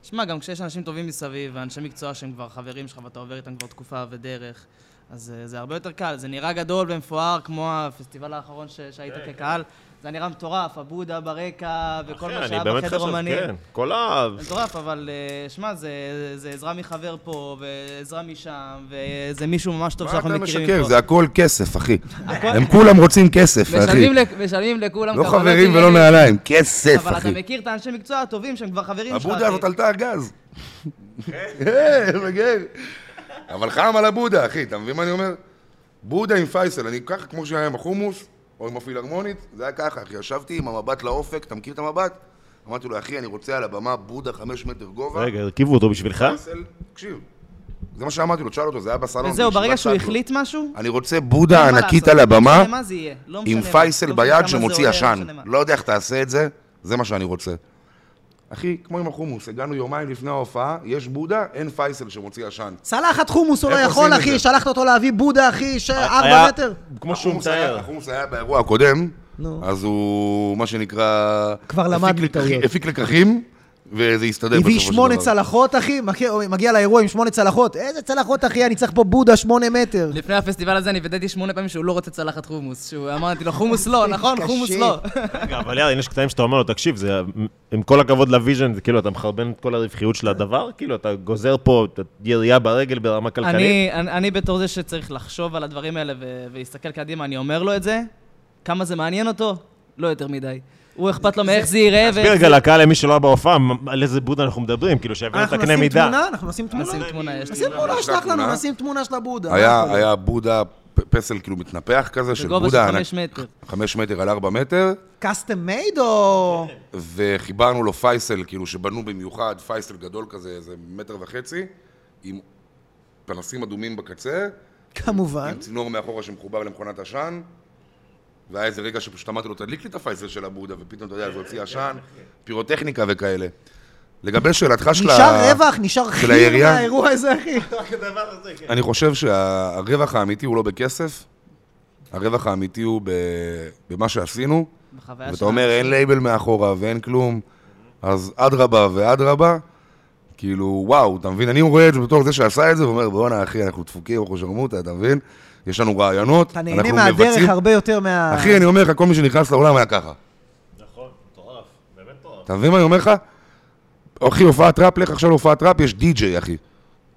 [SPEAKER 4] שמע, גם כשיש אנשים טובים מסביב, ואנשי מקצוע שהם כבר חברים שלך, ואתה עובר איתם כבר תקופה ודרך, אז אה, זה הרבה יותר קל. זה נראה גדול ומפואר, כמו הפסטיבל האחרון ש- שהיית כקהל. זה נראה מטורף, הבודה ברקע, וכל
[SPEAKER 2] כן,
[SPEAKER 4] מה
[SPEAKER 2] אני
[SPEAKER 4] שהיה
[SPEAKER 2] באמת
[SPEAKER 4] בחדר
[SPEAKER 2] חושב,
[SPEAKER 4] אומנים.
[SPEAKER 2] כן, כל ה...
[SPEAKER 4] זה מטורף, אבל אה, שמע, זה, זה עזרה מחבר פה, ועזרה משם, וזה מישהו ממש טוב
[SPEAKER 3] מה
[SPEAKER 4] שאנחנו
[SPEAKER 3] אתה
[SPEAKER 4] מכירים
[SPEAKER 3] משקר?
[SPEAKER 4] פה.
[SPEAKER 3] זה הכל כסף, אחי.
[SPEAKER 4] הכל-
[SPEAKER 3] הם כולם רוצים כסף, אחי.
[SPEAKER 4] משלמים, לכ- משלמים לכולם
[SPEAKER 3] לא
[SPEAKER 4] כוונות
[SPEAKER 3] חברים ולא
[SPEAKER 4] ענייניות,
[SPEAKER 3] נעליים, כסף,
[SPEAKER 4] אבל אתה
[SPEAKER 3] אחי.
[SPEAKER 4] מכיר את האנשי מקצוע הטובים שהם כבר חברים שלך.
[SPEAKER 3] הבודה
[SPEAKER 4] אחי.
[SPEAKER 3] הזאת עלתה כן, ארגז. אה, מגן. אבל חם על הבודה, אחי, אתה מבין מה אני אומר? בודה עם פייסל, אני ככה, כמו שהיה עם החומוס, או עם הפילהרמונית, זה היה ככה, אחי, ישבתי עם המבט לאופק, אתה מכיר את המבט? אמרתי לו, אחי, אני רוצה על הבמה בודה חמש מטר גובה.
[SPEAKER 2] רגע, אה? הרכיבו אותו בשבילך?
[SPEAKER 3] פייסל, תקשיב. זה מה שאמרתי לו, תשאל אותו, זה היה בסלון.
[SPEAKER 4] וזהו,
[SPEAKER 3] בישיבת
[SPEAKER 4] ברגע שהוא
[SPEAKER 3] סאטו.
[SPEAKER 4] החליט משהו...
[SPEAKER 3] אני רוצה
[SPEAKER 4] אין
[SPEAKER 3] בודה
[SPEAKER 4] מה
[SPEAKER 3] ענקית
[SPEAKER 4] לעשות,
[SPEAKER 3] על
[SPEAKER 4] לא
[SPEAKER 3] הבמה,
[SPEAKER 4] משנה מה זה יהיה, לא משנה
[SPEAKER 3] עם
[SPEAKER 4] מה,
[SPEAKER 3] פייסל
[SPEAKER 4] לא משנה
[SPEAKER 3] ביד
[SPEAKER 4] כמה זה
[SPEAKER 3] שמוציא
[SPEAKER 4] עולה,
[SPEAKER 3] עשן.
[SPEAKER 4] לא משנה מה.
[SPEAKER 3] לא יודע איך תעשה את זה, זה מה שאני רוצה. אחי, כמו עם החומוס, הגענו יומיים לפני ההופעה, יש בודה, אין פייסל שמוציא עשן.
[SPEAKER 1] צלחת חומוס הוא לא
[SPEAKER 3] איך
[SPEAKER 1] יכול,
[SPEAKER 3] עושים את
[SPEAKER 1] אחי,
[SPEAKER 3] זה? אה,
[SPEAKER 1] שלחת אותו להביא בודה, אחי, ש-
[SPEAKER 2] היה-
[SPEAKER 1] ארבע מטר.
[SPEAKER 2] כמו שהוא
[SPEAKER 3] החומוס היה-
[SPEAKER 2] מתאר.
[SPEAKER 3] החומוס היה באירוע הקודם,
[SPEAKER 1] נו.
[SPEAKER 3] אז הוא, מה שנקרא...
[SPEAKER 1] כבר
[SPEAKER 3] הפיק
[SPEAKER 1] למד
[SPEAKER 3] לקחים-
[SPEAKER 1] מטעויות.
[SPEAKER 3] הפיק לקחים, וזה הסתדר בסופו
[SPEAKER 1] הביא
[SPEAKER 3] של דבר.
[SPEAKER 1] שמונה צלחות, אחי, מגיע- מגיע לאירוע עם שמונה צלחות. איזה צלחות, אחי, אני צריך פה בודה שמונה מטר.
[SPEAKER 4] לפני הפסטיבל הזה אני וידאתי שמונה פעמים שהוא לא רוצה צלחת חומוס. שהוא אמרתי לו, חומוס לא, נכון?
[SPEAKER 1] קשה.
[SPEAKER 4] חומוס לא.
[SPEAKER 2] רגע, אבל יאללה, יש קטעים שאתה אומר לו, תקשיב, זה, עם כל הכבוד לוויז'ן, זה כאילו, אתה מחרבן את כל הרווחיות של הדבר, כאילו, אתה גוזר פה את הירייה ברגל ברמה כלכלית.
[SPEAKER 4] אני, אני, אני בתור זה שצריך לחשוב על הדברים האלה ו- ולהסתכל קדימה, אני אומר לו את זה. כמה זה מעניין אותו? לא יותר מדי. הוא אכפת לו מאיך זה ייראה
[SPEAKER 2] תסביר
[SPEAKER 4] ואיך
[SPEAKER 2] רגע
[SPEAKER 4] זה...
[SPEAKER 2] לקהל, למי שלא היה בהופעה, מ- על איזה בודה אנחנו מדברים, כאילו, שיבינו את
[SPEAKER 1] אנחנו
[SPEAKER 2] הקנה
[SPEAKER 1] נשים
[SPEAKER 2] מידה.
[SPEAKER 1] תמונה, אנחנו נשים תמונה.
[SPEAKER 4] נשים תמונה, יש
[SPEAKER 1] נשים
[SPEAKER 4] לי.
[SPEAKER 1] תמונה, שלח לנו,
[SPEAKER 3] תמונה.
[SPEAKER 1] נשים תמונה של הבודה. מה
[SPEAKER 3] היה,
[SPEAKER 1] יכול
[SPEAKER 3] היה בודה, פ- פסל כאילו מתנפח כזה, של
[SPEAKER 4] בגובה של
[SPEAKER 3] בודה
[SPEAKER 4] חמש מטר.
[SPEAKER 3] חמש מטר על ארבע מטר.
[SPEAKER 1] קאסטם מייד או...
[SPEAKER 3] כן. וחיברנו לו פייסל, כאילו שבנו במיוחד, פייסל גדול כזה, איזה מטר וחצי, עם פנסים אדומים בקצה,
[SPEAKER 1] כמובן.
[SPEAKER 3] עם צינור מאחורה שמחובר למכונת עשן, והיה איזה רגע שפשוט אמרתי לו, תדליק לי את הפייסל של הבודה, ופתאום, אתה יודע, זה הוציא עשן, פירוטכניקה וכאלה. לגבי שאלתך של ה...
[SPEAKER 1] נשאר רווח, נשאר חיר
[SPEAKER 3] העירייה.
[SPEAKER 1] מהאירוע הזה, אחי.
[SPEAKER 3] אני חושב שהרווח האמיתי הוא לא בכסף, הרווח האמיתי הוא ב- במה שעשינו,
[SPEAKER 4] בחוויה
[SPEAKER 3] ואתה
[SPEAKER 4] שלנו.
[SPEAKER 3] אומר, אין לייבל מאחורה ואין כלום, אז אדרבה ואדרבה, כאילו, וואו, אתה מבין? אני רואה את זה בתור זה שעשה את זה, ואומר, בואנה, אחי, אנחנו דפוקים, אנחנו שרמוטה, אתה מבין? יש לנו רעיונות,
[SPEAKER 1] אתה
[SPEAKER 3] אנחנו
[SPEAKER 1] נהנה מהדרך
[SPEAKER 3] מבצעים.
[SPEAKER 1] הרבה יותר מה...
[SPEAKER 3] אחי, אני אומר לך, כל מי שנכנס לאולם היה ככה.
[SPEAKER 2] נכון, מטורף, באמת מטורף.
[SPEAKER 3] אתה מבין מה אני אומר לך? אחי, הופעת ראפ, לך עכשיו להופעת ראפ, יש די-ג'יי, אחי.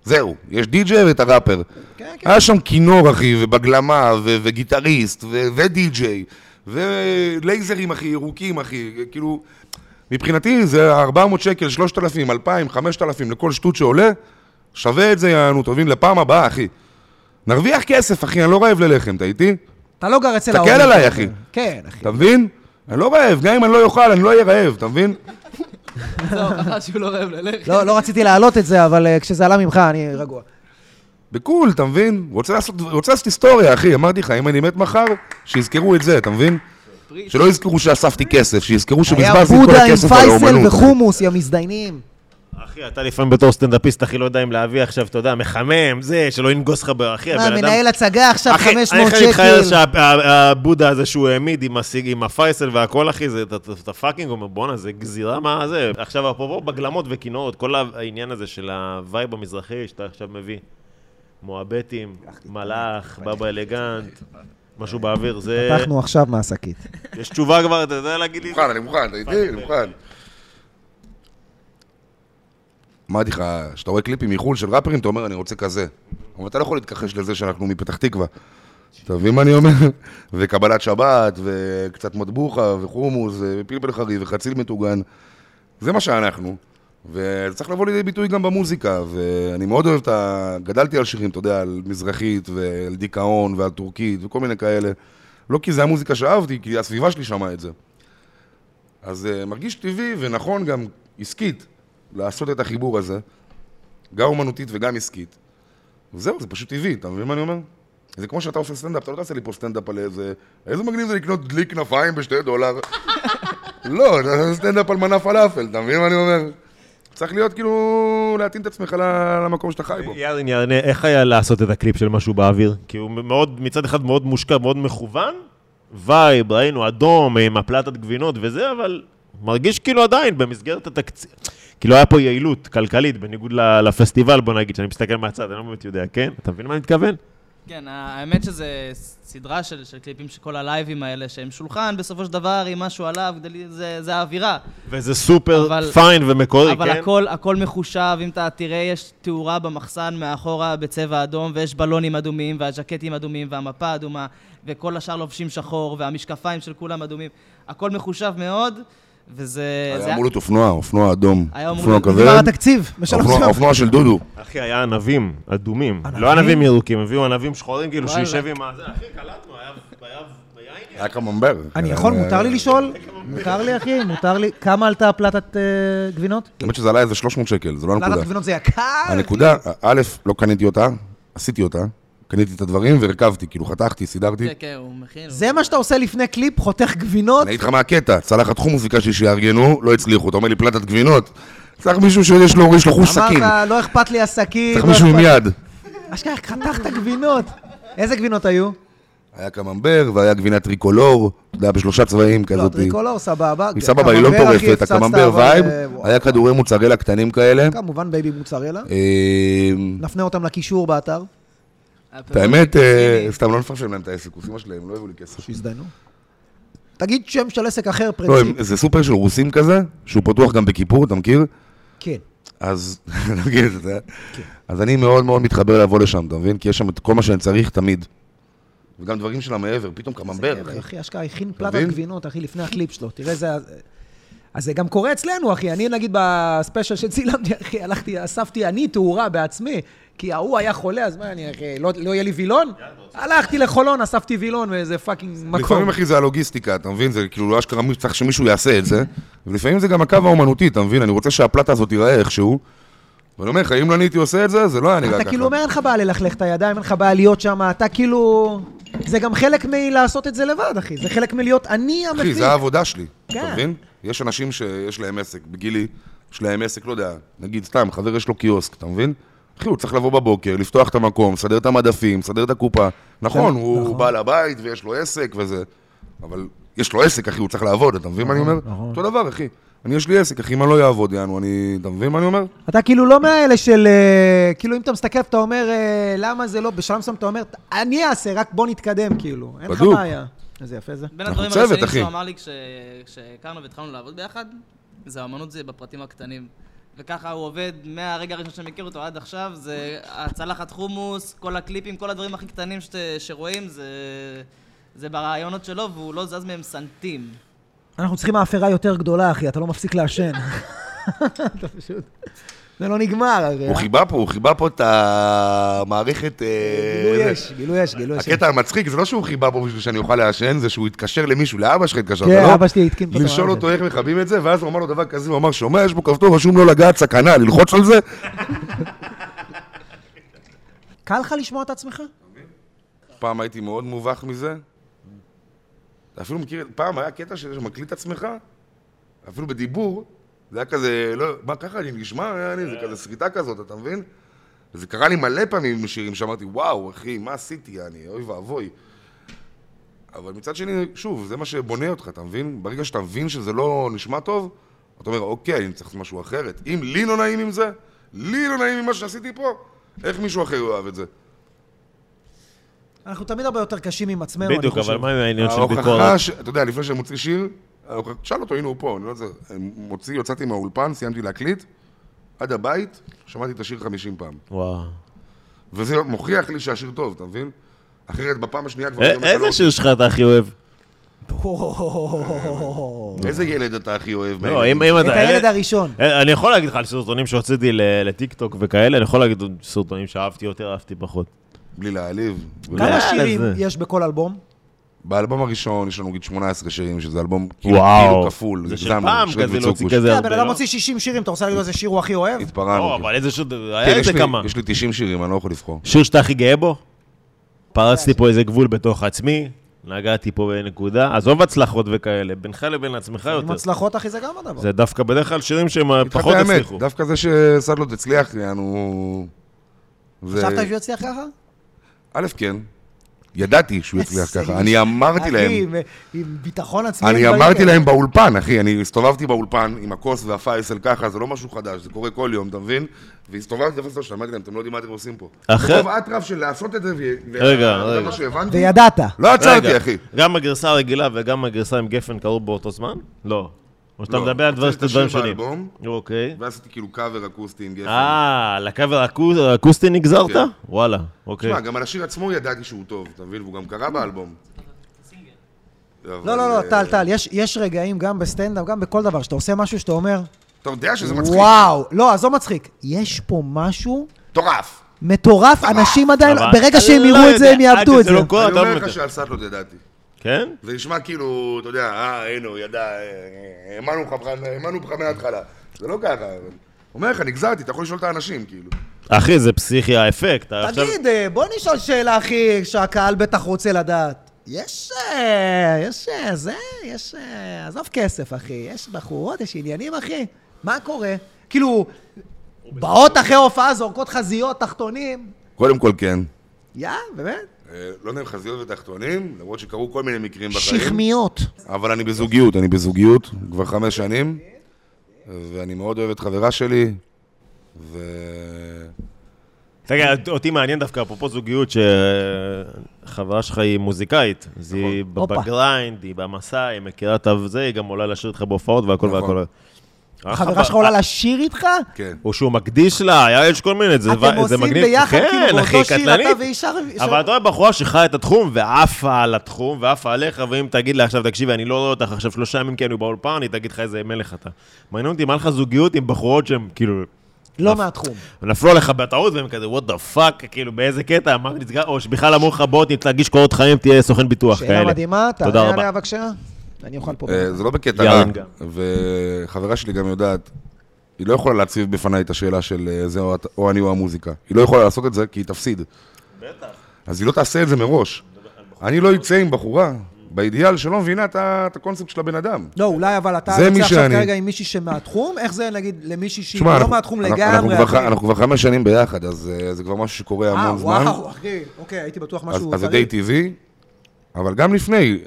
[SPEAKER 3] זהו, יש די-ג'יי ואת הראפר.
[SPEAKER 1] כן, כן.
[SPEAKER 3] היה שם כינור, אחי, ובגלמה, ו- וגיטריסט, ו- ודי-ג'יי, ולייזרים, אחי, ירוקים, אחי, כאילו... מבחינתי זה 400 שקל, 3,000, 2,000, 5,000 לכל שטות שעולה, שווה את זה, יענו, טובים, לפעם הבאה, אחי. נרוויח כסף, אחי, אני לא רעב ללחם, אתה איתי?
[SPEAKER 1] אתה לא גר אצל
[SPEAKER 3] תסתכל
[SPEAKER 1] ההורים.
[SPEAKER 3] עליי,
[SPEAKER 1] אתה
[SPEAKER 3] אחי.
[SPEAKER 1] אומר. כן, אחי.
[SPEAKER 3] אתה מבין? אני לא רעב, גם אם אני לא אוכל, אני לא אהיה רעב, אתה מבין?
[SPEAKER 4] זהו, ככה שהוא לא רעב ללכת.
[SPEAKER 1] לא, לא רציתי להעלות את זה, אבל אה, כשזה עלה ממך, אני רגוע.
[SPEAKER 3] בקול, אתה מבין? רוצה לעשות, רוצה לעשות היסטוריה, אחי. אמרתי לך, אם אני מת מחר, שיזכרו את זה, אתה מבין? שלא יזכרו שאספתי כסף, שיזכרו
[SPEAKER 1] היה
[SPEAKER 3] שבזבזתי את כל
[SPEAKER 1] בודה עם
[SPEAKER 3] הכסף על
[SPEAKER 1] פייסל
[SPEAKER 3] האומנות.
[SPEAKER 1] וחומוס, יא מזדיינים.
[SPEAKER 2] אחי, אתה לפעמים בתור סטנדאפיסט, אחי, לא יודע אם להביא עכשיו, אתה יודע, מחמם, זה, שלא ינגוס לך, ב- אחי, הבן
[SPEAKER 1] מה,
[SPEAKER 2] אה, אדם...
[SPEAKER 1] מנהל הצגה עכשיו
[SPEAKER 2] אחי,
[SPEAKER 1] 500
[SPEAKER 2] אני חייב להתחייב
[SPEAKER 1] שקל.
[SPEAKER 2] שהבודה הזה שהוא העמיד עם הסיג, עם הפייסל והכל, אחי, זה, אתה- אתה אתה פאקינג אומר, בואנה, זה גזירה, מה זה? עכשיו, אפרופו בגלמות וכינורות, כל העניין הזה של הווייב המזרחי שאתה עכשיו מביא, מואבטים, מלאך, בבא אלגנט, משהו באוויר, זה...
[SPEAKER 1] פתחנו עכשיו מהשקית.
[SPEAKER 2] יש תשובה כבר, אתה יודע להגיד לי?
[SPEAKER 3] אני מוכן, אני מוכן, אתה איתי? אני מוכן. אמרתי לך, כשאתה רואה קליפים מחו"ל של ראפרים, אתה אומר, אני רוצה כזה. אבל אתה לא יכול להתכחש לזה שאנחנו מפתח תקווה. אתה מבין מה אני אומר? וקבלת שבת, וקצת מטבוחה, וחומוס, ופלפל חריף, וחציל מטוגן. זה מה שאנחנו. וזה צריך לבוא לידי ביטוי גם במוזיקה, ואני מאוד אוהב את ה... גדלתי על שירים, אתה יודע, על מזרחית, ועל דיכאון, ועל טורקית, וכל מיני כאלה. לא כי זה המוזיקה שאהבתי, כי הסביבה שלי שמעה את זה. אז uh, מרגיש טבעי ונכון גם עסקית לעשות את החיבור הזה, גם אומנותית וגם עסקית. וזהו, זה פשוט טבעי, אתה מבין מה אני אומר? זה כמו שאתה עושה סטנדאפ, אתה לא תעשה לי פה סטנדאפ על איזה... איזה מגניב זה לקנות דלי כנפיים בשתי דולר. לא, זה סטנדאפ על מנה פלאפל, אתה מבין מה אני אומר? צריך להיות כאילו להתאים את עצמך ל- למקום שאתה חי בו.
[SPEAKER 2] ירין, ירין, איך היה לעשות את הקליפ של משהו באוויר? כי הוא מאוד, מצד אחד מאוד מושקע, מאוד מכוון, וייב, ראינו אדום עם הפלטת גבינות וזה, אבל מרגיש כאילו עדיין במסגרת התקציב. כאילו היה פה יעילות כלכלית, בניגוד ל- לפסטיבל, בוא נגיד, שאני מסתכל מהצד, אני לא באמת יודע, כן? אתה מבין מה אני מתכוון?
[SPEAKER 4] כן, ה- האמת שזה ס- סדרה של, של קליפים של כל הלייבים האלה, שהם שולחן, בסופו של דבר, עם משהו עליו, כדי לי- זה, זה האווירה.
[SPEAKER 2] וזה סופר
[SPEAKER 4] אבל-
[SPEAKER 2] פיין ומקורי,
[SPEAKER 4] אבל
[SPEAKER 2] כן?
[SPEAKER 4] הכל, הכל מחושב, אם אתה תראה, יש תאורה במחסן מאחורה בצבע אדום, ויש בלונים אדומים, והז'קטים אדומים, והמפה אדומה, וכל השאר לובשים שחור, והמשקפיים של כולם אדומים. הכל מחושב מאוד, וזה... זה
[SPEAKER 3] היה אמור להיות אופנוע, אופנוע אדום,
[SPEAKER 4] היה אמור
[SPEAKER 3] אופנוע
[SPEAKER 4] להיות-
[SPEAKER 1] נגמר
[SPEAKER 3] כבד,
[SPEAKER 1] התקציב, בשלב
[SPEAKER 3] האופנוע-
[SPEAKER 1] מסוים.
[SPEAKER 3] האופנוע של דודו.
[SPEAKER 2] אחי, היה ענבים אדומים.
[SPEAKER 1] ענבים?
[SPEAKER 2] לא ענבים ירוקים, הביאו ענבים שחורים, כאילו,
[SPEAKER 4] וואלה.
[SPEAKER 2] שישב עם ה... זה, אחי, קלטנו, היה- היה היה עניין.
[SPEAKER 3] היה קממבר.
[SPEAKER 1] אני יכול, מותר לי לשאול? מותר לי, אחי? מותר לי? כמה עלתה פלטת אה, גבינות?
[SPEAKER 3] האמת שזה עלה איזה 300 שקל, זו לא
[SPEAKER 1] פלטת
[SPEAKER 3] הנקודה.
[SPEAKER 1] גבינות זה יקר?
[SPEAKER 3] הנקודה, א', לא קניתי אותה, עשיתי אותה, קניתי את הדברים והרכבתי, כאילו חתכתי, סידרתי.
[SPEAKER 4] כן, כן, הוא מכין. הוא-
[SPEAKER 1] זה מה שאתה עושה לפני קליפ, חותך גבינות?
[SPEAKER 3] אני אגיד לך מה הקטע, צלחת חומוס ביקשתי שיארגנו, לא הצליחו. אתה אומר לי פלטת גבינות? צריך מישהו שיש לו יש לו חוש סכין.
[SPEAKER 1] אמרת, לא אכפת לי הסכין.
[SPEAKER 3] צריך
[SPEAKER 1] לא
[SPEAKER 3] מישהו עם
[SPEAKER 1] אכפת לי."
[SPEAKER 3] יד.
[SPEAKER 1] אשכרה, חתכת גבינות. איזה גבינות היו?
[SPEAKER 3] היה קממבר והיה גבינה טריקולור, אתה יודע, בשלושה צבעים
[SPEAKER 1] לא,
[SPEAKER 3] כזאת.
[SPEAKER 1] טריקולור, סבבה.
[SPEAKER 3] היא סבבה, היא לא
[SPEAKER 1] קממבר, אחי,
[SPEAKER 3] מטורפת,
[SPEAKER 1] הפצצת,
[SPEAKER 3] הקממבר
[SPEAKER 1] אבל,
[SPEAKER 3] וייב,
[SPEAKER 1] אה, וואו. לא,
[SPEAKER 3] היה כדורי מוצרלה קטנים כאלה.
[SPEAKER 1] כמובן בייבי מוצרלה.
[SPEAKER 3] אה,
[SPEAKER 1] נפנה אותם לקישור באתר.
[SPEAKER 3] את האמת, אה, סתם לא נפרשם להם את העסק, עושים שלהם, לא הביאו לי כסף.
[SPEAKER 1] שיזדיינו. תגיד שם של עסק אחר,
[SPEAKER 3] לא, הם-
[SPEAKER 1] פרנצ'יפ.
[SPEAKER 3] זה סופר של רוסים כזה, שהוא פתוח גם בכיפור, אתה מכיר?
[SPEAKER 1] כן.
[SPEAKER 3] אז, אתה מכיר את זה, אה? אז אני מאוד מאוד מתחבר לבוא לשם, אתה מבין? כי יש שם את כל מה שאני צריך תמיד. וגם דברים שלה מעבר, פתאום קממבר, כן, אחי.
[SPEAKER 1] גבר, אחי, אשכרה הכין פלטת
[SPEAKER 3] אה. מבין?
[SPEAKER 1] גבינות, אחי, לפני הקליפ שלו. תראה, זה... אז זה גם קורה אצלנו, אחי. אני, נגיד, בספיישל שצילמתי, אחי, הלכתי, אספתי אני תאורה בעצמי, כי ההוא היה חולה, אז מה אני, אחי, לא לא יהיה לי וילון? הלכתי לחולון, אספתי וילון מאיזה פאקינג מקום.
[SPEAKER 3] לפעמים, אחי, זה הלוגיסטיקה, אתה מבין? זה כאילו לא אשכרה, מי- צריך שמישהו יעשה את זה. ולפעמים זה גם הקו האומנותי, אתה מבין? אני רוצה שהפלטה הזאת תיראה איכשהו. ואני אומר לך, אם לא אני הייתי עושה את זה, זה לא היה נראה ככה.
[SPEAKER 1] אתה כאילו אומר, אין לך בעיה ללכלך את הידיים, אין לך בעיה להיות שם, אתה כאילו... זה גם חלק מלעשות את זה לבד, אחי. זה חלק מלהיות אני המפיק.
[SPEAKER 3] אחי, זה העבודה שלי,
[SPEAKER 1] כן.
[SPEAKER 3] אתה מבין? יש אנשים שיש להם עסק, בגילי, יש להם עסק, לא יודע, נגיד סתם, חבר יש לו קיוסק, אתה מבין? אחי, הוא צריך לבוא בבוקר, לפתוח את המקום, לסדר את המדפים, לסדר את הקופה. נכון,
[SPEAKER 1] כן,
[SPEAKER 3] הוא
[SPEAKER 1] נכון.
[SPEAKER 3] בעל הבית ויש לו עסק וזה, אבל יש לו עסק, אחי, הוא צריך לעבוד, אתה מבין מה אני אומר?
[SPEAKER 1] נכון.
[SPEAKER 3] אותו דבר, אחי. אני, יש לי עסק, אחי, אם אני לא יעבוד, יענו, אני... אתה מבין מה אני אומר?
[SPEAKER 1] אתה כאילו לא מאלה של... אה, כאילו, אם אתה מסתכל, אתה אומר, אה, למה זה לא... בשלב מסוים אתה אומר, אני אעשה, רק בוא נתקדם, כאילו. אין לך
[SPEAKER 3] בדוק.
[SPEAKER 1] בעיה. איזה יפה זה.
[SPEAKER 4] בין
[SPEAKER 3] אנחנו
[SPEAKER 4] הדברים
[SPEAKER 3] צוות,
[SPEAKER 4] הראשונים
[SPEAKER 3] אחי.
[SPEAKER 4] שהוא אמר לי כש- כשהכרנו והתחלנו לעבוד ביחד, זה האמנות זה בפרטים הקטנים. וככה הוא עובד מהרגע הראשון שאני מכיר אותו עד עכשיו, זה הצלחת חומוס, כל הקליפים, כל הדברים הכי קטנים שת, שרואים, זה, זה ברעיונות שלו, והוא לא זז מהם סנטים.
[SPEAKER 1] אנחנו צריכים מאפרה יותר גדולה, אחי, אתה לא מפסיק לעשן. אתה פשוט... זה לא נגמר, הרי.
[SPEAKER 3] הוא חיבה פה, הוא חיבה פה את המערכת... אה,
[SPEAKER 1] גילוי
[SPEAKER 3] זה.
[SPEAKER 1] אש, גילוי אש, גילוי אש.
[SPEAKER 3] הקטע המצחיק, זה לא שהוא חיבה פה בשביל שאני אוכל לעשן, זה שהוא התקשר למישהו, לאבא שלך התקשר,
[SPEAKER 1] כן,
[SPEAKER 3] אתה לא?
[SPEAKER 1] אבא שלי התקין פה את
[SPEAKER 3] לשאול
[SPEAKER 1] הרעיון
[SPEAKER 3] אותו איך מכבים את זה, ואז הוא אמר לו דבר כזה, הוא אמר, שומע, יש פה כפתור רשום לא לגעת, סכנה, ללחוץ על זה?
[SPEAKER 1] קל לך לשמוע את עצמך?
[SPEAKER 3] פעם הייתי מאוד מובך מזה. אתה אפילו מכיר, פעם היה קטע שאתה מקליט את עצמך, אפילו בדיבור, זה היה כזה, לא, מה, ככה אני נשמע, היה אני, זה כזה שריטה כזאת, אתה מבין? וזה קרה לי מלא פעמים עם שירים שאמרתי, וואו, אחי, מה עשיתי, אני, אוי ואבוי. אבל מצד שני, שוב, זה מה שבונה אותך, אתה מבין? ברגע שאתה מבין שזה לא נשמע טוב, אתה אומר, אוקיי, אני צריך לעשות משהו אחרת. אם לי לא נעים עם זה, לי לא נעים עם מה שעשיתי פה, איך מישהו אחר יאהב את זה?
[SPEAKER 1] אנחנו תמיד הרבה יותר קשים עם עצמנו, אני
[SPEAKER 2] בדיוק,
[SPEAKER 1] חושב.
[SPEAKER 2] אבל מה עם העניין של
[SPEAKER 3] ההוכחה,
[SPEAKER 2] ביקורת?
[SPEAKER 3] ש- אתה יודע, לפני שאני מוציא שיר, ההוכח- שאל אותו, הנה הוא פה, אני לא יודע, אני מוציא, יצאתי מהאולפן, סיימתי להקליט, עד הבית, שמעתי את השיר 50 פעם.
[SPEAKER 2] וואו.
[SPEAKER 3] וזה מוכיח לי שהשיר טוב, אתה מבין? אחרת בפעם השנייה כבר... אני
[SPEAKER 2] אה,
[SPEAKER 3] אומר לך, לא-
[SPEAKER 2] איזה שיר שלך אתה הכי אוהב?
[SPEAKER 3] איזה ילד אתה הכי אוהב?
[SPEAKER 2] לא,
[SPEAKER 3] מהילדים?
[SPEAKER 2] אם אם
[SPEAKER 1] את
[SPEAKER 2] אתה...
[SPEAKER 1] הילד הראשון.
[SPEAKER 2] אה, אני יכול להגיד לך על סרטונים שהוצאתי ל- לטיקטוק וכאלה, אני יכול להגיד עוד סרטונים שאהבתי יותר, אהבתי פחות.
[SPEAKER 3] בלי להעליב.
[SPEAKER 1] כמה
[SPEAKER 2] אה,
[SPEAKER 1] שירים
[SPEAKER 2] זה.
[SPEAKER 1] יש בכל אלבום?
[SPEAKER 3] באלבום הראשון יש לנו נגיד 18 שירים, שזה אלבום כאילו
[SPEAKER 2] וואו.
[SPEAKER 3] כאילו כפול.
[SPEAKER 2] זה של
[SPEAKER 3] גזמנו,
[SPEAKER 2] פעם
[SPEAKER 3] שריד
[SPEAKER 2] כזה
[SPEAKER 3] וצוקוש.
[SPEAKER 2] להוציא כזה
[SPEAKER 1] אתה הבן
[SPEAKER 2] הרבה.
[SPEAKER 1] כן, אדם
[SPEAKER 2] לא?
[SPEAKER 1] מוציא 60 שירים, אתה רוצה להגיד לו איזה שיר הוא הכי אוהב?
[SPEAKER 2] לא,
[SPEAKER 3] התפרענו.
[SPEAKER 2] אבל איזה שיר,
[SPEAKER 3] כן,
[SPEAKER 2] היה
[SPEAKER 3] יש
[SPEAKER 2] איזה
[SPEAKER 3] לי-
[SPEAKER 2] כמה.
[SPEAKER 3] יש לי 90 שירים, אני לא יכול לבחור.
[SPEAKER 2] שיר שאתה הכי גאה בו? פרצתי פה איזה גבול בתוך עצמי, נגעתי פה בנקודה, עזוב הצלחות וכאלה, בינך לבין עצמך
[SPEAKER 1] עם
[SPEAKER 2] יותר.
[SPEAKER 1] הצלחות, אחי, זה גם הדבר.
[SPEAKER 2] זה דווקא בדרך כלל שירים שהם פחות
[SPEAKER 3] התחלתי האמת,
[SPEAKER 2] הצליחו.
[SPEAKER 3] דווקא זה שסדלות הצליח, יענו... זה-
[SPEAKER 1] חשבת שהוא יצליח ככה?
[SPEAKER 3] א', כן. ידעתי שהוא יצליח
[SPEAKER 1] איזה
[SPEAKER 3] ככה.
[SPEAKER 1] איש.
[SPEAKER 3] אני אמרתי להם,
[SPEAKER 1] אחי, לא עם- עם ביטחון עצמי.
[SPEAKER 3] אני
[SPEAKER 1] אין
[SPEAKER 3] אמרתי
[SPEAKER 1] בעיה.
[SPEAKER 3] להם באולפן, אחי, אני הסתובבתי באולפן עם הכוס והפייסל ככה, זה לא משהו חדש, זה קורה כל יום, אתה מבין? והסתובבתי בפייסל שלהם, אמרתי להם, אתם לא יודעים מה אתם עושים פה.
[SPEAKER 2] אחרי-
[SPEAKER 3] טוב, אטרף של לעשות את זה, ו...
[SPEAKER 2] רגע,
[SPEAKER 3] וזה
[SPEAKER 2] רגע.
[SPEAKER 3] מה שהבנתי,
[SPEAKER 1] וידעת.
[SPEAKER 3] לא עצרתי,
[SPEAKER 2] רגע,
[SPEAKER 3] אחי.
[SPEAKER 2] גם הגרסה הרגילה וגם הגרסה עם גפן קרו באותו זמן? לא. או שאתה
[SPEAKER 3] לא,
[SPEAKER 2] מדבר על דבר-
[SPEAKER 3] הוצאתי את השיר
[SPEAKER 2] דברים שונים.
[SPEAKER 3] באלבום.
[SPEAKER 2] אוקיי.
[SPEAKER 3] ואז עשיתי כאילו קאבר אקוסטי עם גפן.
[SPEAKER 2] אה, לקאבר האקו- האקוסטי נגזרת?
[SPEAKER 3] כן.
[SPEAKER 2] וואלה, אוקיי.
[SPEAKER 3] תשמע, גם על השיר עצמו ידעתי שהוא טוב, אתה מבין? והוא גם קרה באלבום.
[SPEAKER 1] לא, לא, לא,
[SPEAKER 3] אה,
[SPEAKER 1] טל, טל, יש- יש רגעים גם בסטנדאפ, גם בכל דבר, שאתה עושה משהו שאתה אומר,
[SPEAKER 3] אתה יודע שזה מצחיק.
[SPEAKER 1] וואו, לא, עזוב מצחיק, יש פה משהו
[SPEAKER 3] מטורף.
[SPEAKER 1] מטורף, אנשים עדיין,
[SPEAKER 2] אבל-
[SPEAKER 1] ברגע שהם
[SPEAKER 2] לא
[SPEAKER 1] יראו את זה,
[SPEAKER 2] יודע, לא
[SPEAKER 1] הם יעבדו
[SPEAKER 2] אל
[SPEAKER 1] את זה.
[SPEAKER 2] תצא לו כל
[SPEAKER 3] אני
[SPEAKER 2] אדם
[SPEAKER 3] אומר
[SPEAKER 2] מטר.
[SPEAKER 3] לך שעל סטלות ידעתי.
[SPEAKER 2] כן?
[SPEAKER 3] זה נשמע כאילו, אתה יודע, אה, הנה, הוא ידע, אה, אה, האמנו לך בכלל- האמנו בך מההתחלה. זה לא ככה. אבל- אומר לך, נגזרתי, אתה יכול לשאול את האנשים, כאילו.
[SPEAKER 2] אחי, זה פסיכי האפקט. עכשיו-
[SPEAKER 1] תגיד, אה, בוא נשאל שאלה, אחי, שהקהל בטח רוצה לדעת. יש, אה, יש אה, זה, יש, אה, עזוב כסף, אחי, יש בחורות, יש עניינים, אחי. מה קורה? כאילו, באות אחרי הופעה, זורקות חזיות, תחתונים.
[SPEAKER 3] קודם כל כן.
[SPEAKER 1] יא, באמת?
[SPEAKER 3] אה, לא נעים חזיות ותחתונים, למרות שקרו כל מיני מקרים בחיים.
[SPEAKER 1] שכמיות.
[SPEAKER 3] אבל אני בזוגיות, אני בזוגיות כבר חמש שנים, ואני מאוד אוהב את חברה שלי, ו...
[SPEAKER 2] רגע, אותי מעניין דווקא, אפרופו זוגיות, שחברה שלך היא מוזיקאית, אז היא ב-
[SPEAKER 3] נכון.
[SPEAKER 1] הופה.
[SPEAKER 2] בגריינד, היא במסע, היא מכירה את הזה, היא גם עולה לשיר איתך בהופעות והכל
[SPEAKER 3] נכון.
[SPEAKER 2] והכל. אה,
[SPEAKER 1] חברה שלך עולה לשיר איתך?
[SPEAKER 3] כן.
[SPEAKER 2] או שהוא מקדיש לה, היה- יש כל מיני, זה
[SPEAKER 1] אתם
[SPEAKER 2] ו- זה
[SPEAKER 1] עושים
[SPEAKER 2] מגניב.
[SPEAKER 1] ביחד, כאילו,
[SPEAKER 2] כן,
[SPEAKER 1] באותו
[SPEAKER 2] אחי,
[SPEAKER 1] שיר אתה
[SPEAKER 2] קטלנית.
[SPEAKER 1] והיא שר...
[SPEAKER 2] אבל אתה רואה בחורה שחיה את התחום, ועפה על התחום, ועפה עליך, ואם תגיד לה עכשיו, תקשיבי, אני לא רואה אותך עכשיו שלושה ימים כי אני באולפן, היא תגיד לך איזה מלך אתה. מעניין אותי, מה לך זוגיות עם בחורות שהן כאילו...
[SPEAKER 1] לא מהתחום.
[SPEAKER 2] נפלו עליך בטעות והם כזה, what the fuck, כאילו באיזה קטע, מה נסגר, או שבכלל אמרו לך, בוא תגיש קורות חיים, תהיה סוכן ביטוח כאלה.
[SPEAKER 1] שאלה מדהימה,
[SPEAKER 2] תודה
[SPEAKER 1] תענה
[SPEAKER 2] רבה.
[SPEAKER 1] עליה בבקשה. אני אוכל פה.
[SPEAKER 3] אה, זה לא בקטע רע,
[SPEAKER 2] ירן גם.
[SPEAKER 3] וחברה שלי גם יודעת, היא לא יכולה להציב בפניי את השאלה של אה, זה או את- או אני או המוזיקה. היא לא יכולה לעשות את זה כי היא תפסיד. אז היא לא תעשה את זה מראש. אני לא אצא עם בחורה, באידיאל, שלא מבינה את ה- את הקונספט של הבן אדם.
[SPEAKER 1] לא, אולי אבל אתה
[SPEAKER 3] זה מי
[SPEAKER 1] יוצא עכשיו
[SPEAKER 3] שאני.
[SPEAKER 1] כרגע עם מישהי שמהתחום, איך זה נגיד למישהי שהיא
[SPEAKER 3] תשמע,
[SPEAKER 1] לא
[SPEAKER 3] אנחנו-
[SPEAKER 1] מהתחום
[SPEAKER 3] אנחנו-
[SPEAKER 1] לגמרי?
[SPEAKER 3] אנחנו כבר ח-
[SPEAKER 1] אחי?
[SPEAKER 3] אנחנו כבר חמש שנים ביחד, אז אה, זה כבר משהו שקורה המון זמן.
[SPEAKER 1] אה, וואו, אחי. אוקיי, הייתי בטוח
[SPEAKER 3] אז,
[SPEAKER 1] משהו...
[SPEAKER 3] אז זה די
[SPEAKER 1] טרי.
[SPEAKER 3] טבעי, אבל גם לפני,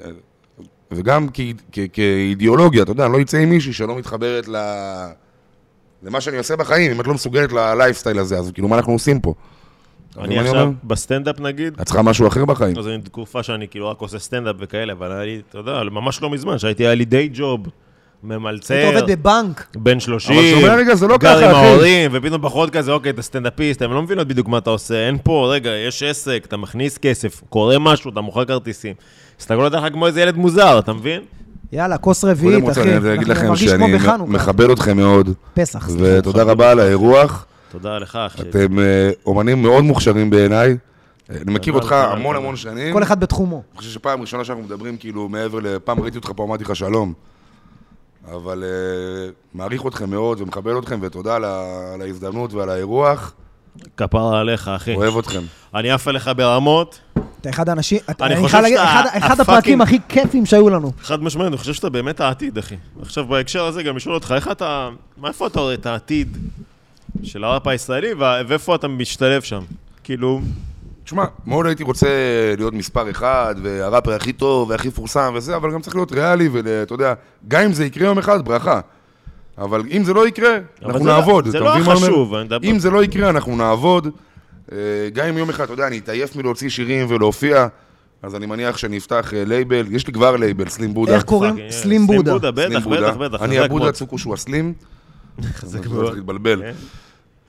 [SPEAKER 3] וגם כ- כ- כאידיאולוגיה, אתה יודע, אני לא יצא עם מישהי שלא מתחברת ל... למה שאני עושה בחיים, אם את לא מסוגלת ללייפסטייל הזה, אז כאילו, מה אנחנו עושים פה? אתה מבין
[SPEAKER 2] אני
[SPEAKER 3] מה
[SPEAKER 2] עכשיו
[SPEAKER 3] אומר?
[SPEAKER 2] בסטנדאפ נגיד,
[SPEAKER 3] את צריכה משהו אחר בחיים.
[SPEAKER 2] אז אני תקופה שאני כאילו רק עושה סטנדאפ וכאלה, אבל היה לי, אתה יודע, ממש לא מזמן, שהייתי, היה לי דיי ג'וב,
[SPEAKER 1] היית
[SPEAKER 2] ממלצר,
[SPEAKER 1] עובד בבנק.
[SPEAKER 2] בן 30,
[SPEAKER 3] אבל שומע רגע, זה לא ככה,
[SPEAKER 2] גר עם
[SPEAKER 3] אחי.
[SPEAKER 2] ההורים, ופתאום פחות כזה, אוקיי, אתה סטנדאפיסט, הם לא מבינות בדיוק מה אתה עושה, אין פה, רגע, יש עסק, אתה מכניס כסף, קורה משהו, אתה מוכר כרטיסים. הסתכלו עליך כמו איזה ילד מוזר, אתה מבין?
[SPEAKER 1] יאללה, כוס
[SPEAKER 3] קודם
[SPEAKER 1] רביעית,
[SPEAKER 3] רוצה
[SPEAKER 1] אחי.
[SPEAKER 3] אני להגיד
[SPEAKER 1] אנחנו
[SPEAKER 3] לכם
[SPEAKER 1] מרגיש
[SPEAKER 3] שאני
[SPEAKER 1] כמו בחנוכה.
[SPEAKER 3] מכבד אתכם מאוד,
[SPEAKER 1] פסח, סליחה.
[SPEAKER 3] ותודה רבה על האירוח.
[SPEAKER 2] תודה לך, אחי.
[SPEAKER 3] אתם אה, אומנים מאוד מוכשרים בעיניי. אה, אני מכיר
[SPEAKER 2] תודה,
[SPEAKER 3] אותך
[SPEAKER 2] תודה,
[SPEAKER 3] המון
[SPEAKER 2] תודה.
[SPEAKER 3] המון שנים.
[SPEAKER 1] כל אחד בתחומו.
[SPEAKER 3] אני חושב שפעם ראשונה שאנחנו מדברים, כאילו, מעבר ל... פעם ראיתי אותך פה, אמרתי לך שלום. אבל uh, מעריך אתכם מאוד ומכבד אתכם, ותודה על, ה... על ההזדמנות ועל האירוח.
[SPEAKER 2] כפרה עליך, אחי.
[SPEAKER 3] אוהב אתכם.
[SPEAKER 2] אני עף אליך ברמות,
[SPEAKER 1] אתה אחד האנשים... אתה- אני
[SPEAKER 2] חושב
[SPEAKER 1] חייב להגיד,
[SPEAKER 2] שאתה
[SPEAKER 1] אחד- אחד
[SPEAKER 2] הפאקינג-
[SPEAKER 1] הפרקים הכי כיפים שהיו לנו.
[SPEAKER 2] חד משמעית, אני חושב שאתה באמת העתיד, אחי. עכשיו, בהקשר הזה, גם לשאול אותך, איך אתה, מה איפה אתה רואה את העתיד של הראפ הישראלי, וה- ואיפה אתה משתלב שם? כאילו,
[SPEAKER 3] תשמע, מאוד הייתי רוצה להיות מספר אחד, והראפר הכי טוב והכי מפורסם וזה, אבל גם צריך להיות ריאלי, ואתה יודע, גם אם זה יקרה יום אחד, ברכה. אבל אם זה לא יקרה, אנחנו
[SPEAKER 2] זה לא-
[SPEAKER 3] נעבוד.
[SPEAKER 2] זה
[SPEAKER 3] אתה
[SPEAKER 2] לא
[SPEAKER 3] מבין מה אני אומר?
[SPEAKER 2] החשוב, אני מדבר-
[SPEAKER 3] אם זה לא יקרה, אנחנו נעבוד. אה, גם אם יום אחד, אתה יודע, אני אתעייף מלהוציא שירים ולהופיע, אז אני מניח שאני אפתח אה, לייבל, יש לי כבר לייבל, סלים בודה.
[SPEAKER 1] איך קוראים?
[SPEAKER 2] פאק,
[SPEAKER 1] סלים בודה.
[SPEAKER 2] אה, בטח,
[SPEAKER 3] סלים בודה.
[SPEAKER 2] בטח, בטח.
[SPEAKER 3] אני
[SPEAKER 2] חזק
[SPEAKER 3] הבודה
[SPEAKER 2] מאוד.
[SPEAKER 3] צוקו שהוא הסלים.
[SPEAKER 2] חזק
[SPEAKER 3] לא
[SPEAKER 2] מאוד.
[SPEAKER 3] צריך להתבלבל.
[SPEAKER 2] כן.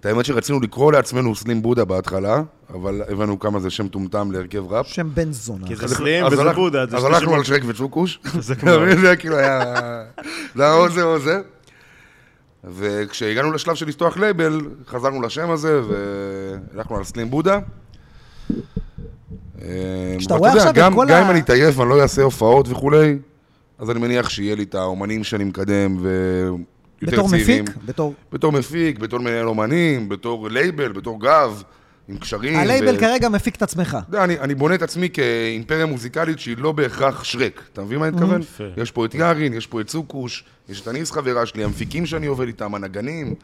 [SPEAKER 3] את האמת שרצינו לקרוא לעצמנו סלים בודה בהתחלה, אבל הבנו כמה זה שם טומטם להרכב ראפ.
[SPEAKER 1] שם בן זונה.
[SPEAKER 2] כי זה
[SPEAKER 3] אז
[SPEAKER 2] סלים
[SPEAKER 3] אז
[SPEAKER 2] וזה
[SPEAKER 3] הלכ-
[SPEAKER 2] בודה. זה
[SPEAKER 3] אז
[SPEAKER 2] שתי
[SPEAKER 3] הלכנו
[SPEAKER 2] שמות.
[SPEAKER 3] על שרק וצ'וקוש.
[SPEAKER 2] זה
[SPEAKER 3] אתה מבין?
[SPEAKER 2] כבר-
[SPEAKER 3] זה היה כאילו היה... זה היה או זה או זה. וכשהגענו לשלב של לפתוח לייבל, חזרנו לשם הזה, והלכנו על סלים בודה. אמ,
[SPEAKER 1] כשאתה
[SPEAKER 3] אבל
[SPEAKER 1] רואה
[SPEAKER 3] יודע,
[SPEAKER 1] עכשיו את
[SPEAKER 3] גם-
[SPEAKER 1] כל
[SPEAKER 3] גם
[SPEAKER 1] ה-
[SPEAKER 3] אם אני אתעייף ואני לא אעשה הופעות וכולי, אז אני מניח שיהיה לי את האומנים שאני מקדם, ויותר
[SPEAKER 1] בתור
[SPEAKER 3] צעירים.
[SPEAKER 1] מפיק, בתור...
[SPEAKER 3] בתור מפיק, בתור מנהל אומנים, בתור לייבל, בתור גב, עם קשרים.
[SPEAKER 1] הלייבל
[SPEAKER 3] אה, ו-
[SPEAKER 1] כרגע מפיק את עצמך.
[SPEAKER 3] אתה יודע, אני, אני בונה את עצמי כאימפריה מוזיקלית שהיא לא בהכרח שרק. אתה מבין מה אני מתכוון?
[SPEAKER 2] יפה.
[SPEAKER 3] יש פה את יארין, יש פה את צוקוש, יש את הניס חברה שלי, המפיקים שאני עובד איתם, הנגנים.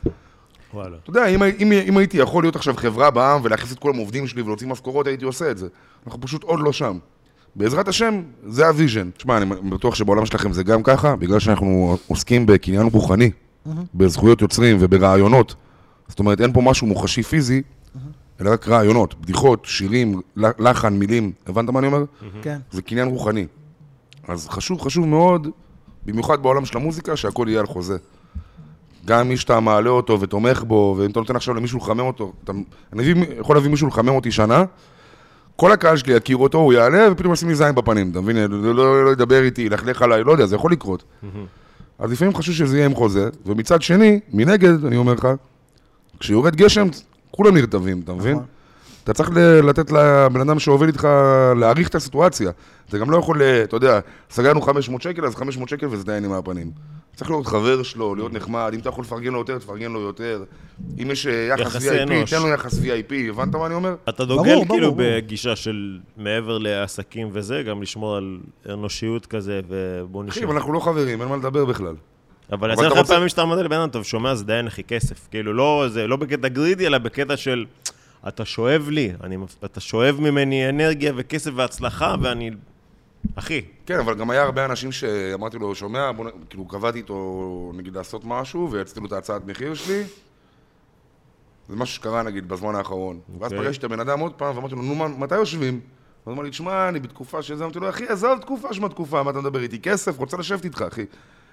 [SPEAKER 2] וואלה.
[SPEAKER 3] אתה יודע, אם, הי- אם, אם הייתי יכול להיות עכשיו חברה בעם ולהכניס את כל המעובדים שלי ולהוציא משכורות, הייתי עושה את זה. אנחנו פשוט עוד לא שם. בעזרת השם, זה הוויז'ן. תשמע, אני בטוח שבעולם שלכם זה גם ככה, בגלל שאנחנו עוסקים בקניין רוחני, בזכויות יוצרים וברעיונות. זאת אומרת, אין פה משהו מוחשי פיזי, אלא רק רעיונות, בדיחות, שירים, ל- לחן, מילים. הבנת מה אני אומר?
[SPEAKER 1] כן.
[SPEAKER 3] זה קניין רוחני. אז חשוב, חשוב מאוד, במיוחד בעולם של המוזיקה, שהכל יהיה על חוזה. גם מי שאתה מעלה אותו ותומך בו, ואם אתה נותן עכשיו למישהו לחמם אותו, אתה... אני מביא, יכול להביא מישהו לחמם אותי שנה, כל הקהל שלי יכיר אותו, הוא יעלה, ופתאום ישים לי זין בפנים, אתה מבין? לא- לא לא ידבר איתי, ילכלך עליי, לא יודע, זה יכול לקרות. אז לפעמים חשוב שזה יהיה עם חוזה, ומצד שני, מנגד, אני אומר לך, כשיורד גשם, כולם נרטבים, אתה מבין?
[SPEAKER 1] נכון.
[SPEAKER 3] אתה צריך ל- לתת לבן אדם שעובד איתך, להעריך את הסיטואציה. אתה גם לא יכול, אה, אתה יודע, סגרנו 500 שקל, אז 500 שקל וזה דיין עם הפנים. צריך להיות חבר שלו, להיות נחמד, אם אתה יכול לפרגן לו יותר, תפרגן לו יותר. אם יש אה, יחס
[SPEAKER 2] יחסי
[SPEAKER 3] VIP,
[SPEAKER 2] אנוש.
[SPEAKER 3] תן לו יחס VIP, הבנת מה אני אומר?
[SPEAKER 2] אתה
[SPEAKER 1] ברור,
[SPEAKER 2] דוגל
[SPEAKER 1] ברור,
[SPEAKER 2] כאילו
[SPEAKER 1] ברור.
[SPEAKER 2] בגישה של מעבר לעסקים וזה, גם לשמור על אנושיות כזה, ובוא
[SPEAKER 3] אחי,
[SPEAKER 2] נשאר.
[SPEAKER 3] אבל אנחנו לא חברים, אין מה לדבר בכלל.
[SPEAKER 2] אבל
[SPEAKER 3] אבל
[SPEAKER 2] יצא
[SPEAKER 3] אתה
[SPEAKER 2] לך
[SPEAKER 3] רוצה-
[SPEAKER 2] פעמים שאתה עמד לבן אדם, טוב, שומע, זה דיין הכי כסף. כאילו, לא זה- לא בקטע גרידי, אלא בקטע של, אתה שואב לי, אני מפ- אתה שואב ממני אנרגיה וכסף והצלחה, ואני... אחי,
[SPEAKER 3] כן, אבל גם היה הרבה אנשים שאמרתי לו, שומע, בוא, נ- כאילו קבעתי איתו, נגיד, לעשות משהו, והצתי לו את ההצעת מחיר שלי. זה משהו שקרה, נגיד, בזמן האחרון. Okay. ואז
[SPEAKER 2] אוקיי.
[SPEAKER 3] פגשתי את הבן אדם עוד פעם, ואמרתי לו, נו, מה- מתי יושבים? הוא אמר לי, תשמע, אני בתקופה שזה, אמרתי לו, אחי, עזוב תקופה, שמע תקופה, מה אתה מדבר איתי? כסף, רוצה לשבת איתך, אחי.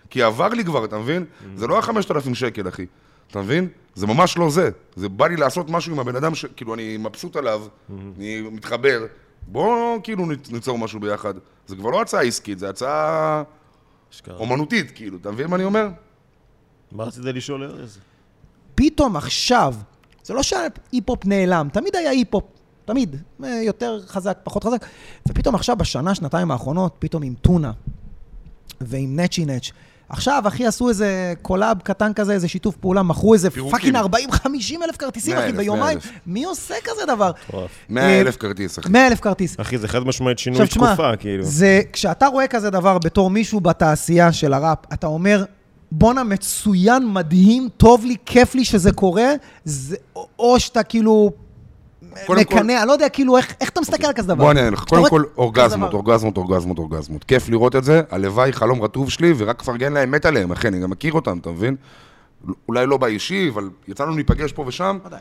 [SPEAKER 3] כי עבר לי כבר, אתה מבין? זה לא ה-5,000 שקל, אחי. אתה מבין? זה ממש לא זה. זה בא לי לעשות משהו עם הבן אדם, ש... כאילו, אני מבסוט עליו, אני מתחבר. בואו, כאילו, נ- ניצור משהו ביחד. זה כבר לא הצעה עסקית, זה הצעה
[SPEAKER 2] אשכרה.
[SPEAKER 3] אומנותית, כאילו, אתה מבין מה אני אומר?
[SPEAKER 2] מה רצית לשאול, ארז?
[SPEAKER 1] פתאום עכשיו, זה לא שההיפ-הופ נעלם, תמיד היה היפ-הופ, תמיד, אה, יותר חזק, פחות חזק, ופתאום עכשיו, בשנה, שנתיים האחרונות, פתאום עם טונה ועם נצ'י נצ' עכשיו, אחי, עשו איזה קולאב קטן כזה, איזה שיתוף פעולה, מכרו איזה
[SPEAKER 3] פירוקים.
[SPEAKER 1] פאקינג 40-50 אלף כרטיסים,
[SPEAKER 3] מאה
[SPEAKER 1] אחי,
[SPEAKER 3] אלף,
[SPEAKER 1] ביומיים.
[SPEAKER 3] מאה אלף.
[SPEAKER 1] מי עושה כזה דבר?
[SPEAKER 2] מטורף.
[SPEAKER 3] 100 אלף כרטיס, אחי.
[SPEAKER 1] 100 אלף כרטיס.
[SPEAKER 2] אחי, זה חד משמעית שינוי תקופה, כאילו.
[SPEAKER 1] זה, כשאתה רואה כזה דבר בתור מישהו בתעשייה של הראפ, אתה אומר, בואנה, מצוין, מדהים, טוב לי, כיף לי שזה קורה, זה, או, או שאתה כאילו
[SPEAKER 3] קודם כל-
[SPEAKER 1] מקנא, אני לא יודע כאילו איך, איך אתה מסתכל על כזה דבר.
[SPEAKER 3] בוא אני אענה לך.
[SPEAKER 1] כשאתה
[SPEAKER 3] קודם
[SPEAKER 1] רואה
[SPEAKER 3] כל,
[SPEAKER 1] כזה
[SPEAKER 3] אורגזמות,
[SPEAKER 1] דבר.
[SPEAKER 3] אורגזמות, אורגזמות, אורגזמות. כיף לראות את זה, הלוואי, חלום רטוב שלי, ורק פרגן להם, מת עליהם, אחי, אני גם מכיר אותם, אתה מבין? אולי לא באישי, אבל יצא לנו להיפגש פה ושם,
[SPEAKER 1] ודאי.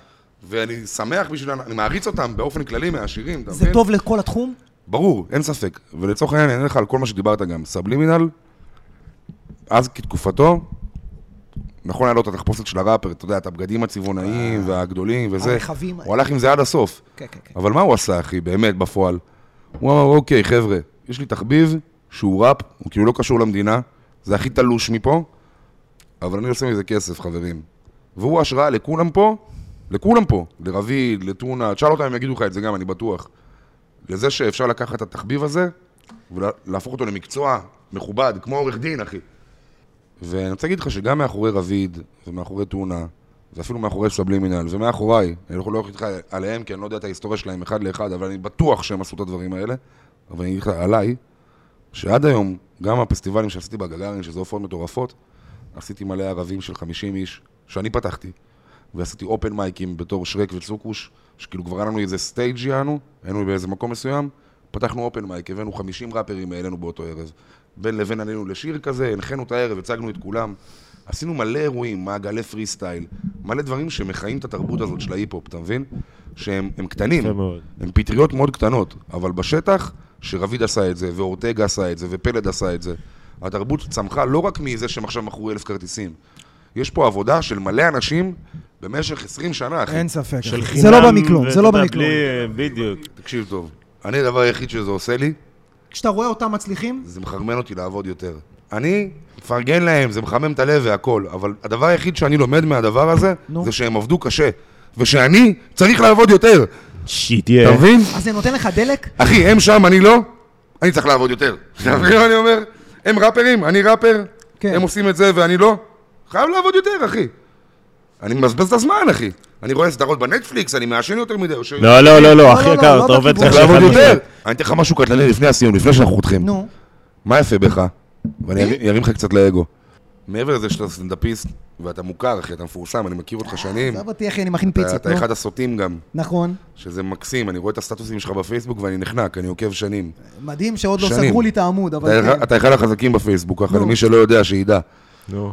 [SPEAKER 3] ואני שמח בשבילם, אני מעריץ אותם באופן כללי מהשירים, אתה מבין?
[SPEAKER 1] זה טוב לכל התחום?
[SPEAKER 3] ברור, אין ספק. ולצורך העניין, אני אענה לך על כל מה שדיברת גם. סבלימינל, אז כתקופתו, נכון היה לו את התחפושת של הראפר, אתה יודע, את הבגדים
[SPEAKER 1] אה,
[SPEAKER 3] הצבעונאיים והגדולים וזה.
[SPEAKER 1] הרחבים
[SPEAKER 3] הוא הלך עם זה עד הסוף.
[SPEAKER 1] כן, כן, כן.
[SPEAKER 3] אבל מה הוא עשה, אחי, באמת, בפועל? הוא אמר, אוקיי, חבר'ה, יש לי תחביב שהוא ראפ, הוא כאילו לא קשור למדינה, זה הכי תלוש מפה, אבל אני עושה מזה כסף, חברים. והוא השראה לכולם פה, לכולם פה, לרביד, לטונה, תשאל אותם, הם יגידו לך את זה גם, אני בטוח. לזה שאפשר לקחת את התחביב הזה ולהפוך אותו למקצוע מכובד, כמו עורך דין, אחי. ואני רוצה להגיד לך שגם מאחורי רביד, ומאחורי טונה, ואפילו מאחורי סבלימינל, ומאחוריי, אני לא יכול ללכת איתך עליהם, כי אני לא יודע את ההיסטוריה שלהם אחד לאחד, אבל אני בטוח שהם עשו את הדברים האלה, אבל אני אגיד לך עליי, שעד היום, גם הפסטיבלים שעשיתי בגגארין, שזה הופעות מטורפות, עשיתי מלא ערבים של 50 איש, שאני פתחתי, ועשיתי אופן מייקים בתור שרק וצוקוש, שכאילו כבר היה לנו איזה סטייג' יענו, היינו באיזה מקום מסוים, פתחנו אופן מייק, הבאנו 50 ראפרים העלינו באותו ערב. בין לבין עלינו לשיר כזה, הנחנו את הערב, הצגנו את כולם. עשינו מלא אירועים, מעגלי פרי סטייל, מלא דברים שמחיים את התרבות הזאת של ההיפ-הופ, אתה מבין? שהם הם קטנים,
[SPEAKER 2] יפה מאוד.
[SPEAKER 3] הם פטריות מאוד קטנות, אבל בשטח, שרביד עשה את זה, ואורטג עשה את זה, ופלד עשה את זה, התרבות צמחה לא רק מזה שהם עכשיו מכרו אלף כרטיסים. יש פה עבודה של מלא אנשים במשך 20 שנה, אחי.
[SPEAKER 1] אין ספק.
[SPEAKER 2] של
[SPEAKER 1] אחי.
[SPEAKER 2] חינם,
[SPEAKER 1] זה לא במקלום, זה לא
[SPEAKER 2] ואתה יודע,
[SPEAKER 1] במקלום.
[SPEAKER 2] בלי- בדיוק.
[SPEAKER 3] תקשיב טוב, אני הדבר היחיד שזה עושה לי,
[SPEAKER 1] כשאתה רואה אותם מצליחים,
[SPEAKER 3] זה מחרמן אותי לעבוד יותר. אני מפרגן להם, זה מחמם את הלב והכל, אבל הדבר היחיד שאני לומד מהדבר הזה,
[SPEAKER 1] נו.
[SPEAKER 3] זה שהם עבדו קשה. ושאני צריך לעבוד יותר,
[SPEAKER 2] שיט,
[SPEAKER 3] אתה
[SPEAKER 1] כן.
[SPEAKER 2] יא.
[SPEAKER 3] מבין?
[SPEAKER 1] אז זה נותן לך דלק?
[SPEAKER 3] אחי, הם שם, אני לא, אני צריך לעבוד יותר. אתה מבין מה אני אומר? הם ראפרים, אני ראפר,
[SPEAKER 1] כן.
[SPEAKER 3] הם עושים את זה ואני לא. חייב לעבוד יותר, אחי. אני מבזבז את הזמן, אחי. אני רואה סדרות בנטפליקס, אני מעשן יותר מדי. יושב-
[SPEAKER 2] לא, לא, לא,
[SPEAKER 1] לא,
[SPEAKER 2] לא, אחי
[SPEAKER 1] לא,
[SPEAKER 2] יקר,
[SPEAKER 1] לא
[SPEAKER 2] אתה עובד
[SPEAKER 1] בכיוון.
[SPEAKER 3] צריך
[SPEAKER 2] קשה.
[SPEAKER 3] לעבוד
[SPEAKER 2] אחד
[SPEAKER 3] יותר.
[SPEAKER 2] אחד.
[SPEAKER 3] אני אתן לך משהו קטלני לפני הסיום, לפני שאנחנו חותכים.
[SPEAKER 1] נו. אה?
[SPEAKER 3] מה יפה בך? ואני ארים- ארים לך קצת לאגו. מעבר לזה שאתה סטנדאפיסט, ואתה מוכר, אחי, אתה מפורסם, אני מכיר אותך שנים.
[SPEAKER 1] עזוב אותי, אחי, אני מכין
[SPEAKER 3] אתה-
[SPEAKER 1] פיצות,
[SPEAKER 3] כן. אתה
[SPEAKER 1] אה, נו.
[SPEAKER 3] אחד הסוטים גם,
[SPEAKER 1] נכון.
[SPEAKER 3] שזה מקסים, אני רואה את הסטטוסים שלך בפייסבוק ואני נחנק, אני עוקב שנים.
[SPEAKER 1] מדהים שעוד לא
[SPEAKER 3] שנים.
[SPEAKER 1] סגרו לי את העמוד, אבל
[SPEAKER 3] אתה-
[SPEAKER 1] כן.
[SPEAKER 3] אתה אחד החזקים בפייסבוק, ככה,
[SPEAKER 1] נו.
[SPEAKER 3] למי שלא יודע, שידע.
[SPEAKER 2] נו.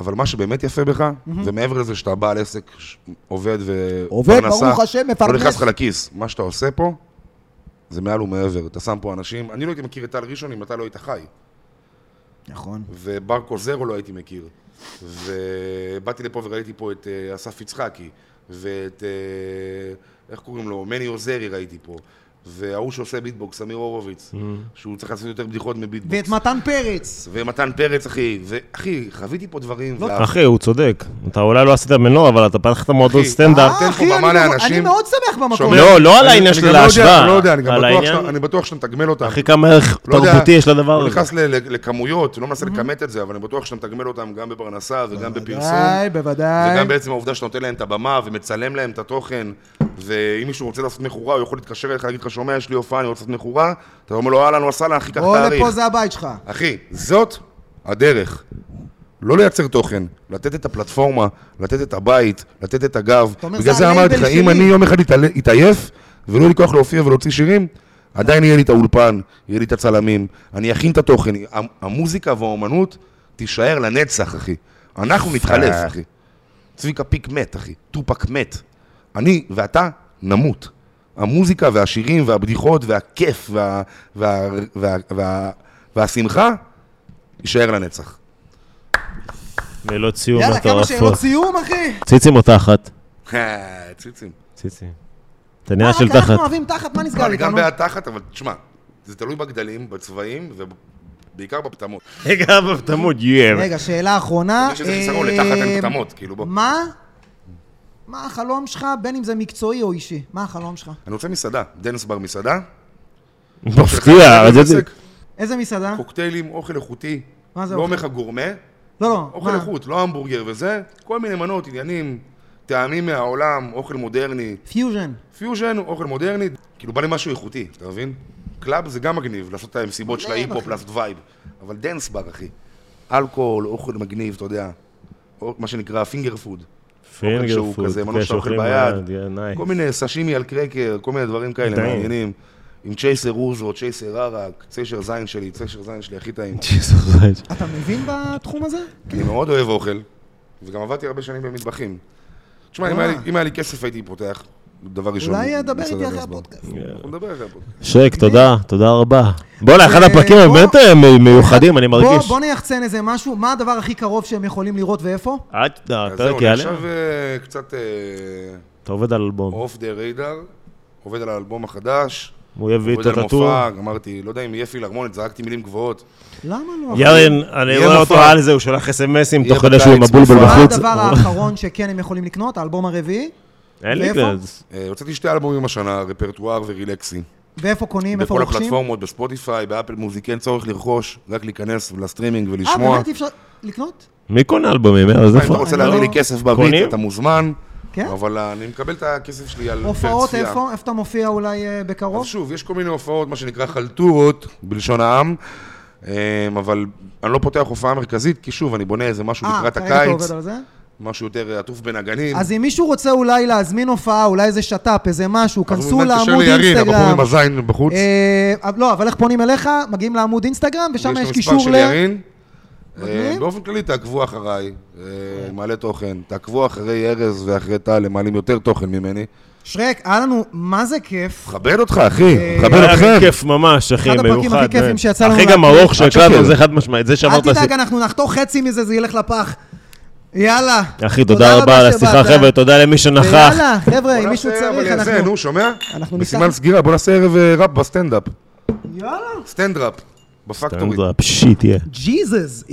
[SPEAKER 3] אבל מה שבאמת יפה בך, ומעבר לזה שאתה בעל עסק, ש- עובד ו...
[SPEAKER 1] עובד,
[SPEAKER 3] פרנסה,
[SPEAKER 1] ברוך השם, מפרנס.
[SPEAKER 3] לא נכנס לך לכיס. מה שאתה עושה פה, זה מעל ומעבר. אתה שם פה אנשים, אני לא הייתי מכיר את טל ראשון אם אתה לא היית חי,
[SPEAKER 1] נכון.
[SPEAKER 3] ובר קוזרו לא הייתי מכיר. ובאתי לפה וראיתי פה את אה, אסף יצחקי, ואת, אה, איך קוראים לו? מני עוזרי ראיתי פה. וההוא שעושה ביטבוקס, אמיר הורוביץ, שהוא צריך לעשות יותר בדיחות מביטבוקס.
[SPEAKER 1] ואת מתן פרץ.
[SPEAKER 3] ומתן פרץ, אחי, ואחי, חוויתי פה דברים.
[SPEAKER 1] לא,
[SPEAKER 3] וה-
[SPEAKER 2] אחי, הוא צודק. אתה אולי לא עשית מנור, אבל אתה פתחת מועדון
[SPEAKER 3] אחי,
[SPEAKER 2] סטנדאפ.
[SPEAKER 1] אה,
[SPEAKER 3] תן פה
[SPEAKER 1] אחי,
[SPEAKER 3] במה
[SPEAKER 1] אני-
[SPEAKER 3] כן, לאנשים.
[SPEAKER 1] אני מאוד שמח במקום.
[SPEAKER 3] שומע?
[SPEAKER 2] לא, לא על
[SPEAKER 3] אני-
[SPEAKER 2] העניין
[SPEAKER 3] אני
[SPEAKER 2] של
[SPEAKER 3] גם לא יודע,
[SPEAKER 2] ההשוואה,
[SPEAKER 3] לא יודע, אני גם
[SPEAKER 2] על
[SPEAKER 3] בטוח
[SPEAKER 2] העניין-
[SPEAKER 3] שאתה- אני בטוח שאתה מתגמל אותם.
[SPEAKER 2] אחי, כמה ערך
[SPEAKER 3] לא יודע,
[SPEAKER 2] תרבותי יש לדבר
[SPEAKER 3] הוא
[SPEAKER 2] הזה.
[SPEAKER 3] נכנס ל- ל- לכמויות, לא מנסה לכמת את זה, אבל אני בטוח שאתה מתגמל אותם גם בפרנסה וגם בפרסום.
[SPEAKER 1] בוודאי, בוודאי.
[SPEAKER 3] וגם בעצם העובדה שאתה נותן להם את הבמה ומצלם להם את התוכן, ואם מישהו רוצה לעשות מכורה, הוא יכול להתקשר אליך, להגיד לך, שומע, יש לי הופעה, אני רוצה לעשות מכורה, אתה אומר לו, אהלן וסהלן, אחי, קח
[SPEAKER 1] בוא
[SPEAKER 3] תאריך.
[SPEAKER 1] לפה זה הבית שלך.
[SPEAKER 2] לא,
[SPEAKER 3] אחי, זאת הדרך. לא לייצר תוכן, לתת את הפלטפורמה, לתת את הבית, לתת את הגב.
[SPEAKER 1] אומר,
[SPEAKER 3] בגלל
[SPEAKER 1] זה
[SPEAKER 3] זה אמרתי לך,
[SPEAKER 1] הלייבל
[SPEAKER 3] אם
[SPEAKER 1] שלי.
[SPEAKER 3] אני יום אחד אתעל- אתעייף, ולא יהיה לי כוח להופיע ולהוציא שירים, עדיין יהיה לי את האולפן, יהיה לי את הצלמים, אני אכין את התוכן. המ- המוזיקה והאומנות תישאר לנצח, אחי. אנחנו נתחלף, אחי. צביקה פיק מת, אחי. טופק מת. אני ואתה נמות. המוזיקה והשירים והבדיחות והכיף וה, וה, וה, וה, וה, והשמחה יישאר לנצח.
[SPEAKER 2] מילות ציום
[SPEAKER 1] יאללה, כמה שאלות
[SPEAKER 2] מטורפות.
[SPEAKER 1] סיום,
[SPEAKER 2] אה,
[SPEAKER 1] אחי.
[SPEAKER 2] ציצים או תחת?
[SPEAKER 3] ציצים.
[SPEAKER 2] ציצים. תניה של
[SPEAKER 1] רק אנחנו
[SPEAKER 2] תחת.
[SPEAKER 1] אוהבים תחת, מה נסגר
[SPEAKER 3] אני גם
[SPEAKER 1] איתנו?
[SPEAKER 3] בעד תחת, אבל תשמע, זה תלוי בגדלים, בצבעים ובעיקר בפטמות.
[SPEAKER 2] רגע, בפטמות, יואב.
[SPEAKER 1] רגע, שאלה אחרונה.
[SPEAKER 3] יש איזה חיסרון, לתחת אין
[SPEAKER 1] אה,
[SPEAKER 3] פטמות, כאילו בוא.
[SPEAKER 1] מה? מה החלום שלך, בין אם זה מקצועי או אישי? מה החלום שלך?
[SPEAKER 3] אני רוצה מסעדה, דנס בר מסעדה.
[SPEAKER 2] מפתיע. אבל זה-
[SPEAKER 1] איזה מסעדה?
[SPEAKER 3] קוקטיילים, אוכל איכותי.
[SPEAKER 1] מה זה
[SPEAKER 3] לא אומר
[SPEAKER 1] אוכל?
[SPEAKER 3] לך גורמה,
[SPEAKER 1] לא, לא.
[SPEAKER 3] אוכל
[SPEAKER 1] מה?
[SPEAKER 3] איכות, לא המבורגר וזה, כל מיני מנות, עניינים, טעמים מהעולם, אוכל מודרני.
[SPEAKER 1] פיוז'ן.
[SPEAKER 3] פיוז'ן, אוכל מודרני, כאילו בא לי משהו איכותי, אתה מבין? קלאב זה גם מגניב, לעשות את המסיבות של ההיפ-הופ, לעשות וייב. אבל דנס בר, אחי. אלכוהול, אוכל מגניב, אתה יודע. או מה שנקרא פינגר פוד. אוכל
[SPEAKER 2] פינגר
[SPEAKER 3] שהוא
[SPEAKER 2] פוד.
[SPEAKER 3] כזה, מנות
[SPEAKER 2] כן,
[SPEAKER 3] שאתה אוכל
[SPEAKER 2] שאוכלים
[SPEAKER 3] ביד.
[SPEAKER 2] יא, נייס.
[SPEAKER 3] כל מיני סשימי על קרקר, כל מיני דברים כאלה
[SPEAKER 2] טעים.
[SPEAKER 3] מעניינים. עם צ'ייסר אוזו, צ'ייסר ערק, ציישר זין שלי, ציישר זין שלי הכי טעים.
[SPEAKER 2] Jesus Christ.
[SPEAKER 1] אתה מבין בתחום הזה?
[SPEAKER 3] אני מאוד אוהב אוכל, וגם עבדתי הרבה שנים במטבחים. תשמע, אם היה לי- אם היה לי כסף הייתי פותח, דבר ראשון.
[SPEAKER 1] אה. אולי דבר
[SPEAKER 3] מסעדה
[SPEAKER 1] איתי אחרי
[SPEAKER 3] דנס בר.
[SPEAKER 1] הפודקאסט.
[SPEAKER 3] אנחנו נדבר אחרי הפודקאסט.
[SPEAKER 2] שרק, תודה, תודה רבה. בואנה, אחד
[SPEAKER 1] אה,
[SPEAKER 2] הפרקים הם
[SPEAKER 1] בוא-
[SPEAKER 2] באמת אה, מ- מיוחדים, אני
[SPEAKER 1] בוא-
[SPEAKER 2] מרגיש.
[SPEAKER 1] בוא נייחצן איזה משהו, מה הדבר הכי קרוב שהם יכולים לראות ואיפה?
[SPEAKER 2] עד,
[SPEAKER 3] אז זהו,
[SPEAKER 2] הפרק
[SPEAKER 3] אני
[SPEAKER 2] יעלה.
[SPEAKER 3] עכשיו אה, קצת אה,
[SPEAKER 2] אתה עובד על אלבום.
[SPEAKER 3] אוף דה ריידר, עובד על האלבום החדש,
[SPEAKER 2] הוא יביא את
[SPEAKER 3] עובד על
[SPEAKER 2] הטאטור.
[SPEAKER 3] מופע, אמרתי, לא יודע אם יהיה פילהרמונית, זרקתי מילים גבוהות.
[SPEAKER 1] למה לא?
[SPEAKER 2] ירין, אני
[SPEAKER 3] יהיה
[SPEAKER 2] רואה אותו
[SPEAKER 3] מופע.
[SPEAKER 2] על זה, הוא שולח אס.אם.אסים
[SPEAKER 3] יהיה
[SPEAKER 2] תוך כדי שהוא עם
[SPEAKER 3] בקיץ
[SPEAKER 2] הבולבול
[SPEAKER 3] מופע.
[SPEAKER 1] מה
[SPEAKER 2] בחוץ.
[SPEAKER 1] הדבר האחרון שכן הם יכולים לקנות? האלבום הרביעי?
[SPEAKER 2] אין לי
[SPEAKER 1] ואיפה?
[SPEAKER 2] כזה.
[SPEAKER 3] אה, הוצאתי שתי אלבומים השנה, רפרטואר ורילקסי.
[SPEAKER 1] ואיפה קונים? איפה
[SPEAKER 3] בכל
[SPEAKER 1] רוכשים?
[SPEAKER 3] הפלטפורמות, בספוטיפיי, באפל מוזיק, אין צורך לרכוש, רק להיכנס לסטרימינג
[SPEAKER 1] אה,
[SPEAKER 3] ולשמוע.
[SPEAKER 1] באמת אי אפשר לקנות?
[SPEAKER 2] מי קונה אלבומים? אה, אז
[SPEAKER 3] אם אתה
[SPEAKER 2] איפה?
[SPEAKER 3] רוצה
[SPEAKER 1] אני
[SPEAKER 3] להביא
[SPEAKER 1] לא-
[SPEAKER 3] לי כסף בביט,
[SPEAKER 2] קונים?
[SPEAKER 3] אתה מוזמן,
[SPEAKER 1] כן?
[SPEAKER 3] אבל אה, אני מקבל את הכסף שלי על פר צפייה.
[SPEAKER 1] הופעות איפה? איפה אתה מופיע אולי אה, בקרוב?
[SPEAKER 3] אז שוב, יש כל מיני הופעות, מה שנקרא חלטורות, בלשון העם, אמ, אבל אני לא פותח הופעה מרכזית, כי שוב, אני בונה איזה משהו לקראת
[SPEAKER 1] אה, כרגע אתה
[SPEAKER 3] הקיץ,
[SPEAKER 1] עובד על זה?
[SPEAKER 3] משהו יותר עטוף בין הגנים.
[SPEAKER 1] אז אם מישהו רוצה אולי להזמין הופעה, אולי איזה שת"פ, איזה משהו,
[SPEAKER 3] אז הוא
[SPEAKER 1] כנסו
[SPEAKER 3] באמת
[SPEAKER 1] לעמוד
[SPEAKER 3] קשר לירין, הבחור
[SPEAKER 1] אינסטגרם.
[SPEAKER 3] עם הזין בחוץ.
[SPEAKER 1] אה, לא, אבל איך פונים אליך? מגיעים לעמוד אינסטגרם, ושם
[SPEAKER 3] לו
[SPEAKER 1] יש
[SPEAKER 3] מספר
[SPEAKER 1] קישור
[SPEAKER 3] של
[SPEAKER 1] ל...
[SPEAKER 3] ירין. אה,
[SPEAKER 1] מגניב.
[SPEAKER 3] באופן כללי, תעקבו אחריי, אה, מעלה תוכן. תעקבו אחרי ארז ואחרי טל, הם מעלים יותר תוכן ממני.
[SPEAKER 1] שרק, היה לנו, מה זה כיף.
[SPEAKER 3] מכבד אותך,
[SPEAKER 1] אה,
[SPEAKER 3] אחי, מכבד
[SPEAKER 2] לא- היה לנו
[SPEAKER 3] אתכם.
[SPEAKER 2] אה, כיף ממש, אחי,
[SPEAKER 1] אחד
[SPEAKER 2] מיוחד.
[SPEAKER 1] הפרקים הכי כיפים
[SPEAKER 2] באמת.
[SPEAKER 1] שיצא לנו
[SPEAKER 2] הכי גם
[SPEAKER 1] להקליט.
[SPEAKER 2] ארוך
[SPEAKER 3] שקל.
[SPEAKER 2] שהקלטנו, זה חד משמעית. זה
[SPEAKER 1] אל
[SPEAKER 2] שאמרת...
[SPEAKER 1] תדאג, אנחנו נחתוך חצי מזה, זה ילך לפח. יאללה.
[SPEAKER 2] אחי, תודה רבה על השיחה,
[SPEAKER 1] שבאת.
[SPEAKER 2] חבר'ה, תודה למי שנכח.
[SPEAKER 1] אה. ויאללה, חבר'ה, אם
[SPEAKER 3] בוא
[SPEAKER 1] מישהו
[SPEAKER 3] נעשה,
[SPEAKER 1] צריך,
[SPEAKER 3] אבל זה,
[SPEAKER 1] אנחנו...
[SPEAKER 3] נו, שומע?
[SPEAKER 1] אנחנו
[SPEAKER 3] בסימן
[SPEAKER 1] נפתח-
[SPEAKER 3] סגירה, בוא נעשה ערב אה, ראפ בסטנדאפ.
[SPEAKER 1] יאללה.
[SPEAKER 3] סטנדראפ, בפקטורי.
[SPEAKER 2] שיט, יא.
[SPEAKER 1] ג'יזוס.